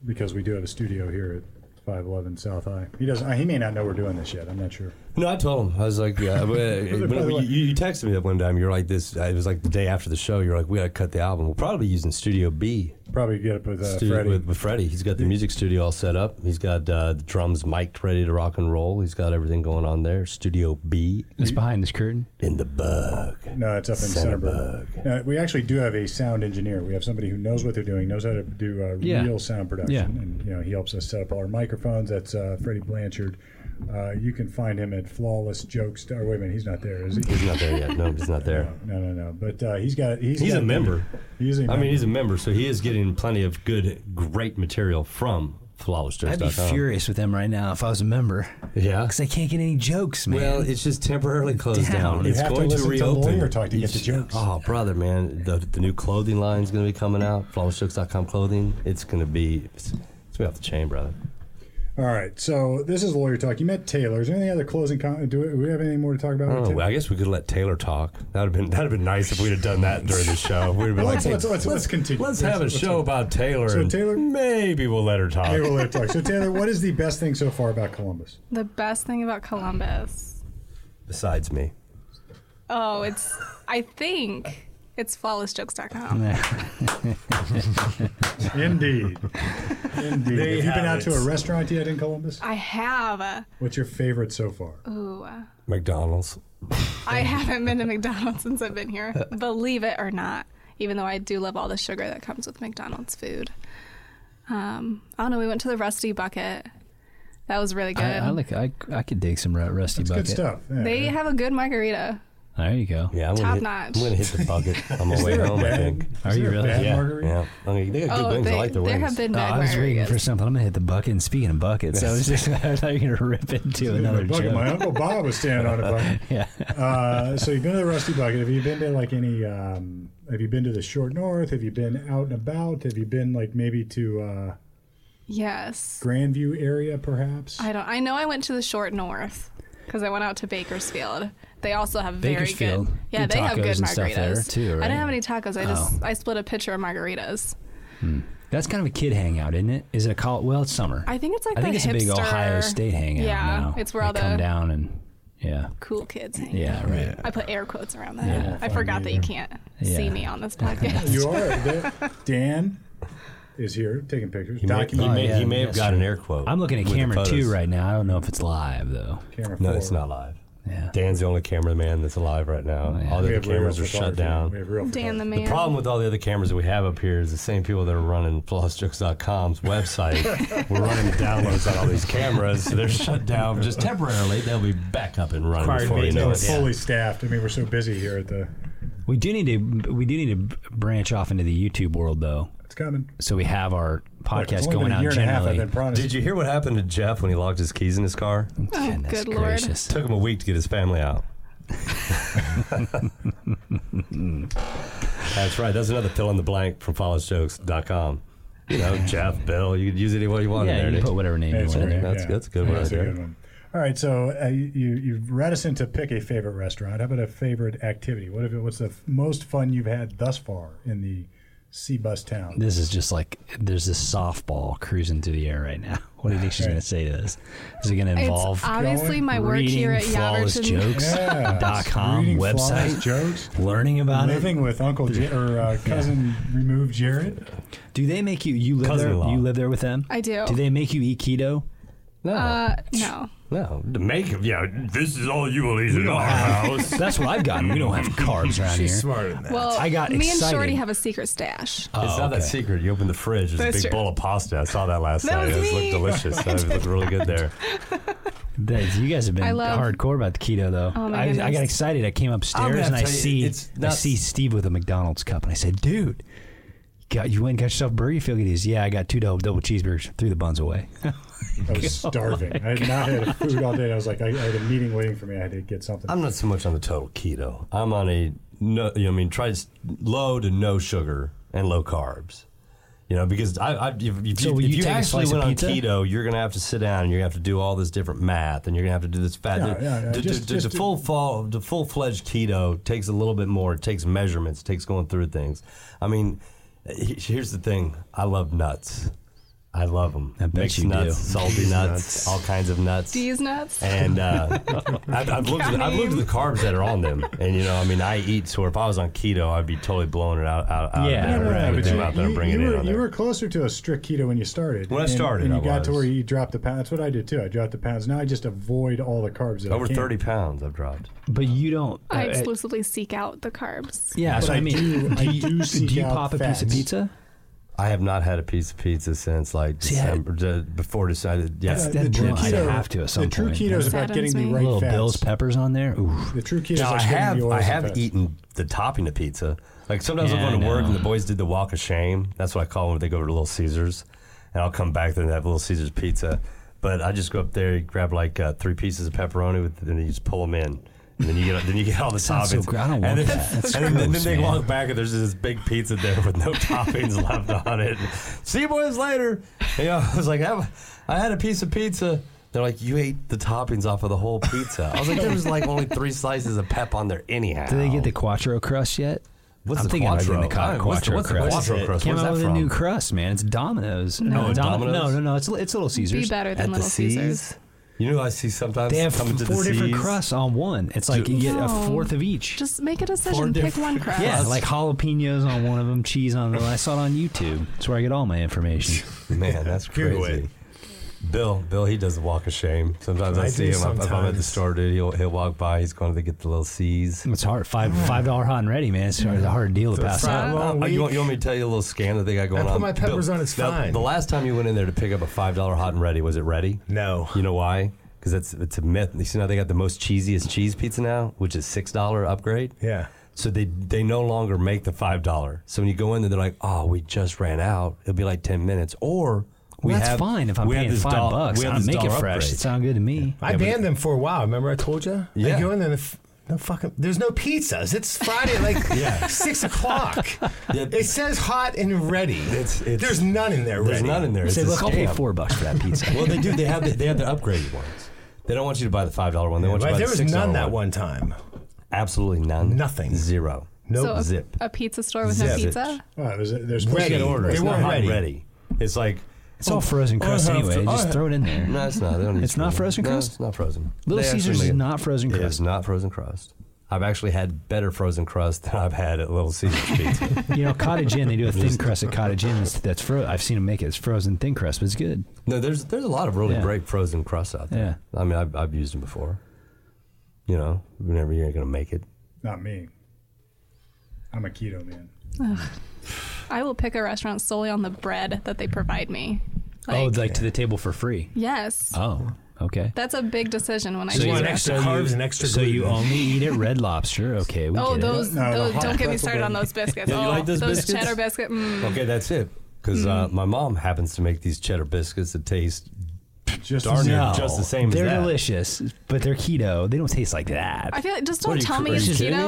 [SPEAKER 1] because we do have a studio here at 511 South High. He doesn't. He may not know we're doing this yet. I'm not sure.
[SPEAKER 5] No, I told him. I was like, yeah.
[SPEAKER 1] (laughs)
[SPEAKER 5] but, uh, but you, you texted me that one time. You're like, this. It was like the day after the show. You're like, we got to cut the album. We'll probably be using Studio B.
[SPEAKER 1] Probably get up with uh,
[SPEAKER 5] Studio-
[SPEAKER 1] Freddie.
[SPEAKER 5] With, with Freddie. He's got the music studio all set up. He's got uh, the drums mic'd, ready to rock and roll. He's got everything going on there. Studio B
[SPEAKER 2] It's behind this curtain.
[SPEAKER 5] in the bug.
[SPEAKER 1] No, it's up in
[SPEAKER 5] Centerburg.
[SPEAKER 1] Centerburg. No, we actually do have a sound engineer. We have somebody who knows what they're doing, knows how to do uh,
[SPEAKER 2] Yeah.
[SPEAKER 1] real sound production,
[SPEAKER 2] Yeah.
[SPEAKER 1] and you know he helps us set up all our microphones. That's uh, Freddie Blanchard. Uh, you can find him at Flawless Jokes. Or wait a minute, he's not there, is he?
[SPEAKER 5] He's not there yet. No, he's not there.
[SPEAKER 1] No, no, no. But uh, he's got. He's,
[SPEAKER 5] He's
[SPEAKER 1] got
[SPEAKER 5] a member.
[SPEAKER 1] He's a member.
[SPEAKER 5] (laughs) I mean, he's a member, so he is getting plenty of good, great material from flawlessjokes.com.
[SPEAKER 2] I'd be furious with them right now if I was a member.
[SPEAKER 5] Yeah.
[SPEAKER 2] Because I can't get any jokes, man.
[SPEAKER 5] Well, it's just temporarily closed
[SPEAKER 2] Down.
[SPEAKER 5] down.
[SPEAKER 2] You
[SPEAKER 5] It's
[SPEAKER 1] have to
[SPEAKER 5] going to,
[SPEAKER 1] listen to
[SPEAKER 5] reopen.
[SPEAKER 1] lawyer talk to get the jokes.
[SPEAKER 5] Oh, brother, man, the, the new clothing line is going to be coming out. Flawlessjokes.com clothing. It's going to be it's, it's gonna be off the chain, brother.
[SPEAKER 1] All right. So this is lawyer talk. You met Taylor. Is there any other closing comment? Do we, do we have anything more to talk about?
[SPEAKER 5] I,
[SPEAKER 1] with
[SPEAKER 5] don't know,
[SPEAKER 1] Taylor?
[SPEAKER 5] Oh, I guess we could let Taylor talk. That'd have been that'd have been nice if we'd have done that during the show. We'd have been
[SPEAKER 1] Let's-
[SPEAKER 5] like, hey,
[SPEAKER 1] let's- let's- let's continue.
[SPEAKER 5] Let's have a
[SPEAKER 1] Let's-
[SPEAKER 5] show about Taylor.
[SPEAKER 1] So
[SPEAKER 5] and
[SPEAKER 1] Taylor-
[SPEAKER 5] maybe we'll let her talk.
[SPEAKER 1] Taylor, lawyer talk. So Taylor, what is the best thing so far about Columbus?
[SPEAKER 3] The best thing about Columbus.
[SPEAKER 5] Besides me,
[SPEAKER 3] Oh, it's. I think it's flawlessjokes.com.
[SPEAKER 5] (laughs)
[SPEAKER 1] Indeed. Indeed.
[SPEAKER 5] There you
[SPEAKER 1] have you been
[SPEAKER 5] have
[SPEAKER 1] out to
[SPEAKER 5] it.
[SPEAKER 1] a restaurant yet in Columbus?
[SPEAKER 3] I have. A,
[SPEAKER 1] What's your favorite so far?
[SPEAKER 3] ooh. uh,
[SPEAKER 5] McDonald's.
[SPEAKER 3] I haven't been to McDonald's since I've
[SPEAKER 2] (laughs)
[SPEAKER 3] been here. Believe it or not, even though I do love all the sugar that comes with McDonald's food. Um, I don't know. We went to the Rusty Bucket. That was really good.
[SPEAKER 2] I, I like. I, I could dig some ru- rusty
[SPEAKER 1] It's
[SPEAKER 2] bucket.
[SPEAKER 1] good stuff. Yeah.
[SPEAKER 3] they have a good margarita.
[SPEAKER 2] There you go.
[SPEAKER 5] Yeah, I'm gonna
[SPEAKER 3] Top
[SPEAKER 5] hit,
[SPEAKER 3] notch.
[SPEAKER 5] I'm gonna hit the bucket (laughs) on my way home. I think.
[SPEAKER 2] Are
[SPEAKER 1] Is
[SPEAKER 2] you
[SPEAKER 1] there a
[SPEAKER 2] really?
[SPEAKER 1] bad
[SPEAKER 5] Yeah,
[SPEAKER 1] margarita?
[SPEAKER 5] yeah. I mean, they got good wings.
[SPEAKER 3] Oh, they,
[SPEAKER 5] I like the
[SPEAKER 3] there
[SPEAKER 5] wings.
[SPEAKER 3] have been
[SPEAKER 2] Oh,
[SPEAKER 3] bad
[SPEAKER 2] I was waiting
[SPEAKER 3] margaritas.
[SPEAKER 2] for something. I'm gonna hit the bucket. And speaking of buckets, I was just (laughs) I thought you were gonna rip into
[SPEAKER 1] In the
[SPEAKER 2] another
[SPEAKER 1] bucket. My
[SPEAKER 2] joke.
[SPEAKER 1] uncle Bob was standing on a
[SPEAKER 5] (laughs)
[SPEAKER 1] bucket.
[SPEAKER 2] Yeah.
[SPEAKER 1] Uh, so you've been to the Rusty Bucket. Have you been to like any? Um, have you been to the Short North? Have you been out and about? Have you been like maybe to uh,
[SPEAKER 3] yes.
[SPEAKER 1] Grandview area perhaps?
[SPEAKER 3] I don't. I know I went to the short north because I went out to Bakersfield. They also have very
[SPEAKER 2] Bakersfield.
[SPEAKER 3] good. Yeah,
[SPEAKER 2] Good
[SPEAKER 3] they have
[SPEAKER 2] tacos
[SPEAKER 3] good
[SPEAKER 2] and
[SPEAKER 3] margaritas
[SPEAKER 2] stuff there, too,
[SPEAKER 3] I
[SPEAKER 2] right? Oh.
[SPEAKER 3] didn't have any tacos. I just I split a pitcher of margaritas.
[SPEAKER 2] That's kind of a kid hangout, isn't it? Is it a call? Well, it's summer.
[SPEAKER 3] I think it's like
[SPEAKER 2] I think
[SPEAKER 3] that
[SPEAKER 2] it's a big
[SPEAKER 3] hipster-
[SPEAKER 2] Ohio State hangout.
[SPEAKER 3] Yeah,
[SPEAKER 2] now.
[SPEAKER 3] it's where all
[SPEAKER 2] They come
[SPEAKER 3] the-
[SPEAKER 2] down and yeah,
[SPEAKER 3] Cool kids. hang out.
[SPEAKER 2] yeah, right.
[SPEAKER 3] I put air quotes around that.
[SPEAKER 2] Yeah.
[SPEAKER 3] I forgot that you can't see
[SPEAKER 2] Yeah.
[SPEAKER 3] me on this
[SPEAKER 2] (laughs)
[SPEAKER 3] podcast. (laughs)
[SPEAKER 1] You are there. Dan is here taking pictures.
[SPEAKER 5] He may, he
[SPEAKER 1] Document
[SPEAKER 5] may,
[SPEAKER 2] yeah,
[SPEAKER 5] he may have
[SPEAKER 2] that's
[SPEAKER 5] got
[SPEAKER 2] true.
[SPEAKER 5] an air quote.
[SPEAKER 2] I'm looking at
[SPEAKER 5] with the
[SPEAKER 2] camera two
[SPEAKER 5] photos.
[SPEAKER 2] right now. I don't know if it's live though.
[SPEAKER 1] camera.
[SPEAKER 5] No,
[SPEAKER 1] four.
[SPEAKER 5] it's not live.
[SPEAKER 2] Yeah. Oh,
[SPEAKER 5] Dan's the only cameraman that's alive right now. All
[SPEAKER 1] We
[SPEAKER 5] the other
[SPEAKER 1] have real
[SPEAKER 5] cameras are shut
[SPEAKER 1] photography. We
[SPEAKER 5] down.
[SPEAKER 1] have real
[SPEAKER 3] Dan the
[SPEAKER 1] photography.
[SPEAKER 3] man.
[SPEAKER 5] The problem with all the other cameras that we have up here is the same people that are running
[SPEAKER 3] (laughs)
[SPEAKER 5] flossjokes.com's website. We're running the downloads on all these cameras, so they're shut down just temporarily. They'll be back up and running
[SPEAKER 2] Required
[SPEAKER 5] before you know
[SPEAKER 1] We're
[SPEAKER 5] it.
[SPEAKER 2] maintenance.
[SPEAKER 1] fully staffed. I mean, we're so busy here at the.
[SPEAKER 2] We do need to we do need to branch off into the YouTube world though.
[SPEAKER 1] It's coming.
[SPEAKER 2] So we have our
[SPEAKER 1] Look, it's
[SPEAKER 2] podcast
[SPEAKER 1] only
[SPEAKER 2] going
[SPEAKER 1] been a
[SPEAKER 2] out
[SPEAKER 1] year and a half. I've
[SPEAKER 2] generally.
[SPEAKER 1] been promised.
[SPEAKER 5] Did you hear what happened to Jeff when he locked his keys in his car?
[SPEAKER 3] Oh,
[SPEAKER 2] Goodness
[SPEAKER 3] good lord.
[SPEAKER 2] gracious.
[SPEAKER 5] took him a week to get his family (laughs) out. That's right. That's another fill in the blank from followjokes.com. You know, Jeff, Bill, you could use any way you want in
[SPEAKER 2] Yeah,
[SPEAKER 5] Oh, there.
[SPEAKER 2] you can
[SPEAKER 5] dude.
[SPEAKER 2] put whatever name you
[SPEAKER 1] That's
[SPEAKER 2] want. in
[SPEAKER 1] great.
[SPEAKER 2] there.
[SPEAKER 5] That's,
[SPEAKER 1] Yeah.
[SPEAKER 5] that's a good one.
[SPEAKER 1] That's
[SPEAKER 5] right
[SPEAKER 1] a
[SPEAKER 5] there.
[SPEAKER 1] good one. All right, so uh, you you've reticent to pick a favorite restaurant. How about a favorite activity? What if it, what's the f- most fun you've had thus far in the sea bus town?
[SPEAKER 2] This is just like there's this softball cruising through the air right now. (laughs) What do you think she's going to say to this? Is it going to involve
[SPEAKER 3] It's obviously my work
[SPEAKER 2] reading
[SPEAKER 3] here at
[SPEAKER 2] flawless
[SPEAKER 3] Yaverton.
[SPEAKER 2] jokes
[SPEAKER 1] Yeah,
[SPEAKER 2] dot com
[SPEAKER 1] reading
[SPEAKER 2] website,
[SPEAKER 1] flawless jokes,
[SPEAKER 2] learning about it?
[SPEAKER 1] living with Uncle J- or uh, cousin removed Jared.
[SPEAKER 2] Do they make you you live there?
[SPEAKER 5] Cousin-in-law.
[SPEAKER 2] You live there with them?
[SPEAKER 3] I do.
[SPEAKER 2] Do they make you eat keto?
[SPEAKER 5] No.
[SPEAKER 3] Uh, no.
[SPEAKER 5] no. The make of, yeah, this is all you will eat in our (laughs) house.
[SPEAKER 2] That's what I've gotten. We
[SPEAKER 3] (laughs)
[SPEAKER 2] don't have carbs around
[SPEAKER 4] She's
[SPEAKER 2] here.
[SPEAKER 4] smarter than that.
[SPEAKER 3] Well,
[SPEAKER 2] I got
[SPEAKER 3] me and
[SPEAKER 2] excited.
[SPEAKER 3] Shorty have a secret stash.
[SPEAKER 2] Oh,
[SPEAKER 5] it's not that
[SPEAKER 2] okay.
[SPEAKER 5] secret. You open the fridge, there's
[SPEAKER 3] That's
[SPEAKER 5] a
[SPEAKER 3] true.
[SPEAKER 5] big bowl of pasta. I saw that last
[SPEAKER 3] That
[SPEAKER 5] night.
[SPEAKER 3] was
[SPEAKER 5] it
[SPEAKER 3] me.
[SPEAKER 5] looked delicious. it looked really good (laughs) there.
[SPEAKER 2] That- you guys have been
[SPEAKER 3] I love-
[SPEAKER 2] hardcore about the keto though.
[SPEAKER 3] Oh, my
[SPEAKER 2] I, I
[SPEAKER 3] goodness.
[SPEAKER 2] got excited. I came
[SPEAKER 5] I'm
[SPEAKER 2] upstairs
[SPEAKER 5] gonna
[SPEAKER 2] and I
[SPEAKER 5] tell you,
[SPEAKER 2] see
[SPEAKER 5] it's
[SPEAKER 2] I
[SPEAKER 5] not-
[SPEAKER 2] see Steve with a McDonald's cup and I said, "Dude, you got you went and got yourself a burger? You feel good?" He's, "Yeah, I got two double, double cheeseburgers. Threw the buns away."
[SPEAKER 1] I
[SPEAKER 2] (laughs)
[SPEAKER 1] was starving. I had not had food all day. I was like, I, I had a meeting waiting for me. I had to get something.
[SPEAKER 5] I'm not so much on the total keto. I'm on a no, you know, I mean, try s- low to no sugar and low carbs. You know, because I, I if, if
[SPEAKER 2] So
[SPEAKER 5] you,
[SPEAKER 2] will
[SPEAKER 5] if
[SPEAKER 2] you
[SPEAKER 5] you
[SPEAKER 2] take a slice
[SPEAKER 5] actually
[SPEAKER 2] of
[SPEAKER 5] went on
[SPEAKER 2] pizza?
[SPEAKER 5] keto, you're going to have to sit down and you're going to have to do all this different math and you're going to have to do this fat.
[SPEAKER 1] Yeah, yeah, yeah.
[SPEAKER 5] The,
[SPEAKER 1] Just- just do-
[SPEAKER 5] full fall, the full fledged keto takes a little bit more. It takes measurements, it takes going through things. I mean, he- here's the thing: I love nuts. I love them.
[SPEAKER 2] I bet
[SPEAKER 5] Mixed
[SPEAKER 2] you do.
[SPEAKER 5] nuts, salty nuts, all kinds of nuts.
[SPEAKER 3] These nuts.
[SPEAKER 1] (laughs)
[SPEAKER 5] And uh, I've, I've, looked at, I've
[SPEAKER 3] Got
[SPEAKER 5] looked at the carbs that are on them, and you know, I mean, I eat. So if I was on keto, I'd be totally blowing it out. out, out
[SPEAKER 2] Yeah.
[SPEAKER 5] of
[SPEAKER 2] No,
[SPEAKER 5] there,
[SPEAKER 2] no, no,
[SPEAKER 5] right?
[SPEAKER 2] but
[SPEAKER 5] Think
[SPEAKER 2] you-
[SPEAKER 5] about that,
[SPEAKER 1] you,
[SPEAKER 5] bringing
[SPEAKER 1] you
[SPEAKER 5] it
[SPEAKER 1] were,
[SPEAKER 5] on
[SPEAKER 1] you
[SPEAKER 5] there.
[SPEAKER 1] were closer to a strict keto when you started.
[SPEAKER 5] When I
[SPEAKER 1] and-
[SPEAKER 5] started,
[SPEAKER 1] and you
[SPEAKER 5] I
[SPEAKER 1] got to
[SPEAKER 5] was.
[SPEAKER 1] where you dropped the pounds. That's what I did too. I dropped the pounds. Now I just avoid all the carbs. That I
[SPEAKER 5] Over
[SPEAKER 1] can.
[SPEAKER 5] thirty pounds, I've dropped.
[SPEAKER 2] But you don't. uh,
[SPEAKER 3] I
[SPEAKER 2] uh,
[SPEAKER 3] exclusively seek out the carbs.
[SPEAKER 2] yeah, that's
[SPEAKER 1] But
[SPEAKER 2] what I,
[SPEAKER 1] I
[SPEAKER 2] mean.
[SPEAKER 1] do- I
[SPEAKER 2] you,
[SPEAKER 1] do seek
[SPEAKER 2] you
[SPEAKER 1] out
[SPEAKER 2] pop a piece of
[SPEAKER 1] fats.
[SPEAKER 2] pizza?
[SPEAKER 5] I have not had a piece of pizza since like
[SPEAKER 2] See, I-
[SPEAKER 5] December d- before decided. Yeah,
[SPEAKER 1] Uh,
[SPEAKER 2] that
[SPEAKER 1] the true
[SPEAKER 2] blows. I
[SPEAKER 1] keto,
[SPEAKER 2] have to at some
[SPEAKER 1] the true
[SPEAKER 2] point.
[SPEAKER 1] keto is
[SPEAKER 3] That
[SPEAKER 1] about getting
[SPEAKER 3] saddens
[SPEAKER 1] the
[SPEAKER 3] me.
[SPEAKER 1] right
[SPEAKER 2] Little
[SPEAKER 1] fats.
[SPEAKER 2] Bill's peppers on there. Oof.
[SPEAKER 1] The true keto is
[SPEAKER 5] Now, I
[SPEAKER 1] about getting
[SPEAKER 5] have
[SPEAKER 1] the
[SPEAKER 5] I
[SPEAKER 1] oils and
[SPEAKER 5] have
[SPEAKER 1] fats.
[SPEAKER 5] eaten the topping of pizza. Like sometimes
[SPEAKER 2] Yeah,
[SPEAKER 5] I'll go
[SPEAKER 2] I
[SPEAKER 5] to work
[SPEAKER 2] know.
[SPEAKER 5] and the boys did the walk of shame. That's what I call them. They go to Little Caesars, and I'll come back there and have Little Caesars pizza. But I just go up there, grab like uh, three pieces of pepperoni, with, and then you just pull them in. And then you get then you get all the
[SPEAKER 2] sounds so
[SPEAKER 5] toppings.
[SPEAKER 2] gr- I don't want
[SPEAKER 5] and then,
[SPEAKER 2] that. That's
[SPEAKER 5] and then- then,
[SPEAKER 2] gross,
[SPEAKER 5] they
[SPEAKER 2] man.
[SPEAKER 5] walk back and there's this big pizza there with no (laughs) toppings left on it. See you boys later. You know, (laughs) I was like, I, I had a piece of pizza. They're like, you ate the toppings off of the whole pizza. I was like, there was like only three slices of pep on there anyhow.
[SPEAKER 2] Do they get the Quattro crust yet?
[SPEAKER 5] What's
[SPEAKER 2] I'm
[SPEAKER 5] the
[SPEAKER 2] thinking about getting the
[SPEAKER 5] Quattro?
[SPEAKER 2] co-
[SPEAKER 5] I mean, what's the-
[SPEAKER 2] Quattro
[SPEAKER 5] what's the
[SPEAKER 2] crust.
[SPEAKER 5] Quattro
[SPEAKER 2] It
[SPEAKER 5] crust?
[SPEAKER 2] Came
[SPEAKER 5] Where's
[SPEAKER 2] out
[SPEAKER 5] that
[SPEAKER 2] with a
[SPEAKER 5] from?
[SPEAKER 2] new crust, man. It's Domino's. No,
[SPEAKER 5] Domino's?
[SPEAKER 2] No, no, no. It's it's Little Caesars.
[SPEAKER 3] Be better than
[SPEAKER 5] at the
[SPEAKER 3] Little Caesars.
[SPEAKER 5] C's? You know, I see sometimes
[SPEAKER 2] They have
[SPEAKER 5] coming to
[SPEAKER 2] four
[SPEAKER 5] the
[SPEAKER 2] different
[SPEAKER 5] C's.
[SPEAKER 2] crusts on one. It's like you get a
[SPEAKER 3] No.
[SPEAKER 2] fourth of each.
[SPEAKER 3] Just make a
[SPEAKER 5] Four
[SPEAKER 3] decision. Pick
[SPEAKER 5] different
[SPEAKER 3] one crust.
[SPEAKER 2] yeah, like jalapenos on one of them, cheese on the other. I saw it on YouTube. That's where I get all my information.
[SPEAKER 5] Man, that's
[SPEAKER 4] Good way.
[SPEAKER 5] crazy. Bill, Bill, he does the walk of shame. Sometimes I,
[SPEAKER 4] I
[SPEAKER 5] see
[SPEAKER 4] do
[SPEAKER 5] him if I'm at the
[SPEAKER 4] sometimes.
[SPEAKER 5] store, dude. He'll he'll walk by. He's going to get the little C's.
[SPEAKER 2] It's hard. Five five dollar hot and ready, man. It's hard- it's a hard deal to pass
[SPEAKER 4] fried
[SPEAKER 2] up.
[SPEAKER 4] long
[SPEAKER 5] Oh, you, want,
[SPEAKER 4] week.
[SPEAKER 5] you want me to tell you a little scam that they got going
[SPEAKER 4] put
[SPEAKER 5] on?
[SPEAKER 4] my peppers on, it's
[SPEAKER 5] the-
[SPEAKER 4] fine.
[SPEAKER 5] The last time you went in there to pick up a five dollar hot and ready, was it ready?
[SPEAKER 4] No.
[SPEAKER 5] You know why? Because it's it's a myth. You see now they got the most cheesiest cheese pizza now, which is six dollar upgrade.
[SPEAKER 4] Yeah.
[SPEAKER 5] So they they no longer make the five dollar. So when you go in there, they're like, "Oh, we just ran out. It'll be like ten minutes." Or we
[SPEAKER 2] Well, that's
[SPEAKER 5] have,
[SPEAKER 2] fine if I'm
[SPEAKER 5] we have
[SPEAKER 2] paying
[SPEAKER 5] this
[SPEAKER 2] five
[SPEAKER 5] doll-
[SPEAKER 2] bucks.
[SPEAKER 5] we have
[SPEAKER 2] I'll
[SPEAKER 5] this
[SPEAKER 2] make it
[SPEAKER 5] dollar
[SPEAKER 2] fresh.
[SPEAKER 5] upgrade.
[SPEAKER 2] It sound good to me.
[SPEAKER 4] I banned them for a while. Remember, I told you.
[SPEAKER 5] Yeah.
[SPEAKER 4] I go in there. And if, no fucking. There's no pizzas. It's Friday, like
[SPEAKER 5] (laughs) Yeah.
[SPEAKER 4] six o'clock.
[SPEAKER 5] Yeah.
[SPEAKER 4] It says hot and ready.
[SPEAKER 5] It's- it's-
[SPEAKER 4] there's none in there.
[SPEAKER 5] There's
[SPEAKER 4] ready.
[SPEAKER 5] none in there. It's
[SPEAKER 2] Say,
[SPEAKER 5] a Oh,
[SPEAKER 2] look, I'll pay
[SPEAKER 5] scam."
[SPEAKER 2] four bucks for that
[SPEAKER 5] (laughs)
[SPEAKER 2] pizza.
[SPEAKER 5] Well, they do. They have the, they have the upgraded ones. They don't want you to buy the five dollar one. They want you to
[SPEAKER 4] Right,
[SPEAKER 5] buy
[SPEAKER 4] there
[SPEAKER 5] the
[SPEAKER 4] was
[SPEAKER 5] six dollar
[SPEAKER 4] none that one time.
[SPEAKER 5] Absolutely none.
[SPEAKER 4] Nothing.
[SPEAKER 5] Zero.
[SPEAKER 4] Nope.
[SPEAKER 3] so uh, a,
[SPEAKER 5] Zip.
[SPEAKER 3] a pizza store with
[SPEAKER 5] Zip
[SPEAKER 3] no
[SPEAKER 5] it.
[SPEAKER 3] pizza.
[SPEAKER 1] Wow, Oh, there's, there's supposed to
[SPEAKER 4] Ready.
[SPEAKER 1] get ordered.
[SPEAKER 4] They
[SPEAKER 5] It's
[SPEAKER 4] weren't
[SPEAKER 5] not
[SPEAKER 4] ready.
[SPEAKER 5] ready. It's like
[SPEAKER 2] It's all frozen crust anyway. Just throw it in there.
[SPEAKER 5] No, it's not. They don't use
[SPEAKER 2] It's not frozen
[SPEAKER 5] No,
[SPEAKER 2] crust?
[SPEAKER 5] it's not frozen.
[SPEAKER 2] Little
[SPEAKER 5] They actually
[SPEAKER 2] Caesars
[SPEAKER 5] make
[SPEAKER 2] is
[SPEAKER 5] it-
[SPEAKER 2] not frozen
[SPEAKER 5] It is
[SPEAKER 2] crust.
[SPEAKER 5] not frozen crust. I've actually had better frozen crust than I've had at Little Caesars Pizza.
[SPEAKER 2] You know, cottage inn. They
[SPEAKER 5] (laughs)
[SPEAKER 2] do a thin crust at cottage inn. That's, that's fro- I've seen them make it. It's frozen thin crust, but it's good.
[SPEAKER 5] no, there's there's a lot of really
[SPEAKER 2] Yeah.
[SPEAKER 5] great frozen crusts out there. I mean, I've, I've used them before. You know, whenever you're gonna make it.
[SPEAKER 1] Not me. I'm a keto man.
[SPEAKER 3] I will pick a restaurant solely on the bread that they provide me.
[SPEAKER 2] oh,
[SPEAKER 3] Like,
[SPEAKER 2] like to the table for free.
[SPEAKER 3] yes.
[SPEAKER 2] Oh, okay.
[SPEAKER 3] That's a big decision when I
[SPEAKER 2] So
[SPEAKER 3] choose
[SPEAKER 2] you
[SPEAKER 3] a
[SPEAKER 2] want
[SPEAKER 4] extra
[SPEAKER 3] restaurant.
[SPEAKER 4] carbs and extra
[SPEAKER 2] So you
[SPEAKER 4] gluten.
[SPEAKER 2] only eat at Red Lobster. Okay, we
[SPEAKER 3] Oh,
[SPEAKER 2] get
[SPEAKER 3] those,
[SPEAKER 1] No, the
[SPEAKER 3] those
[SPEAKER 1] hot
[SPEAKER 3] don't get me
[SPEAKER 1] pretzel
[SPEAKER 3] started
[SPEAKER 1] bread.
[SPEAKER 3] on those biscuits.
[SPEAKER 5] Yeah, you
[SPEAKER 3] oh,
[SPEAKER 5] like those
[SPEAKER 3] those
[SPEAKER 5] biscuits?
[SPEAKER 3] cheddar biscuit. Mm.
[SPEAKER 5] Okay, that's it. Because uh,
[SPEAKER 3] Hmm.
[SPEAKER 5] my mom happens to make these cheddar biscuits that taste
[SPEAKER 1] Just
[SPEAKER 5] Darn
[SPEAKER 1] as-
[SPEAKER 2] it.
[SPEAKER 5] near
[SPEAKER 2] No.
[SPEAKER 5] just the same
[SPEAKER 2] They're
[SPEAKER 5] as that.
[SPEAKER 2] delicious, but they're keto. They don't taste like that.
[SPEAKER 3] I feel like just
[SPEAKER 5] What
[SPEAKER 3] don't
[SPEAKER 5] are you
[SPEAKER 3] tell me it's
[SPEAKER 5] crazy?
[SPEAKER 3] keto.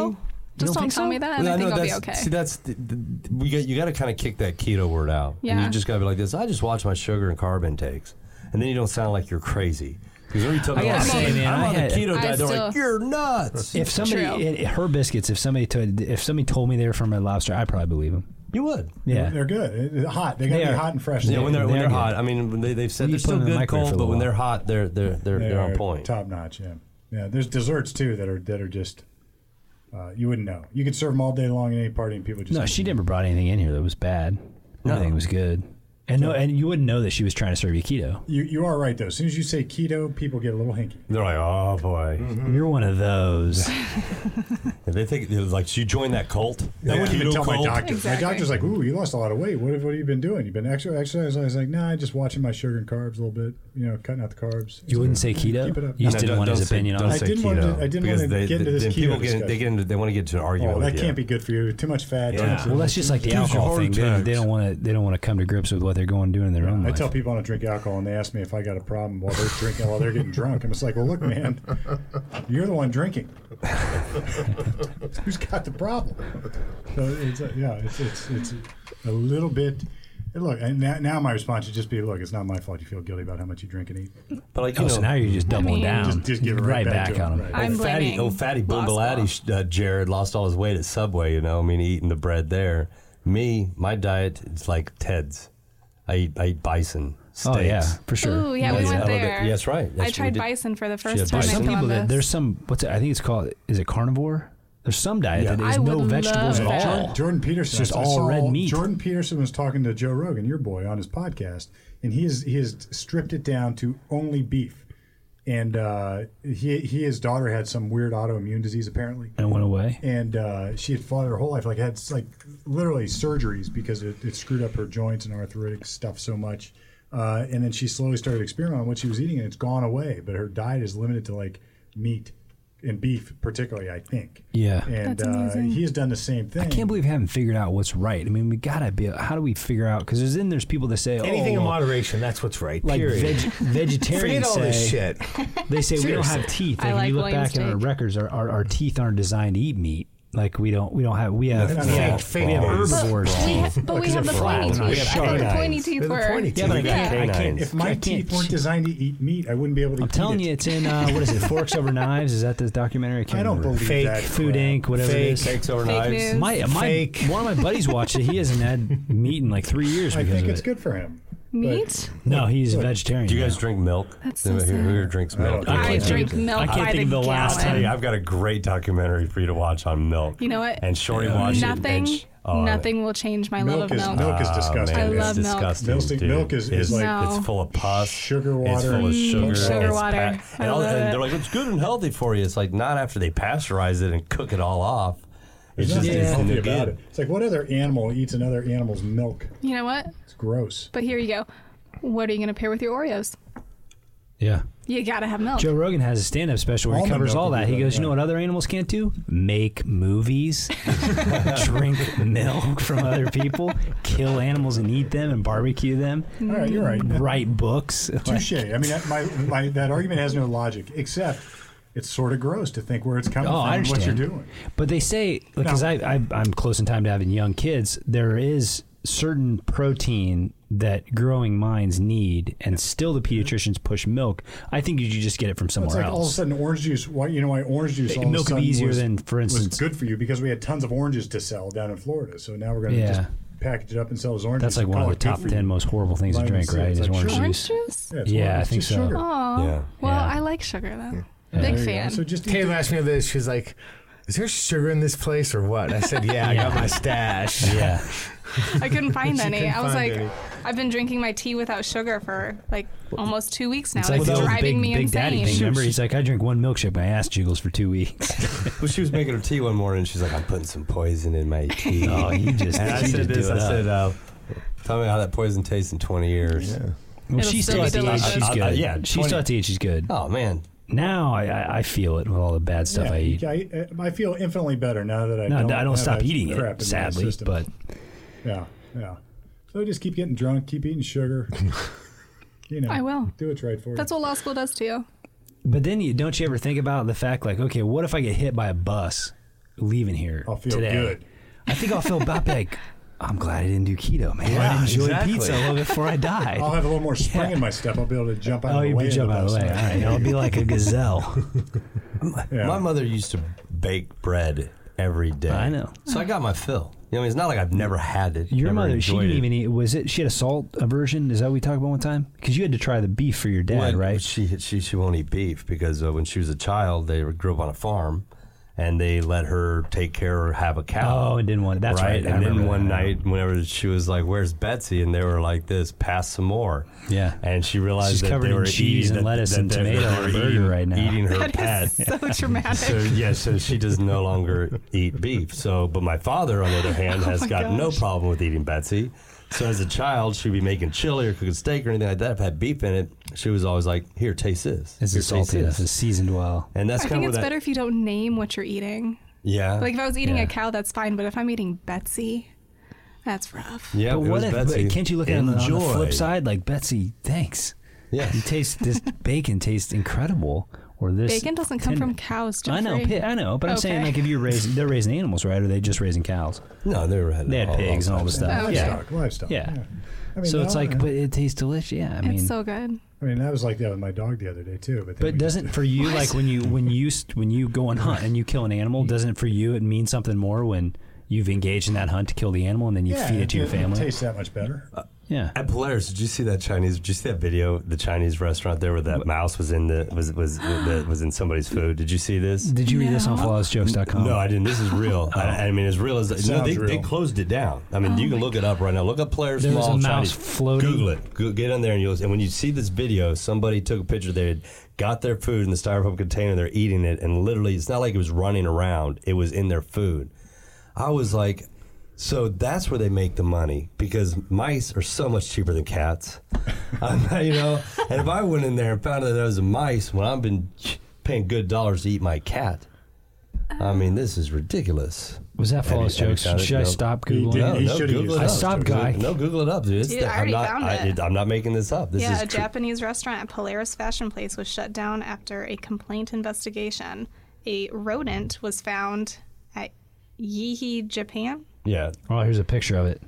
[SPEAKER 2] don't
[SPEAKER 3] Just don't,
[SPEAKER 2] think
[SPEAKER 3] tell
[SPEAKER 2] so?
[SPEAKER 3] me that, and
[SPEAKER 5] Well,
[SPEAKER 3] I think
[SPEAKER 5] know
[SPEAKER 3] I'll be
[SPEAKER 5] that's-
[SPEAKER 3] okay.
[SPEAKER 5] See, that's the, the, we got, you got to kind of kick that keto word out. And
[SPEAKER 3] Yeah.
[SPEAKER 5] you just got to be like this. I just watch my sugar and carb intakes, and then you don't sound like you're crazy. Because when you tell
[SPEAKER 2] I
[SPEAKER 5] me,
[SPEAKER 2] gotta
[SPEAKER 5] I'm,
[SPEAKER 2] say,
[SPEAKER 5] on, the-
[SPEAKER 2] man,
[SPEAKER 5] I'm
[SPEAKER 2] I
[SPEAKER 5] on
[SPEAKER 2] had-
[SPEAKER 5] the keto
[SPEAKER 3] I
[SPEAKER 5] diet, they're like,
[SPEAKER 3] still-
[SPEAKER 5] you're nuts.
[SPEAKER 2] if somebody
[SPEAKER 3] True.
[SPEAKER 2] it- it- her biscuits, if somebody told, if somebody told me they were from Red Lobster, I probably believe them.
[SPEAKER 5] you would.
[SPEAKER 2] Yeah,
[SPEAKER 1] They're good. It- it- Hot. They got
[SPEAKER 2] They
[SPEAKER 1] to be
[SPEAKER 2] are.
[SPEAKER 1] hot and fresh.
[SPEAKER 5] Yeah, when they're, when
[SPEAKER 2] they're
[SPEAKER 5] they're
[SPEAKER 2] good.
[SPEAKER 5] hot, I mean, when they, they've said
[SPEAKER 2] You
[SPEAKER 5] they're
[SPEAKER 2] put them
[SPEAKER 5] still
[SPEAKER 2] in the
[SPEAKER 5] good
[SPEAKER 2] microwave for
[SPEAKER 5] cold,
[SPEAKER 2] a
[SPEAKER 5] but when
[SPEAKER 2] little
[SPEAKER 5] they're hot, they're they're they're,
[SPEAKER 1] They
[SPEAKER 5] they're on
[SPEAKER 1] are
[SPEAKER 5] point.
[SPEAKER 1] Top notch. Yeah. Yeah. There's desserts too that are that are just uh, you wouldn't know. You could serve them all day long at any party and people just
[SPEAKER 2] no, she never brought anything in here that was bad. Everything was good, and no, and you wouldn't know that she was trying to serve you keto.
[SPEAKER 1] You you are right though. As soon as you say keto, people get a little hinky.
[SPEAKER 5] They're like, oh boy.
[SPEAKER 1] Mm-hmm.
[SPEAKER 2] You're one of those.
[SPEAKER 5] And They think they're like, so you join that cult.
[SPEAKER 1] I
[SPEAKER 5] That
[SPEAKER 1] wouldn't even
[SPEAKER 5] keto
[SPEAKER 1] tell my
[SPEAKER 5] cult?
[SPEAKER 1] doctor.
[SPEAKER 3] Exactly.
[SPEAKER 1] My doctor's like, "Ooh, you lost a lot of weight. What have what have you been doing? You've been extra exercising." I was like, "Nah, just watching my sugar and carbs a little bit. You know, cutting out the carbs."
[SPEAKER 2] You wouldn't say keto.
[SPEAKER 1] Keep it up.
[SPEAKER 2] You just
[SPEAKER 5] No,
[SPEAKER 2] didn't
[SPEAKER 5] don't-
[SPEAKER 2] want his
[SPEAKER 5] don't say-
[SPEAKER 2] opinion on
[SPEAKER 5] don't
[SPEAKER 2] it.
[SPEAKER 1] I
[SPEAKER 5] say
[SPEAKER 1] didn't want to-
[SPEAKER 5] keto,
[SPEAKER 1] I didn't
[SPEAKER 5] because
[SPEAKER 1] want to
[SPEAKER 5] they-
[SPEAKER 1] get into
[SPEAKER 5] then
[SPEAKER 1] this keto
[SPEAKER 5] people get, they
[SPEAKER 1] discussion.
[SPEAKER 5] get into they want to get into an argument.
[SPEAKER 1] Oh, that
[SPEAKER 5] with you.
[SPEAKER 1] can't be good for you. Too much fat. too
[SPEAKER 5] Yeah.
[SPEAKER 1] much-
[SPEAKER 2] Well, that's just like the
[SPEAKER 5] Gives you
[SPEAKER 2] alcohol
[SPEAKER 5] heart
[SPEAKER 2] thing. They, they
[SPEAKER 5] attacks.
[SPEAKER 2] don't want to. They don't want to come to grips with what they're going to do in their own
[SPEAKER 1] I
[SPEAKER 2] life.
[SPEAKER 1] tell people I don't drink alcohol, and they ask me if I got a problem while they're drinking, while they're getting drunk. And it's like, well, look, man, you're the one drinking. Who's got the problem? So it's, uh, yeah, it's, it's it's a little bit And look, and now, now my response should just be, look, it's not my fault you feel guilty about how much you drink and eat.
[SPEAKER 5] But like you
[SPEAKER 2] Oh,
[SPEAKER 5] know,
[SPEAKER 2] so now you're just doubling
[SPEAKER 3] mean-
[SPEAKER 2] down.
[SPEAKER 1] Just- just give it right back to
[SPEAKER 2] on
[SPEAKER 1] him,
[SPEAKER 2] him.
[SPEAKER 1] right.
[SPEAKER 3] I'm
[SPEAKER 5] old fatty,
[SPEAKER 3] blaming
[SPEAKER 5] old fatty
[SPEAKER 3] Lost
[SPEAKER 5] Boombalati, sh- uh, Jared lost all his weight at Subway. You know, I mean, eating the bread there. Me, my diet is like Ted's. I eat, I eat bison steaks.
[SPEAKER 2] Oh yeah, for sure.
[SPEAKER 3] Ooh, yeah, we
[SPEAKER 5] Yeah, I
[SPEAKER 3] went
[SPEAKER 5] love it.
[SPEAKER 3] there.
[SPEAKER 5] Yeah, that's right. That's
[SPEAKER 3] I
[SPEAKER 5] what we
[SPEAKER 3] tried
[SPEAKER 5] did.
[SPEAKER 3] bison for the
[SPEAKER 5] had
[SPEAKER 3] first time
[SPEAKER 2] There's
[SPEAKER 5] bison.
[SPEAKER 3] in
[SPEAKER 2] some people that
[SPEAKER 3] Columbus.
[SPEAKER 2] there's some what's it, I think it's called is it carnivore? There's some diet
[SPEAKER 5] Yeah.
[SPEAKER 2] that is
[SPEAKER 3] I
[SPEAKER 2] no
[SPEAKER 3] would
[SPEAKER 2] vegetables
[SPEAKER 3] love
[SPEAKER 2] at
[SPEAKER 3] that.
[SPEAKER 2] all.
[SPEAKER 1] Jordan Peterson.
[SPEAKER 2] It's just
[SPEAKER 1] I
[SPEAKER 2] all
[SPEAKER 1] saw-
[SPEAKER 2] red meat.
[SPEAKER 1] Jordan Peterson was talking to Joe Rogan, your boy, on his podcast, and he is he has stripped it down to only beef. And uh, he he his daughter had some weird autoimmune disease apparently,
[SPEAKER 2] And it went away.
[SPEAKER 1] and uh, she had fought her whole life. Like had like literally surgeries because it, it screwed up her joints and arthritic stuff so much. Uh, and then she slowly started experimenting on what she was eating, and it's gone away. But her diet is limited to like meat and beef, particularly, I think.
[SPEAKER 2] Yeah.
[SPEAKER 1] and
[SPEAKER 3] That's
[SPEAKER 1] uh,
[SPEAKER 3] amazing.
[SPEAKER 1] he has done the same thing.
[SPEAKER 2] I can't believe we haven't figured out what's right. I mean, we gotta be. How do we figure out? Because then there's people that say
[SPEAKER 4] Anything
[SPEAKER 2] oh,
[SPEAKER 4] in
[SPEAKER 2] well,
[SPEAKER 4] moderation, that's what's right.
[SPEAKER 2] like
[SPEAKER 4] period.
[SPEAKER 2] veg,
[SPEAKER 4] (laughs) Forget
[SPEAKER 2] vegetarians
[SPEAKER 4] all this
[SPEAKER 2] say
[SPEAKER 4] shit.
[SPEAKER 2] they say we don't have teeth.
[SPEAKER 3] I
[SPEAKER 2] Like,
[SPEAKER 3] like
[SPEAKER 2] we look
[SPEAKER 3] William's
[SPEAKER 2] back at our
[SPEAKER 3] steak.
[SPEAKER 2] records, our, our, our teeth aren't designed to eat meat. Like we don't we don't have we have
[SPEAKER 1] That's
[SPEAKER 2] we
[SPEAKER 1] not
[SPEAKER 2] have,
[SPEAKER 4] fake-
[SPEAKER 2] we have
[SPEAKER 4] fake news.
[SPEAKER 2] herbivores.
[SPEAKER 3] But we, ha- but we
[SPEAKER 2] Because
[SPEAKER 3] have the
[SPEAKER 2] they're flat,
[SPEAKER 3] pointy teeth.
[SPEAKER 2] they're
[SPEAKER 3] I thought the
[SPEAKER 5] sharp.
[SPEAKER 3] pointy teeth
[SPEAKER 4] They're the
[SPEAKER 3] were.
[SPEAKER 4] pointy
[SPEAKER 2] Yeah, but I
[SPEAKER 5] We
[SPEAKER 2] can't.
[SPEAKER 5] got
[SPEAKER 2] I can't.
[SPEAKER 5] canines.
[SPEAKER 1] If my
[SPEAKER 2] I can't
[SPEAKER 1] teeth weren't
[SPEAKER 2] chew-
[SPEAKER 1] designed to eat meat, I wouldn't be able to.
[SPEAKER 2] I'm
[SPEAKER 1] eat
[SPEAKER 2] telling
[SPEAKER 1] it.
[SPEAKER 2] you, it's in uh, what is it? Forks over knives? Is that this documentary? can't
[SPEAKER 1] I don't
[SPEAKER 2] remember.
[SPEAKER 1] believe
[SPEAKER 4] Fake
[SPEAKER 1] that.
[SPEAKER 2] Food
[SPEAKER 1] crap.
[SPEAKER 2] Inc. Whatever it
[SPEAKER 4] Fake.
[SPEAKER 2] is.
[SPEAKER 5] Steaks over
[SPEAKER 3] Fake
[SPEAKER 5] knives.
[SPEAKER 3] news.
[SPEAKER 2] My, my
[SPEAKER 4] Fake.
[SPEAKER 2] one of my buddies watched it. He hasn't had meat in like three years.
[SPEAKER 1] I
[SPEAKER 2] because
[SPEAKER 1] think
[SPEAKER 2] of
[SPEAKER 1] it's
[SPEAKER 2] it.
[SPEAKER 1] good for him.
[SPEAKER 3] Meat?
[SPEAKER 2] No, he's a vegetarian.
[SPEAKER 5] Do you guys
[SPEAKER 2] now.
[SPEAKER 5] drink milk?
[SPEAKER 3] That's so
[SPEAKER 5] Who-
[SPEAKER 3] sad.
[SPEAKER 5] Who drinks milk?
[SPEAKER 1] I
[SPEAKER 3] I,
[SPEAKER 2] can't
[SPEAKER 3] drink
[SPEAKER 2] think of-
[SPEAKER 3] milk
[SPEAKER 2] I can't
[SPEAKER 3] by
[SPEAKER 2] think of the last
[SPEAKER 3] gallon.
[SPEAKER 5] Hey, I've got a great documentary for you to watch on milk.
[SPEAKER 3] You know what?
[SPEAKER 5] And Shorty watched it.
[SPEAKER 3] Nothing,
[SPEAKER 5] and sh- oh,
[SPEAKER 3] nothing will change my love
[SPEAKER 1] Milk
[SPEAKER 3] of
[SPEAKER 1] is
[SPEAKER 3] milk.
[SPEAKER 1] milk is
[SPEAKER 5] Oh,
[SPEAKER 1] disgusting.
[SPEAKER 5] man,
[SPEAKER 3] I love
[SPEAKER 5] it's
[SPEAKER 3] milk.
[SPEAKER 5] disgusting,
[SPEAKER 1] Milk is-
[SPEAKER 5] dude.
[SPEAKER 1] milk is- is
[SPEAKER 5] It's-
[SPEAKER 1] like-
[SPEAKER 3] No.
[SPEAKER 5] it's full of pus,
[SPEAKER 1] Sugar
[SPEAKER 5] it's
[SPEAKER 1] water.
[SPEAKER 5] full of
[SPEAKER 1] Mm,
[SPEAKER 5] sugar,
[SPEAKER 3] sugar
[SPEAKER 5] it's
[SPEAKER 3] water.
[SPEAKER 5] pa-
[SPEAKER 3] I
[SPEAKER 5] and, all-
[SPEAKER 3] love
[SPEAKER 5] and
[SPEAKER 3] it.
[SPEAKER 5] they're like, it's good and healthy for you. It's like not after they pasteurize it and cook it all off. It's
[SPEAKER 1] There's
[SPEAKER 5] just
[SPEAKER 1] nothing
[SPEAKER 5] it's
[SPEAKER 1] healthy
[SPEAKER 5] no
[SPEAKER 1] about it.
[SPEAKER 5] good.
[SPEAKER 1] It's like what other animal eats another animal's milk?
[SPEAKER 3] You know what?
[SPEAKER 1] It's gross.
[SPEAKER 3] But here you go. What are you going to pair with your Oreos?
[SPEAKER 2] Yeah.
[SPEAKER 3] You got to have milk.
[SPEAKER 2] Joe Rogan has a stand-up special where he
[SPEAKER 1] Almond
[SPEAKER 2] covers
[SPEAKER 1] milk
[SPEAKER 2] all
[SPEAKER 1] would
[SPEAKER 2] that.
[SPEAKER 1] be
[SPEAKER 2] He
[SPEAKER 1] good,
[SPEAKER 2] goes, "You know
[SPEAKER 1] yeah.
[SPEAKER 2] what other animals can't do? Make
[SPEAKER 1] (laughs)
[SPEAKER 2] movies, drink milk from other people, kill animals and eat them and barbecue them,
[SPEAKER 3] Mm-hmm.
[SPEAKER 1] All right, you're right.
[SPEAKER 2] write books."
[SPEAKER 1] Touche. I mean, that, my, my, that argument has no logic, except it's sort of gross to think where it's coming
[SPEAKER 2] Oh,
[SPEAKER 1] from
[SPEAKER 2] I
[SPEAKER 1] and what
[SPEAKER 2] understand.
[SPEAKER 1] you're doing.
[SPEAKER 2] But they say because
[SPEAKER 1] No.
[SPEAKER 2] I, I I'm close in time to having young kids, there is certain protein that growing minds need, and still the pediatricians push milk. I think you should just get it from somewhere
[SPEAKER 1] It's like all of a
[SPEAKER 2] else.
[SPEAKER 1] sudden orange juice. Why you know why orange juice? All of a
[SPEAKER 2] Milk would be
[SPEAKER 1] sudden
[SPEAKER 2] easier
[SPEAKER 1] was-
[SPEAKER 2] than, for instance-
[SPEAKER 1] was good for you because we had tons of oranges to sell down in Florida. So now we're going to
[SPEAKER 2] Yeah.
[SPEAKER 1] just package it up and sell as oranges.
[SPEAKER 2] That's like one of the top ten most horrible things to
[SPEAKER 1] Vitamin
[SPEAKER 2] drink,
[SPEAKER 1] C,
[SPEAKER 2] right?
[SPEAKER 1] it's
[SPEAKER 2] Is
[SPEAKER 1] like
[SPEAKER 2] orange
[SPEAKER 1] sugar.
[SPEAKER 3] Orange
[SPEAKER 2] juice.
[SPEAKER 3] juice?
[SPEAKER 1] Yeah, it's
[SPEAKER 2] Yeah,
[SPEAKER 1] orange,
[SPEAKER 2] I
[SPEAKER 1] it's
[SPEAKER 2] think
[SPEAKER 1] just
[SPEAKER 2] so.
[SPEAKER 1] Sugar.
[SPEAKER 3] Oh,
[SPEAKER 5] Yeah.
[SPEAKER 3] well,
[SPEAKER 2] Yeah.
[SPEAKER 3] I like sugar though.
[SPEAKER 1] There
[SPEAKER 3] Big
[SPEAKER 1] you go.
[SPEAKER 3] fan.
[SPEAKER 1] So just eat
[SPEAKER 4] Taylor asked me this. She's like, "Is there sugar in this place or what?" I said, "Yeah, I got my stash."
[SPEAKER 2] (laughs) Yeah,
[SPEAKER 3] I couldn't find
[SPEAKER 4] She
[SPEAKER 3] any.
[SPEAKER 4] couldn't
[SPEAKER 3] I was
[SPEAKER 4] find
[SPEAKER 3] like,
[SPEAKER 4] any.
[SPEAKER 3] I've been drinking my tea without sugar for like almost two weeks now.
[SPEAKER 2] it's
[SPEAKER 3] It's,
[SPEAKER 2] like the old
[SPEAKER 3] driving
[SPEAKER 2] big,
[SPEAKER 3] me
[SPEAKER 2] big
[SPEAKER 3] insane.
[SPEAKER 2] daddy thing. Remember, he's like, I drink one milkshake, my ass jiggles for two weeks. (laughs)
[SPEAKER 5] Well, she was making her tea one morning. and She's like, I'm putting some poison in my (laughs) tea.
[SPEAKER 2] Oh, you just,
[SPEAKER 5] and I
[SPEAKER 2] you
[SPEAKER 5] said
[SPEAKER 2] just
[SPEAKER 5] this.
[SPEAKER 2] do
[SPEAKER 5] I
[SPEAKER 2] it up.
[SPEAKER 5] said, uh, tell me how that poison tastes in 20 years.
[SPEAKER 2] well,
[SPEAKER 3] It'll
[SPEAKER 2] she's
[SPEAKER 3] still
[SPEAKER 2] still
[SPEAKER 3] be
[SPEAKER 2] at the age
[SPEAKER 3] delicious.
[SPEAKER 2] she's
[SPEAKER 5] I- I-
[SPEAKER 1] Uh,
[SPEAKER 2] good.
[SPEAKER 5] yeah,
[SPEAKER 2] she's still
[SPEAKER 5] 20.
[SPEAKER 2] at the age she's good.
[SPEAKER 5] Oh man,
[SPEAKER 2] Now I, I, I feel it with all the bad stuff
[SPEAKER 1] Yeah,
[SPEAKER 2] I eat.
[SPEAKER 1] I, uh, I feel infinitely better now that I
[SPEAKER 2] No,
[SPEAKER 1] don't.
[SPEAKER 2] I don't
[SPEAKER 1] have
[SPEAKER 2] stop
[SPEAKER 1] that
[SPEAKER 2] eating
[SPEAKER 1] crap in
[SPEAKER 2] it,
[SPEAKER 1] my
[SPEAKER 2] sadly.
[SPEAKER 1] system.
[SPEAKER 2] But
[SPEAKER 1] yeah, yeah. So just keep getting drunk, keep eating
[SPEAKER 2] (laughs)
[SPEAKER 1] sugar. you know,
[SPEAKER 3] I will.
[SPEAKER 1] do what's right for
[SPEAKER 3] That's
[SPEAKER 1] you.
[SPEAKER 3] what law school does to you. (laughs)
[SPEAKER 2] but then you don't you ever think about the fact like, okay, what if I get hit by a bus leaving here
[SPEAKER 1] I'll feel
[SPEAKER 2] today?
[SPEAKER 1] good.
[SPEAKER 2] I think I'll feel about like I'm glad I didn't do keto, man. I
[SPEAKER 5] Yeah,
[SPEAKER 2] enjoyed
[SPEAKER 5] exactly.
[SPEAKER 2] pizza a little before I died.
[SPEAKER 1] I'll have a little more spring in my step. I'll be able to jump out
[SPEAKER 2] oh,
[SPEAKER 1] of the
[SPEAKER 2] you'd
[SPEAKER 1] way.
[SPEAKER 2] be
[SPEAKER 1] of the
[SPEAKER 2] jumping out of the
[SPEAKER 1] bus.
[SPEAKER 2] way. All right, I'll be like a gazelle.
[SPEAKER 1] Yeah.
[SPEAKER 5] my mother used to bake bread every day.
[SPEAKER 2] I know.
[SPEAKER 5] So (laughs) I got my fill. You know, I mean, it's not like I've never had it.
[SPEAKER 2] Your
[SPEAKER 5] never
[SPEAKER 2] mother, she
[SPEAKER 5] enjoyed
[SPEAKER 2] didn't
[SPEAKER 5] it.
[SPEAKER 2] even eat. Was it? She had a salt aversion. Is that what we talked about one time? Because you had to try the beef for your dad,
[SPEAKER 5] Well,
[SPEAKER 2] right?
[SPEAKER 5] She she she won't eat beef because uh, when she was a child, they grew up on a farm, and they let her take care or have a cow.
[SPEAKER 2] Oh, and didn't want. That's right. I
[SPEAKER 5] And then
[SPEAKER 2] remember that
[SPEAKER 5] one
[SPEAKER 2] now.
[SPEAKER 5] night, whenever she was like, "Where's Betsy?" and they were like, "This, pass some more."
[SPEAKER 2] Yeah.
[SPEAKER 5] And she realized
[SPEAKER 2] She's
[SPEAKER 5] that
[SPEAKER 2] covered
[SPEAKER 5] they
[SPEAKER 2] in
[SPEAKER 5] were
[SPEAKER 2] cheese
[SPEAKER 5] eating,
[SPEAKER 2] and
[SPEAKER 5] that-
[SPEAKER 2] lettuce
[SPEAKER 5] that
[SPEAKER 2] and
[SPEAKER 5] they- that
[SPEAKER 2] tomato
[SPEAKER 5] they were
[SPEAKER 2] and burger
[SPEAKER 5] eating-
[SPEAKER 2] right now.
[SPEAKER 5] Eating
[SPEAKER 3] (laughs)
[SPEAKER 5] her
[SPEAKER 3] That
[SPEAKER 5] pet.
[SPEAKER 3] is so dramatic. (laughs)
[SPEAKER 5] So yeah, so she does no longer eat beef. So, but my father, on the
[SPEAKER 3] (laughs)
[SPEAKER 5] other hand, has
[SPEAKER 3] Oh my
[SPEAKER 5] got no
[SPEAKER 3] gosh.
[SPEAKER 5] problem with eating Betsy. So as a child, she'd be making chili or cooking steak or anything like that. If it had beef in it, she was always like, "Here, taste this.
[SPEAKER 2] This
[SPEAKER 5] Here,
[SPEAKER 2] is salty.
[SPEAKER 5] taste
[SPEAKER 2] This is seasoned well.
[SPEAKER 5] And
[SPEAKER 3] I
[SPEAKER 5] that's kind
[SPEAKER 3] think
[SPEAKER 5] of
[SPEAKER 3] it's
[SPEAKER 5] that.
[SPEAKER 3] better if you don't name what you're eating.
[SPEAKER 5] Yeah.
[SPEAKER 3] Like if I was eating
[SPEAKER 2] Yeah.
[SPEAKER 3] a cow, that's fine. But if I'm eating Betsy, that's rough.
[SPEAKER 5] yeah.
[SPEAKER 2] but
[SPEAKER 5] it
[SPEAKER 2] what
[SPEAKER 5] was
[SPEAKER 2] if?
[SPEAKER 5] Betsy.
[SPEAKER 2] But can't you look at it on the, on the
[SPEAKER 5] Enjoy.
[SPEAKER 2] flip side? Like Betsy, thanks.
[SPEAKER 5] Yeah. (laughs)
[SPEAKER 2] You taste this bacon tastes incredible. or this
[SPEAKER 3] Bacon doesn't come
[SPEAKER 2] tender.
[SPEAKER 3] from cows,
[SPEAKER 2] (laughs) I know,
[SPEAKER 3] Jeffrey.
[SPEAKER 2] pi- I know, but I'm saying
[SPEAKER 3] Okay.
[SPEAKER 2] like if you're raising, they're raising animals, right? Or are they just raising cows?
[SPEAKER 5] No, they were
[SPEAKER 2] They had pigs and all this stuff.
[SPEAKER 3] Oh, okay.
[SPEAKER 2] Yeah.
[SPEAKER 1] livestock, livestock.
[SPEAKER 2] Yeah.
[SPEAKER 1] I mean,
[SPEAKER 2] so it's
[SPEAKER 1] no,
[SPEAKER 2] like,
[SPEAKER 1] I-
[SPEAKER 2] but it tastes delicious. Yeah, I mean,
[SPEAKER 3] it's so good.
[SPEAKER 1] I mean, that was like that with my dog the other day too. But, then
[SPEAKER 2] But
[SPEAKER 1] we just-
[SPEAKER 2] doesn't for you like when you when you st- when you go
[SPEAKER 1] (laughs)
[SPEAKER 2] on hunt and you kill an animal? Doesn't for you it mean something more when you've engaged in that hunt to kill the animal and then you
[SPEAKER 1] Yeah,
[SPEAKER 2] feed it to your
[SPEAKER 1] It
[SPEAKER 2] family? Uh,
[SPEAKER 1] tastes that much better.
[SPEAKER 2] Yeah,
[SPEAKER 5] At Polaris, did you see that Chinese? Did you see that video? The Chinese restaurant there, where that mouse was in the was was that was in somebody's food. Did you see this?
[SPEAKER 2] Did you read this on
[SPEAKER 3] No.
[SPEAKER 2] flawlessjokes.com?
[SPEAKER 5] No, I didn't. This is real. I, I mean, as real as no,
[SPEAKER 1] Sounds
[SPEAKER 5] they, they
[SPEAKER 1] real.
[SPEAKER 5] closed it down. I mean, you can look it up right now. Look up Polaris
[SPEAKER 2] There was
[SPEAKER 5] Mall.
[SPEAKER 2] a mouse
[SPEAKER 5] Chinese.
[SPEAKER 2] floating.
[SPEAKER 5] Google it. Go, get on there and you'll. And when you see this video, somebody took a picture. They had got their food in the styrofoam container. They're eating it, and literally, it's not like it was running around. It was in their food. I was like, so that's where they make the money because mice are so much cheaper than cats. (laughs) I'm, you know, and if I went in there and found out that there was a mice when I've been paying good dollars to eat my cat, I mean, this is ridiculous.
[SPEAKER 2] Was that
[SPEAKER 5] Have you-
[SPEAKER 2] flawless
[SPEAKER 5] have you
[SPEAKER 2] jokes?
[SPEAKER 5] found it?
[SPEAKER 2] Should I
[SPEAKER 5] No.
[SPEAKER 2] stop
[SPEAKER 1] He
[SPEAKER 2] googling?
[SPEAKER 1] didn't.
[SPEAKER 5] No,
[SPEAKER 1] He
[SPEAKER 5] no,
[SPEAKER 1] should've
[SPEAKER 5] Google
[SPEAKER 1] used
[SPEAKER 5] it
[SPEAKER 2] I
[SPEAKER 5] up.
[SPEAKER 2] stopped,
[SPEAKER 5] Google
[SPEAKER 2] guy.
[SPEAKER 5] it- No, Google it up. Dude. It's
[SPEAKER 3] Dude,
[SPEAKER 5] the-
[SPEAKER 3] I
[SPEAKER 5] I'm
[SPEAKER 3] already
[SPEAKER 5] not.
[SPEAKER 3] found
[SPEAKER 5] I,
[SPEAKER 3] it.
[SPEAKER 5] I'm not making this up. This
[SPEAKER 3] yeah,
[SPEAKER 5] is
[SPEAKER 3] a
[SPEAKER 5] tr-
[SPEAKER 3] Japanese restaurant at Polaris Fashion Place was shut down after a complaint investigation. A rodent was found at Yeehee, Japan.
[SPEAKER 5] yeah,
[SPEAKER 2] Oh, here's a picture of it.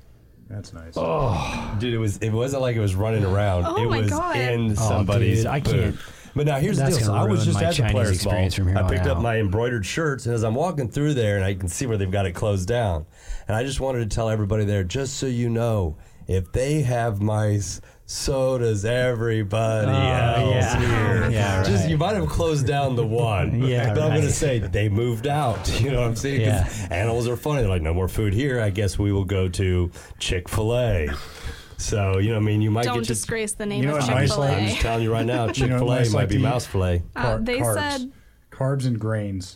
[SPEAKER 1] That's nice.
[SPEAKER 2] oh.
[SPEAKER 5] dude. It was. It wasn't like it
[SPEAKER 3] (gasps)
[SPEAKER 5] was running around.
[SPEAKER 3] Oh
[SPEAKER 5] it
[SPEAKER 3] my
[SPEAKER 5] was
[SPEAKER 3] God.
[SPEAKER 5] in
[SPEAKER 2] Oh,
[SPEAKER 5] somebody's.
[SPEAKER 2] dude, I
[SPEAKER 5] food.
[SPEAKER 2] can't-
[SPEAKER 5] But now here's the
[SPEAKER 2] That's
[SPEAKER 5] deal. So
[SPEAKER 2] gonna
[SPEAKER 5] I was
[SPEAKER 2] ruin
[SPEAKER 5] just
[SPEAKER 2] my
[SPEAKER 5] at the
[SPEAKER 2] Chinese
[SPEAKER 5] Polaris Mall.
[SPEAKER 2] experience from here
[SPEAKER 5] I
[SPEAKER 2] on
[SPEAKER 5] picked up
[SPEAKER 2] out.
[SPEAKER 5] my embroidered shirts, and as I'm walking through there, and I can see where they've got it closed down. And I just wanted to tell everybody there, just so you know, if they have mice. So does everybody else
[SPEAKER 2] Oh, yeah. (laughs)
[SPEAKER 5] here.
[SPEAKER 2] Yeah, right.
[SPEAKER 5] Just you might have closed down the one.
[SPEAKER 2] (laughs) Yeah,
[SPEAKER 5] But I'm
[SPEAKER 2] right.
[SPEAKER 5] gonna say they moved out. (laughs) You know what I'm saying? 'Cause
[SPEAKER 2] Yeah.
[SPEAKER 5] animals are funny. They're like, no more food here. I guess we will go to Chick Fil A. So you know, what I mean, you might
[SPEAKER 3] Don't
[SPEAKER 5] get your.
[SPEAKER 3] disgrace the name
[SPEAKER 1] You know
[SPEAKER 3] of
[SPEAKER 1] what my
[SPEAKER 3] Chick Fil
[SPEAKER 5] I'm
[SPEAKER 1] slang
[SPEAKER 3] A.
[SPEAKER 5] just telling you right now, Chick Fil A
[SPEAKER 1] mice
[SPEAKER 5] might
[SPEAKER 1] like
[SPEAKER 5] be
[SPEAKER 1] to eat-
[SPEAKER 5] mouse fillet.
[SPEAKER 1] Car-
[SPEAKER 3] Uh, they
[SPEAKER 1] carbs.
[SPEAKER 3] said-
[SPEAKER 1] carbs and grains.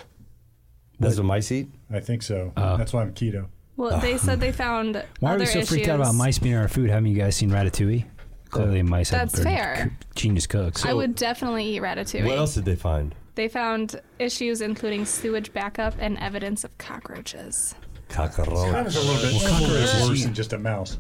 [SPEAKER 5] That's what mice eat.
[SPEAKER 1] I think so.
[SPEAKER 2] Uh.
[SPEAKER 1] That's why I'm keto.
[SPEAKER 3] (laughs)
[SPEAKER 2] (sighs)
[SPEAKER 3] Well, they said they found
[SPEAKER 2] Why are
[SPEAKER 3] other
[SPEAKER 2] we so freaked out
[SPEAKER 3] issues.
[SPEAKER 2] about mice being in our food? Haven't you guys seen Ratatouille? Clearly, mice have-
[SPEAKER 3] That's
[SPEAKER 2] are
[SPEAKER 3] fair.
[SPEAKER 2] c- genius cooks.
[SPEAKER 3] I would definitely eat ratatouille.
[SPEAKER 5] What else did they find?
[SPEAKER 3] They found issues including sewage backup and evidence of cockroaches.
[SPEAKER 1] That was a
[SPEAKER 5] Cockroach.
[SPEAKER 1] little bit
[SPEAKER 2] cockroaches
[SPEAKER 1] worse
[SPEAKER 2] eat-
[SPEAKER 1] than just a mouse.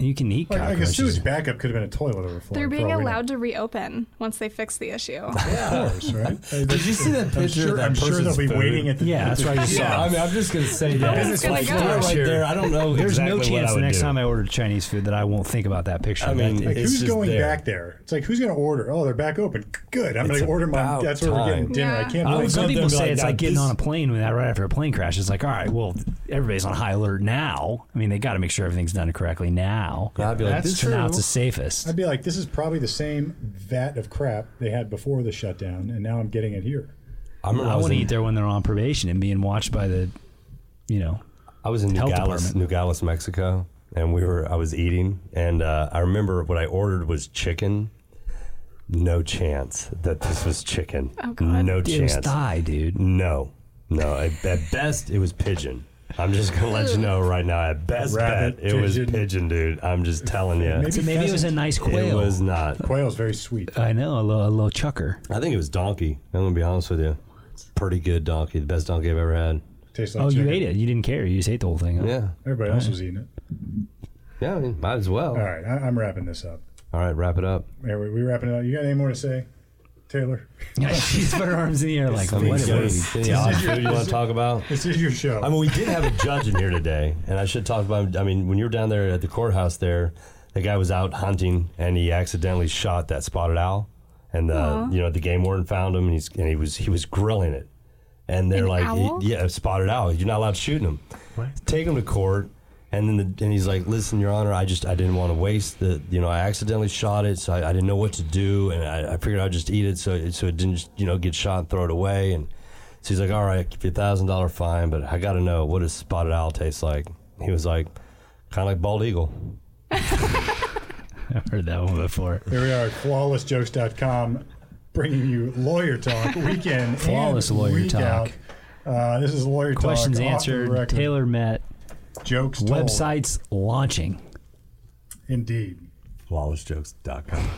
[SPEAKER 2] you can eat
[SPEAKER 1] Like, like a
[SPEAKER 2] cockroaches.
[SPEAKER 1] sewage backup could have been a toilet overflow.
[SPEAKER 3] They're being
[SPEAKER 1] for all we know.
[SPEAKER 3] allowed to reopen once they fix the issue.
[SPEAKER 1] Of course, right?
[SPEAKER 5] Did you see that
[SPEAKER 1] I'm
[SPEAKER 5] picture?
[SPEAKER 1] sure,
[SPEAKER 5] of that
[SPEAKER 1] I'm sure they'll
[SPEAKER 5] person's
[SPEAKER 1] be
[SPEAKER 5] food?
[SPEAKER 1] waiting at the.
[SPEAKER 2] yeah,
[SPEAKER 1] (laughs)
[SPEAKER 2] that's what I just
[SPEAKER 5] Yeah,
[SPEAKER 2] saw.
[SPEAKER 5] I mean, I'm just gonna say that.
[SPEAKER 3] It's gonna
[SPEAKER 5] like
[SPEAKER 3] go.
[SPEAKER 5] that right
[SPEAKER 2] Sure.
[SPEAKER 5] there. I don't know.
[SPEAKER 2] There's
[SPEAKER 5] exactly
[SPEAKER 2] no
[SPEAKER 5] what
[SPEAKER 2] chance
[SPEAKER 5] I
[SPEAKER 2] the
[SPEAKER 5] would
[SPEAKER 2] next
[SPEAKER 5] do.
[SPEAKER 2] time I order Chinese food that I won't think about that picture.
[SPEAKER 5] I mean,
[SPEAKER 2] That-
[SPEAKER 1] Like,
[SPEAKER 5] it's
[SPEAKER 1] who's
[SPEAKER 5] just
[SPEAKER 1] going
[SPEAKER 5] there.
[SPEAKER 1] back there? It's like who's going to order? Oh, they're back open. Good. I'm going
[SPEAKER 5] It's
[SPEAKER 1] to order my.
[SPEAKER 5] about
[SPEAKER 1] That's where we're
[SPEAKER 5] time.
[SPEAKER 1] getting dinner.
[SPEAKER 3] Yeah.
[SPEAKER 1] I can't
[SPEAKER 5] I
[SPEAKER 1] believe
[SPEAKER 5] would
[SPEAKER 2] some
[SPEAKER 5] Something
[SPEAKER 2] people
[SPEAKER 5] be
[SPEAKER 2] say
[SPEAKER 5] like,
[SPEAKER 2] it's
[SPEAKER 5] "Now
[SPEAKER 2] like getting
[SPEAKER 5] this-
[SPEAKER 2] on a plane when that right after a plane crash. It's like, all right, well, everybody's on high alert now. I mean, they got to make sure everything's done correctly now.
[SPEAKER 5] Yeah, I'd be like,
[SPEAKER 4] That's
[SPEAKER 5] this
[SPEAKER 2] so now
[SPEAKER 4] true.
[SPEAKER 2] it's the safest.
[SPEAKER 1] I'd be like, this is probably the same vat of crap they had before the shutdown, and now I'm getting it here.
[SPEAKER 5] I remember
[SPEAKER 2] I
[SPEAKER 5] I was
[SPEAKER 2] want to
[SPEAKER 5] in
[SPEAKER 2] eat there when they're on probation and being watched by the, you know,
[SPEAKER 5] I was in
[SPEAKER 2] Health
[SPEAKER 5] Nogales,
[SPEAKER 2] department.
[SPEAKER 5] Nogales, Mexico, and we were. I was eating, and uh, I remember what I ordered was chicken. No chance that this was chicken.
[SPEAKER 3] Oh, God.
[SPEAKER 5] No
[SPEAKER 2] it was
[SPEAKER 5] chance.
[SPEAKER 2] thigh, dude.
[SPEAKER 5] No, no. At, at best, it was pigeon. I'm just gonna let you know right now. At best,
[SPEAKER 1] Rabbit,
[SPEAKER 5] bet, it was
[SPEAKER 1] pigeon.
[SPEAKER 5] pigeon, dude. I'm just telling you.
[SPEAKER 1] Maybe
[SPEAKER 2] So maybe it was a
[SPEAKER 1] pheasant.
[SPEAKER 2] nice quail.
[SPEAKER 5] it was not.
[SPEAKER 1] Quail's very sweet.
[SPEAKER 2] I know a little, a little chucker.
[SPEAKER 5] I think it was donkey. I'm gonna be honest with you. Pretty good donkey. The best donkey I've ever had.
[SPEAKER 1] Tastes like
[SPEAKER 2] Oh, you
[SPEAKER 1] chicken.
[SPEAKER 2] ate it. You didn't care. You just ate the whole thing. (laughs) Huh?
[SPEAKER 5] Yeah.
[SPEAKER 1] Everybody else was eating it.
[SPEAKER 5] Yeah. I mean, might as well.
[SPEAKER 1] All right, I, I'm wrapping this up.
[SPEAKER 5] All right. Wrap it up.
[SPEAKER 1] Are we, we wrapping it up? You got any more to say, Taylor? (laughs)
[SPEAKER 2] Yeah, she's put her arms in the air like, what, what,
[SPEAKER 5] Any-
[SPEAKER 2] are we-
[SPEAKER 5] any odd food (laughs) you want to talk about?
[SPEAKER 1] This is your show.
[SPEAKER 5] I mean, we did have a judge in here today, and I should talk about. I mean, when you were down there at the courthouse, there, the guy was out hunting, and he accidentally shot that spotted owl, and the you know the game warden found him, and he's and he was he was grilling it, and they're
[SPEAKER 3] An
[SPEAKER 5] like,
[SPEAKER 3] owl?
[SPEAKER 5] yeah, spotted owl. You're not allowed shooting him. Take him to court. And then the, and he's like, "Listen, Your Honor, I just I didn't want to waste the you know I accidentally shot it, so I, I didn't know what to do, and I, I figured I'd just eat it, so it, so it didn't you know get shot and throw it away." And so he's like, "All right, give you a thousand dollar fine, but I got to know what does spotted owl taste like?" He was like, "Kind of like bald eagle."
[SPEAKER 2] I've heard that one before.
[SPEAKER 1] Here we are at flawlessjokes.com bringing you lawyer
[SPEAKER 2] (laughs)
[SPEAKER 1] talk weekend.
[SPEAKER 2] Flawless
[SPEAKER 1] and
[SPEAKER 2] lawyer
[SPEAKER 1] week
[SPEAKER 2] talk.
[SPEAKER 1] out. Uh, this is lawyer
[SPEAKER 2] Questions
[SPEAKER 1] talk. off the
[SPEAKER 2] answered.
[SPEAKER 1] record,
[SPEAKER 2] Taylor met.
[SPEAKER 1] jokes told.
[SPEAKER 2] Websites launching.
[SPEAKER 1] Indeed.
[SPEAKER 5] Flawlessjokes.com.